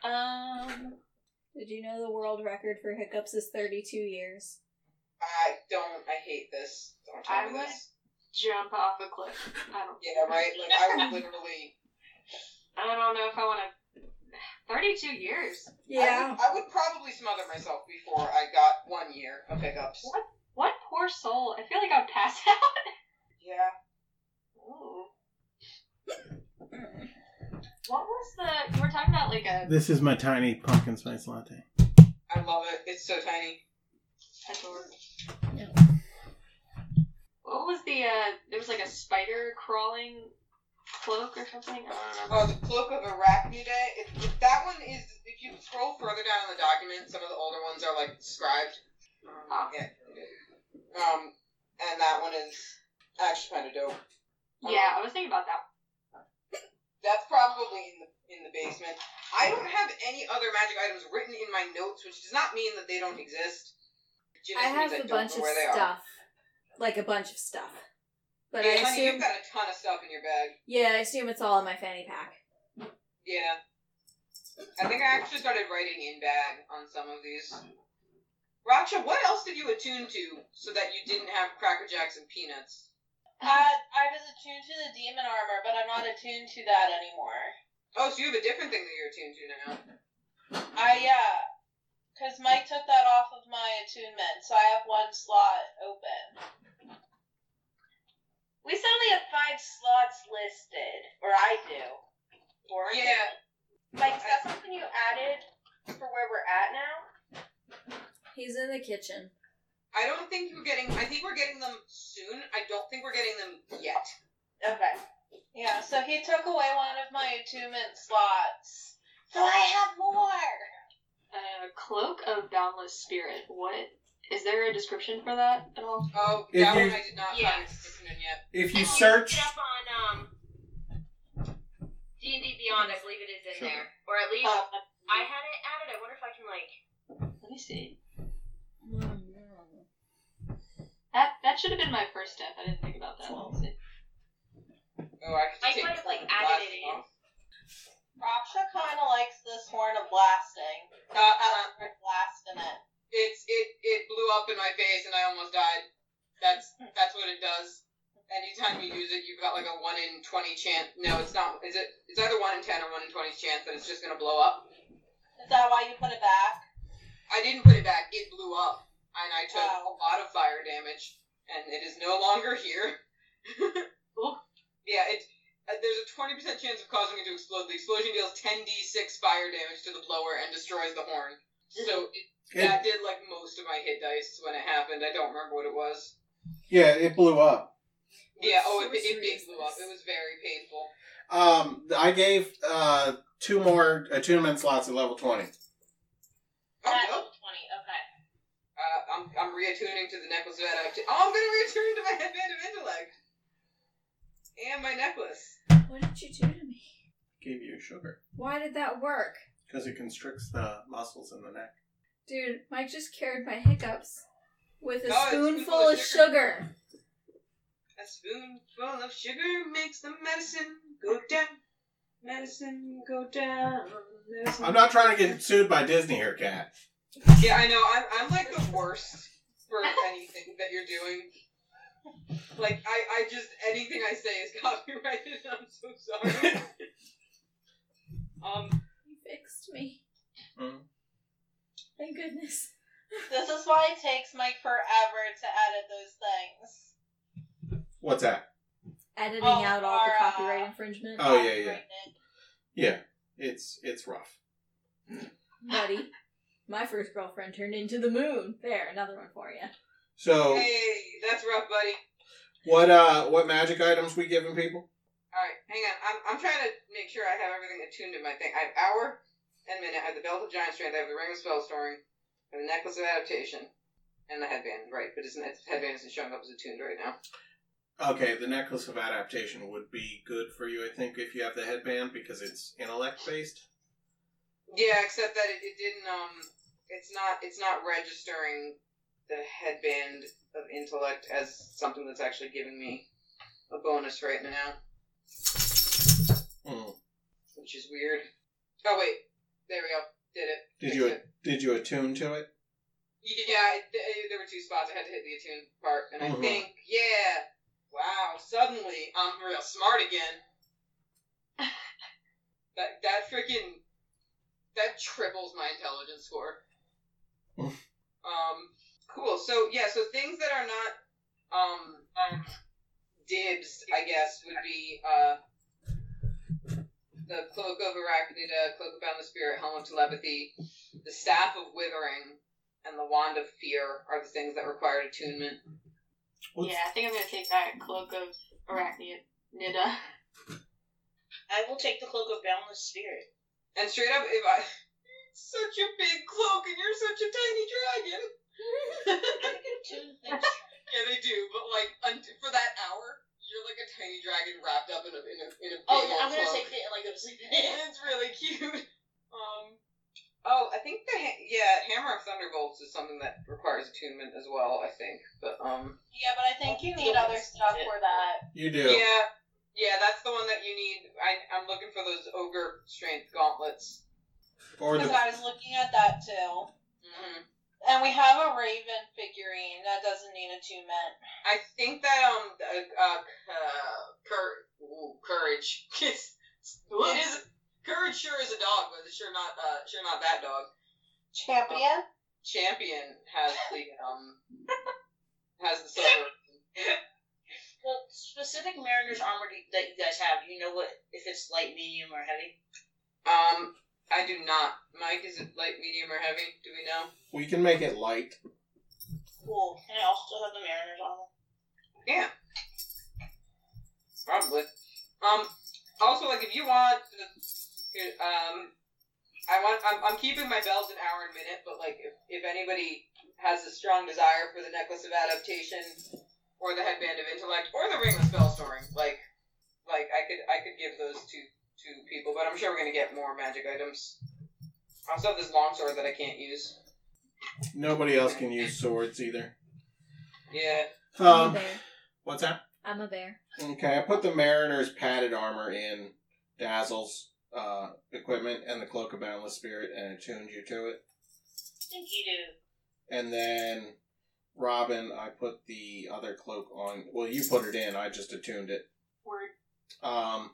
Um, Did you know the world record for hiccups is 32 years? I don't. I hate this. Don't tell I me would- this. jump off a cliff. I don't. Yeah, right. Like I would literally. I don't know if I want to. Thirty-two years. Yeah. I would, I would probably smother myself before I got one year of hiccups. What? What poor soul. I feel like I'd pass out. Yeah. Ooh. What was the? You were talking about like a This is my tiny pumpkin spice latte. I love it. It's so tiny. adorable. What was the? uh There was like a spider crawling cloak or something. I don't remember. Oh, the Cloak of Arachnida. It, it- that one is, if you scroll further down in the document, some of the older ones are like described. Ah. Yeah. Um, and that one is actually kind of dope. Yeah, I was thinking about that. That's probably in the in the basement. I don't have any other magic items written in my notes, which does not mean that they don't exist. It just I have means a don't bunch know of where they are. stuff, like a bunch of stuff. But yeah, I honey, assume, you've got a ton of stuff in your bag. yeah, I assume it's all in my fanny pack. Yeah. I think I actually started writing in bag on some of these. Racha, what else did you attune to so that you didn't have Cracker Jacks and peanuts? Uh, I was attuned to the demon armor, but I'm not attuned to that anymore. Oh, so you have a different thing that you're attuned to now. I yeah, because Mike took that off of my attunement, so I have one slot open. We suddenly have five slots listed, or I do. Or Yeah, Mike, is that something you added for where we're at now? He's in the kitchen. I don't think you're getting. I think we're getting them soon. I don't think we're getting them yet. Okay. Yeah, so he took away one of my attunement slots, so I have more. Uh, cloak of boundless spirit. What? Is there a description for that at all? Oh, If that you- one I did not find Yes. description in yet. If you If search, look it up on um, D and D Beyond. I believe it is in Sure. there, or at least Uh, I had it added. I wonder if I can like. Let me see. That that should have been my first step. I didn't think about that. Let's see. Oh, I could I take might have, like, the added last it in. one. Raksha kind of likes this horn of blasting. Uh, uh, There's blast in it. it's it it blew up in my face and I almost died. That's Hmm. that's what it does. Anytime you use it, you've got like a one in twenty chance. No, it's not. Is it? It's either one in ten or one in twenty chance that it's just gonna blow up. Is that why you put it back? I didn't put it back. It blew up, and I took Wow. a lot of fire damage, and it is no longer here. Cool. Yeah, it's uh, there's a twenty percent chance of causing it to explode. The explosion deals ten d six fire damage to the blower and destroys the horn. So it, it, that did like most of my hit dice when it happened. I don't remember what it was. yeah, it blew up. Yeah. Oh, it, it sorcery big is blew up. this? It was very painful. Um, I gave uh two more attunement slots at level twenty. Oh, At no. level 20, okay. Uh, I'm I'm reattuning to the necklace that I've. T- oh, I'm gonna reattune to my headband of intellect and my necklace. What did you do to me? Gave you sugar Why did that work? because it constricts the muscles in the neck. Dude, Mike just cured my hiccups with a Oh, it's spoonful of sugar. A spoonful of sugar makes the medicine go down. Medicine go down. Medicine. I'm not trying to get sued by Disney here, Cat. Yeah, I know. I'm, I'm like the worst for anything that you're doing. Like, I, I just, anything I say is copyrighted. I'm so sorry. um, You fixed me. Mhm. Thank goodness. This is why it takes Mike forever to edit those things. What's that? Editing Oh, out all the Laura. copyright infringement. Oh yeah, yeah, Copyrighted. yeah. It's it's rough. Buddy, my first girlfriend turned into the moon. There, another one for you. So hey, that's rough, buddy. what uh what magic items we giving people? Alright, hang on. I'm, I'm trying to make sure I have everything attuned to my thing. I have hour and minute. I have the belt of giant strength. I have the ring of spell storing. I have the necklace of adaptation. And the headband, right. But his headband isn't showing up as attuned right now. Okay, the necklace of adaptation would be good for you, I think, if you have the headband because it's intellect based. Yeah, except that it, it didn't. Um, it's not. It's not registering the headband of intellect as something that's actually giving me a bonus right now, Mm. which is weird. Oh wait, there we go. Did it? Did Fixed you it. did you attune to it? Yeah, it, th- there were two spots. I had to hit the attune part, and I Mhm. think yeah. Wow! Suddenly, I'm real smart again. that that freaking that triples my intelligence score. um, cool. So yeah, so things that are not um, um dibs, I guess, would be uh the cloak of Arachnida, cloak of boundless spirit, helm of telepathy, the staff of withering and the wand of fear are the things that require attunement. What's- Yeah, I think I'm gonna take that cloak of arachnida. I will take the cloak of boundless spirit. And straight up, if I such a big cloak and you're such a tiny dragon. yeah, they do, but like un- for that hour, you're like a tiny dragon wrapped up in a in a in a big Oh, yeah, old I'm gonna cloak. take it like it was And it's really cute. Um, oh, I think the ha- yeah hammer of thunderbolts is something that requires attunement as well. I think, but um. Yeah, but I think you need other stuff for that. You do. Yeah, yeah, that's the one that you need. I, I'm looking for those ogre strength gauntlets. Or Because the I was looking at that too. Mm-hmm. hmm And we have a raven figurine that doesn't need attunement. I think that um uh, uh, uh cur- ooh, courage. It's- it is courage. Sure is a dog, but it's sure not uh sure not that dog. Champion? Champion has the um has the silver. Well, specific mariner's armor that you guys have, do you know what if it's light, medium, or heavy? Um, I do not. Mike, is it light, medium, or heavy? Do we know? we can make it light. Cool. Can I also have the mariner's armor? Probably. Um. Also, like, if you want, here, um, I want. I'm, I'm keeping my bells an hour and minute, but like, if, if anybody has a strong desire for the necklace of adaptation, or the headband of intellect, or the ring of spell storing, like, like I could I could give those to to people, but I'm sure we're gonna get more magic items. I also have this long sword that I can't use. Nobody else can use swords either. Yeah. I'm a Um, bear. what's that? I'm a bear. Okay, I put the Mariner's padded armor in Dazzle's uh, equipment and the Cloak of Boundless Spirit and attuned you to it. Thank you, dude. And then Robin, I put the other cloak on. Well, you put it in, I just attuned it. Word. Um,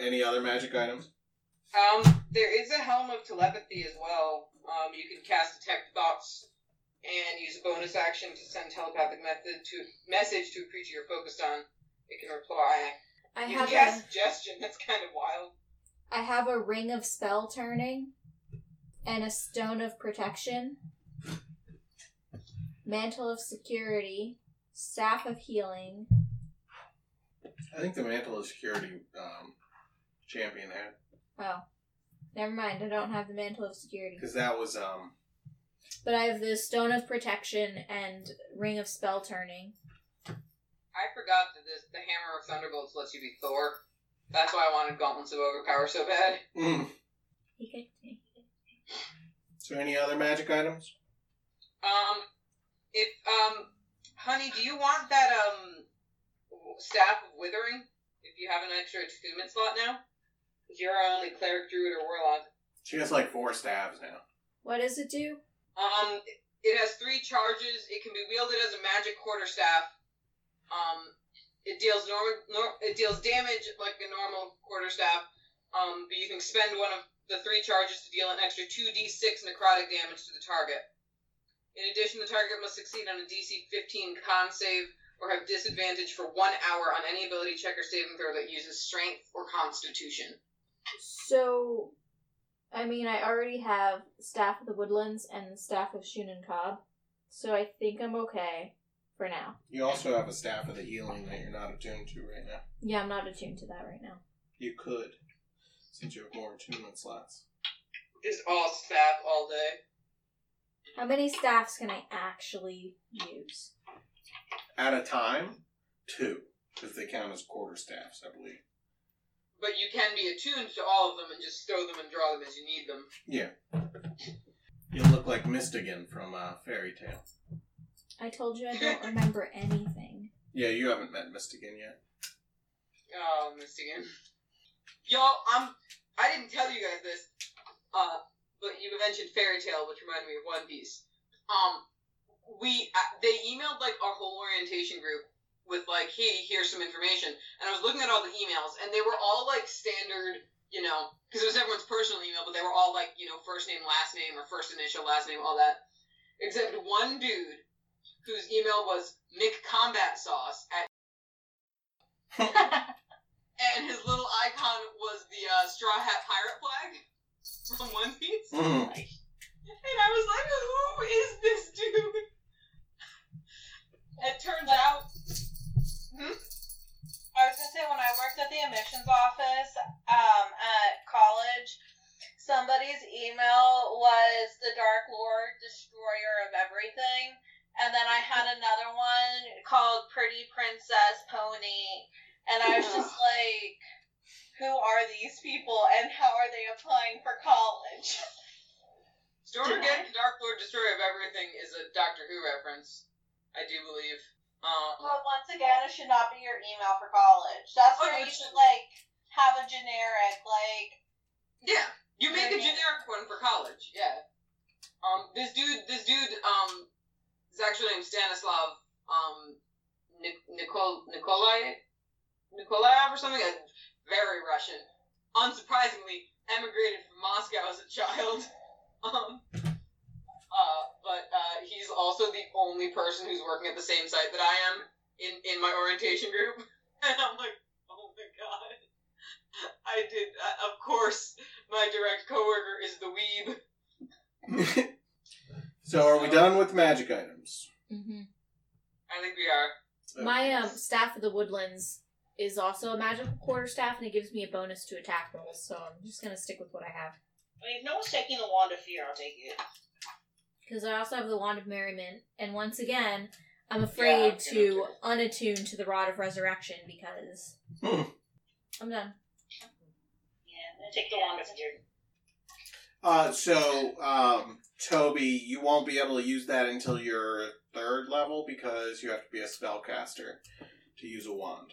any other magic items? Um, there is a helm of telepathy as well. Um, you can cast detect thoughts and use a bonus action to send telepathic method to message to a creature you're focused on. It can reply. I You have can a- cast suggestion. That's kind of wild. I have a ring of spell turning and a stone of protection, mantle of security, staff of healing. I think the Mantle of Security um, champion had Oh, never mind. I don't have the mantle of security, because that was um, but I have the stone of protection and ring of spell turning. I forgot that this, the hammer of thunderbolts lets you be Thor. That's why I wanted gauntlets of overpower so bad. mm. He kicked me. So any other magic items? Um, if um, honey, do you want that um staff of withering? If you have an extra attunement slot now, if you're only cleric, druid, or warlock. She has like four stabs now. What does it do? Um, it has three charges. It can be wielded as a magic quarterstaff. Um, it deals normal. Nor- it deals damage like a normal quarterstaff. Um, but you can expend one of the three charges to deal an extra two d6 necrotic damage to the target. In addition, the target must succeed on a DC 15 con save or have disadvantage for one hour on any ability check or saving throw that uses strength or constitution. So, I mean, I already have Staff of the Woodlands and Staff of Shun and Cobb, so I think I'm okay for now. You also have a staff of the healing that you're not attuned to right now. Yeah, I'm not attuned to that right now. You could, since you have more attunement slots. Just all staff all day. How many staffs can I actually use? At a time, two, because they count as quarter staffs, I believe. But you can be attuned to all of them and just throw them and draw them as you need them. You look like Mistigan from uh, Fairy Tale. I told you I don't remember anything. Yeah, you haven't met Mistigan yet. Oh, missed again. Y'all, I'm. I didn't tell you guys this, uh, but you mentioned Fairy Tale, which reminded me of One Piece. Um, we uh, they emailed like our whole orientation group with like, hey, here's some information, and I was looking at all the emails, and they were all like standard, you know, because it was everyone's personal email, but they were all like, you know, first name, last name, or first initial, last name, all that, except one dude whose email was Nick Combat Sauce at and his little icon was the uh, straw hat pirate flag from One Piece. Mm. And I was like, who is this dude? It turns out. Hmm? I was gonna say when I worked at the admissions office um, at college, somebody's email was the Dark Lord Destroyer of Everything, and then I had another one called Pretty Princess Pony, and I was just like, who are these people and how are they applying for college? Stormgate, the Dark Lord Destroyer of Everything is a Doctor Who reference, I do believe. Um, But once again, it should not be your email for college. That's Oh, where no, you it should shouldn't. like have a generic like. yeah, you make a Yeah. generic one for college, yeah. Um, this dude, this dude, um, his actual name Stanislav, um, Nik- Nikol- Nikolai, Nikolaev or something, uh, very Russian. Unsurprisingly, emigrated from Moscow as a child. Um, uh, but uh, he's also the only person who's working at the same site that I am in, in my orientation group. And I'm like, oh my god. I did, uh, of course, my direct coworker is the weeb. so, are we done with magic items? Mm-hmm. I think we are. My um, staff of the woodlands is also a magical quarter staff, and it gives me a bonus to attack rolls. So I'm just gonna stick with what I have I mean, if no one's taking the wand of fear, I'll take it. because I also have the wand of merriment. And once again, I'm afraid Yeah, to okay. unattune to the rod of resurrection because Hmm. I'm done. Yeah, I'm gonna take the wand of fear. Uh, so, um, Toby, you won't be able to use that until your third level because you have to be a spellcaster to use a wand.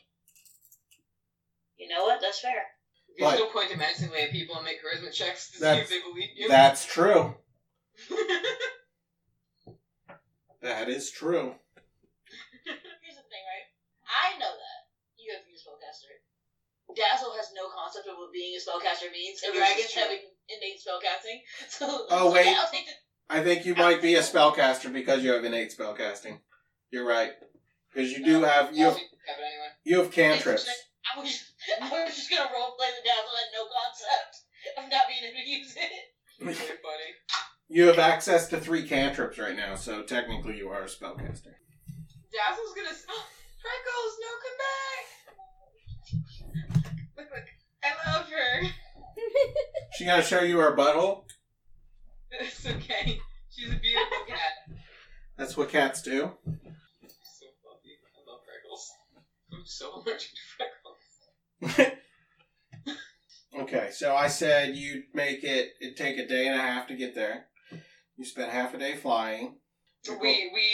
You know what? That's fair. There's Right. no point in menacing way people and make charisma checks to That's- see if they believe you. That's true. That is true. Here's the thing, right? I know that you have to be a spellcaster. Dazzle has no concept of what being a spellcaster means, and This dragons is true. have innate spellcasting. So, Oh, so wait. yeah, I'll take the I think you might be a spellcaster because you have innate spellcasting. You're right. Because you do have you have, Yeah, we have it anyway. you have cantrips. I was, I was just gonna roleplay the dazzle had no concept of not being able to use it. Very funny. You have access to three cantrips right now, so technically you are a spellcaster. Dazzle's gonna. s Freckles, no, come back! Look, look. I love her. She gotta show you her butthole. It's okay. She's a beautiful cat. That's what cats do. So fluffy. I love Freckles. I'm so allergic to Freckles. Okay, so I said you'd make it. It'd take a day and a half to get there. You spent half a day flying. You go- We we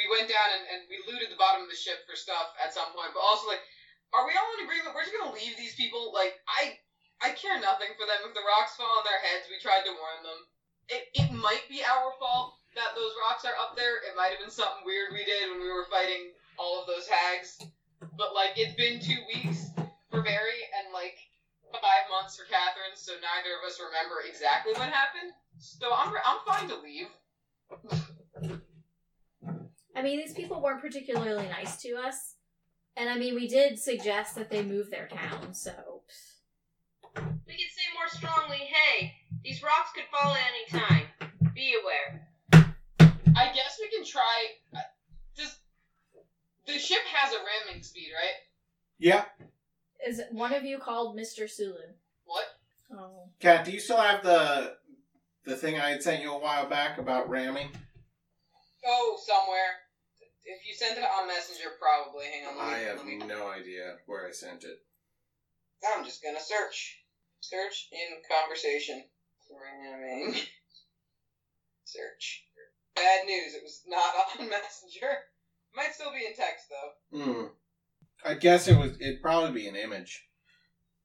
we went down and, and we looted the bottom of the ship for stuff at some point, but also like, are we all in agreement? We're just gonna leave these people. Like I I care nothing for them. If the rocks fall on their heads, we tried to warn them. it, it might be our fault that those rocks are up there. It might have been something weird we did when we were fighting all of those hags. But like it's been two weeks for Barry and like five months for Catherine, so neither of us remember exactly what happened. So I'm I'm fine to leave. I mean, these people weren't particularly nice to us. And I mean, we did suggest that they move their town, so. We could say more strongly, hey, these rocks could fall at any time. Be aware. I guess we can try. Does the ship has a ramming speed, right? Yeah. Is one of you called Mr. Sulu? What? Oh. Kat, do you still have the the thing I had sent you a while back about ramming? Go somewhere. If you sent it on Messenger, probably. Hang on. Let me, I have let me, no idea where I sent it. I'm just gonna search. Search in conversation. Ramming. Search. Bad news. It was not on Messenger. Might still be in text though. Hmm. I guess it was. It'd probably be an image,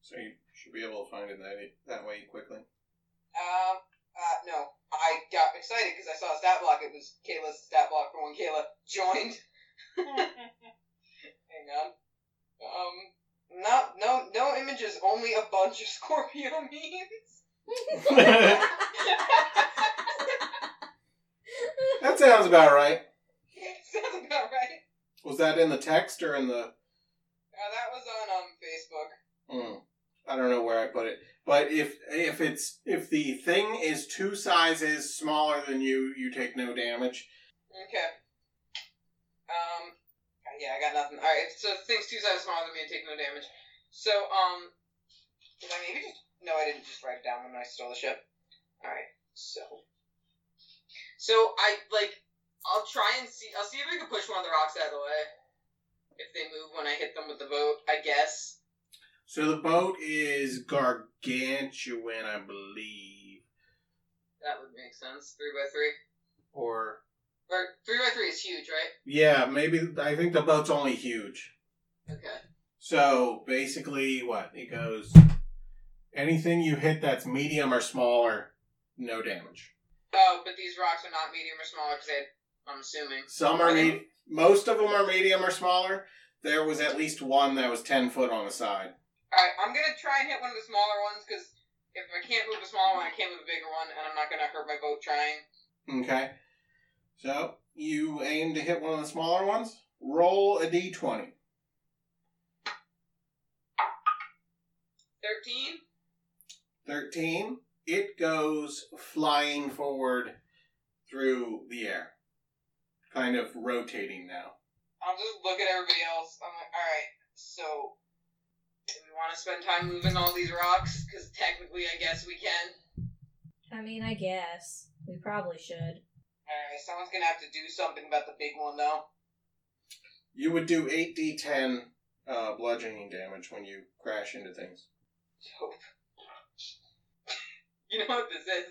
so you should be able to find it that that way quickly. Um, uh, no. I got excited because I saw a stat block. It was Kayla's stat block from when Kayla joined. Hang on. Um, not, no, no images, only a bunch of Scorpio memes. That sounds about right. Sounds about right. Was that in the text or in the? Uh, that was on um, Facebook. Hmm. I don't know where I put it, but if if it's if the thing is two sizes smaller than you, you take no damage. Okay. Um, yeah, I got nothing. Alright, so the thing's two sizes smaller than me and take no damage. So, um, did I maybe just. No, I didn't just write it down when I stole the ship. Alright, so. So, I, like, I'll try and see. I'll see if I can push one of the rocks out of the way. If they move when I hit them with the boat, I guess. So the boat is gargantuan, I believe, That would make sense. Three by three. or Or, three by three is huge, right? yeah, maybe I think the boat's only huge. Okay. So basically, what it goes, anything you hit that's medium or smaller, no damage. Oh, but these rocks are not medium or smaller because they. I'm assuming. Some are me- most of them are medium or smaller. There was at least one that was ten foot on the side. Alright, I'm gonna try and hit one of the smaller ones because if I can't move a smaller one, I can't move a bigger one, and I'm not gonna hurt my boat trying. Okay, so you aim to hit one of the smaller ones. Roll a d twenty. 13? 13. It goes flying forward through the air. Kind of rotating now. I'll just look at everybody else. I'm like, alright, so. Do we wanna spend time moving all these rocks? Because technically, I guess we can. I mean, I guess. We probably should. Alright, someone's gonna have to do something about the big one, though. You would do 8d10 uh, bludgeoning damage when you crash into things. Dope. you know what this is?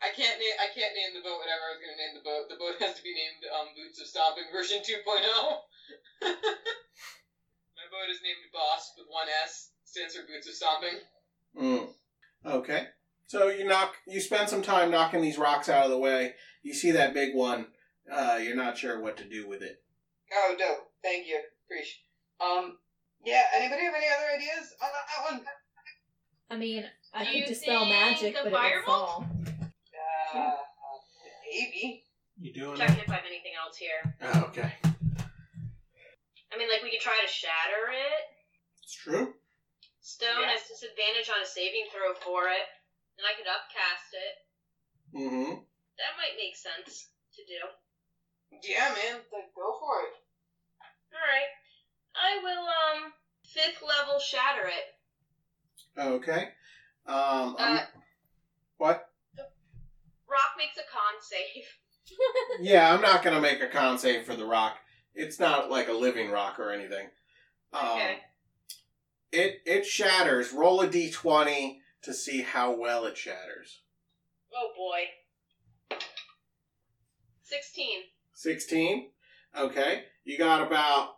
I can't name I can't name the boat whatever I was gonna name the boat. The boat has to be named um, Boots of Stomping version 2.0. My boat is named Boss with one S. Stands for Boots of Stomping. Mm. Okay. So you knock. You spend some time knocking these rocks out of the way. You see that big one. Uh, you're not sure what to do with it. Oh, dope. Thank you. Appreciate. Um. Yeah. Anybody have any other ideas on that that one? I mean, I Do could you dispel think magic, the but it would fall. fireball? Uh, maybe. You doing Checking if I have anything else here. Oh, okay. I mean, like, we could try to shatter it. It's true. Stone has disadvantage on a saving throw for it, and I could upcast it. Mm-hmm. That might make sense to do. Yeah, man. Like, go for it. Alright. I will, um, fifth level shatter it. Okay. Um, um, Uh, what? Rock makes a con save. Yeah, I'm not gonna make a con save for the rock. It's not like a living rock or anything. Um, Okay. It it shatters. Roll a d20 to see how well it shatters. Oh boy. 16. 16. Okay. You got about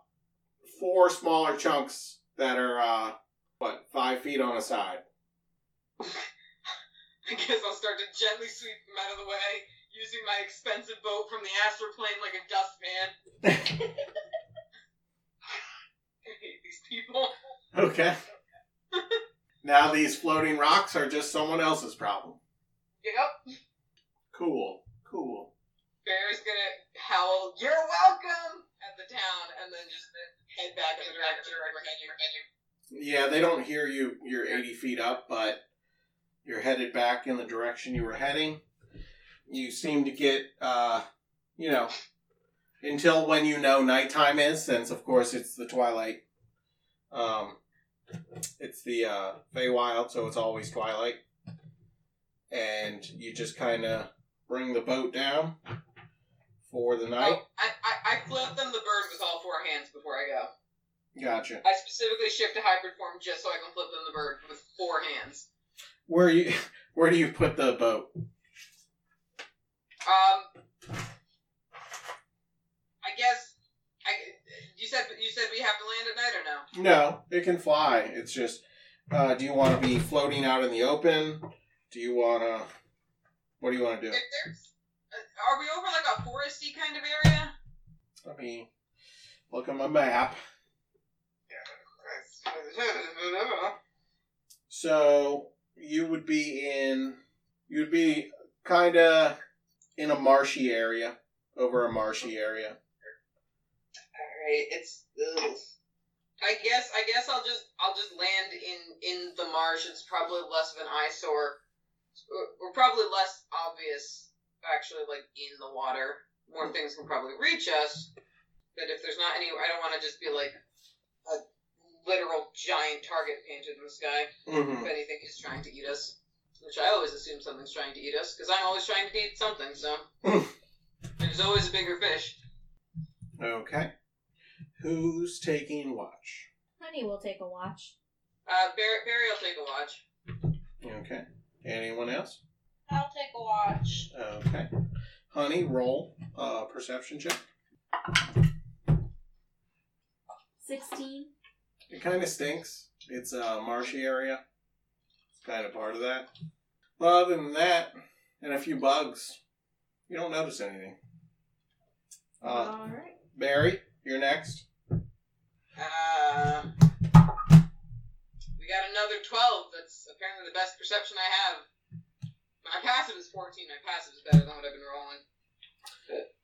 four smaller chunks that are uh what five feet on a side. I I guess I'll start to gently sweep them out of the way, using my expensive boat from the astral plane like a dustpan. I hate these people. Okay. now these floating rocks are just someone else's problem. Yep. Cool. Cool. Bear's gonna howl, "You're welcome!" at the town, and then just head back in the direction of where you Yeah, they don't hear you. You're 80 feet up, but you're headed back in the direction you were heading. You seem to get, uh, you know, until when you know nighttime is, since of course it's the twilight. Um, it's the uh, Feywild, so it's always twilight. And you just kind of bring the boat down for the night. Oh, I, I, I flip them the bird with all four hands before I go. Gotcha. I specifically shift to hybrid form just so I can flip them the bird with four hands. Where you where do you put the boat? Um, I guess I, you said you said we have to land at night or no? No, it can fly. It's just uh, do you want to be floating out in the open? Do you want to what do you want to do? If there's, uh, are we over like a foresty kind of area? Let me look at my map. So you would be in you'd be kind of in a marshy area, over a marshy area. Alright, it's ugh. I guess I guess I'll just I'll just land in in the marsh. It's probably less of an eyesore. Or- Or probably less obvious actually like in the water. More things can probably reach us. But if there's not any I don't wanna just be like a literal giant target painted in the sky Mhm. if anything is trying to eat us. Which I always assume something's trying to eat us, because I'm always trying to eat something, so there's always a bigger fish. Okay. Who's taking watch? Honey will take a watch. Uh, Barry, Barry will take a watch. Okay. Anyone else? I'll take a watch. Okay. Honey, roll uh, perception check. 16. It kind of stinks. It's a marshy area. It's kind of part of that. But other than that, and a few bugs, you don't notice anything. Uh, Alright. Barry, you're next. Uh, we got another 12. That's apparently the best perception I have. My passive is 14. My passive is better than what I've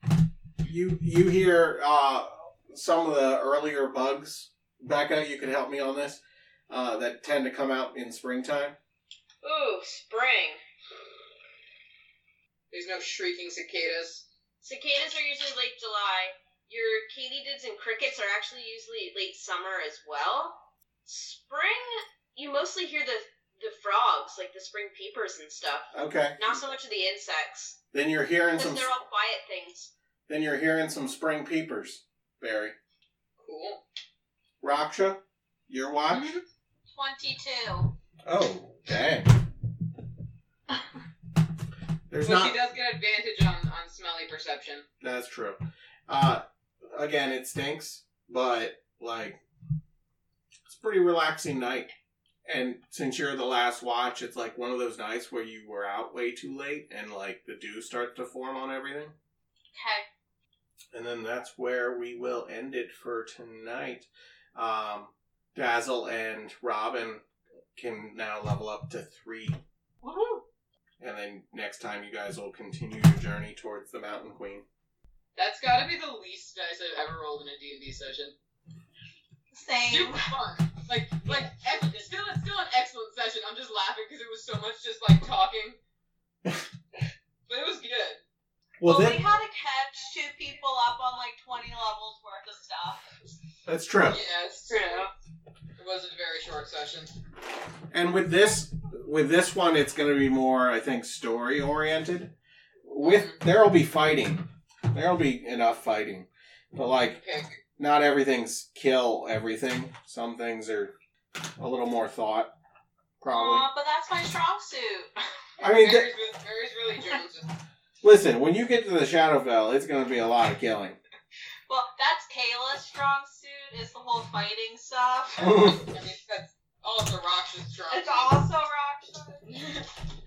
been rolling. You you hear uh, some of the earlier bugs. Becca, you could help me on this. Uh, that tend to come out in springtime. Ooh, spring. There's no shrieking cicadas. Cicadas are usually late July. Your katydids and crickets are actually usually late summer as well. Spring, you mostly hear the the frogs, like the spring peepers and stuff. Okay. Not so much of the insects, Then you're hearing because some. they're all quiet things. Then you're hearing some spring peepers, Barry. Cool. Raksha, your watch. 22. Oh, dang. There's Well, not. she does get advantage on, on smelly perception. That's true. Uh, again, it stinks, but like, it's a pretty relaxing night. And since you're the last watch, it's like one of those nights where you were out way too late, and like the dew starts to form on everything. Okay. And then that's where we will end it for tonight. Um, Dazzle and Robin can now level up to three. And then next time you guys will continue your journey towards the Mountain Queen. That's gotta be the least dice I've ever rolled in a D&D session. Same. Super fun. Like, like, ex- still, it's still an excellent session. I'm just laughing because it was so much just like talking. but it was good. Well, we had to catch two people up on like 20 levels worth of stuff. that's true. Yeah, it's true. It was a very short session. And with this, with this one, it's going to be more, I think, story oriented. With there will be fighting, there will be enough fighting, but like Okay. not everything's kill everything. Some things are a little more thought, probably. Aw, but that's my strong suit. I mean, th- Barry's, re- Barry's really Jones. listen, when you get to the Shadowfell, it's going to be a lot of killing. Well, that's Kayla's strong suit, is the whole fighting stuff. I mean, that's all the Roxas drunk. It's also Raksha.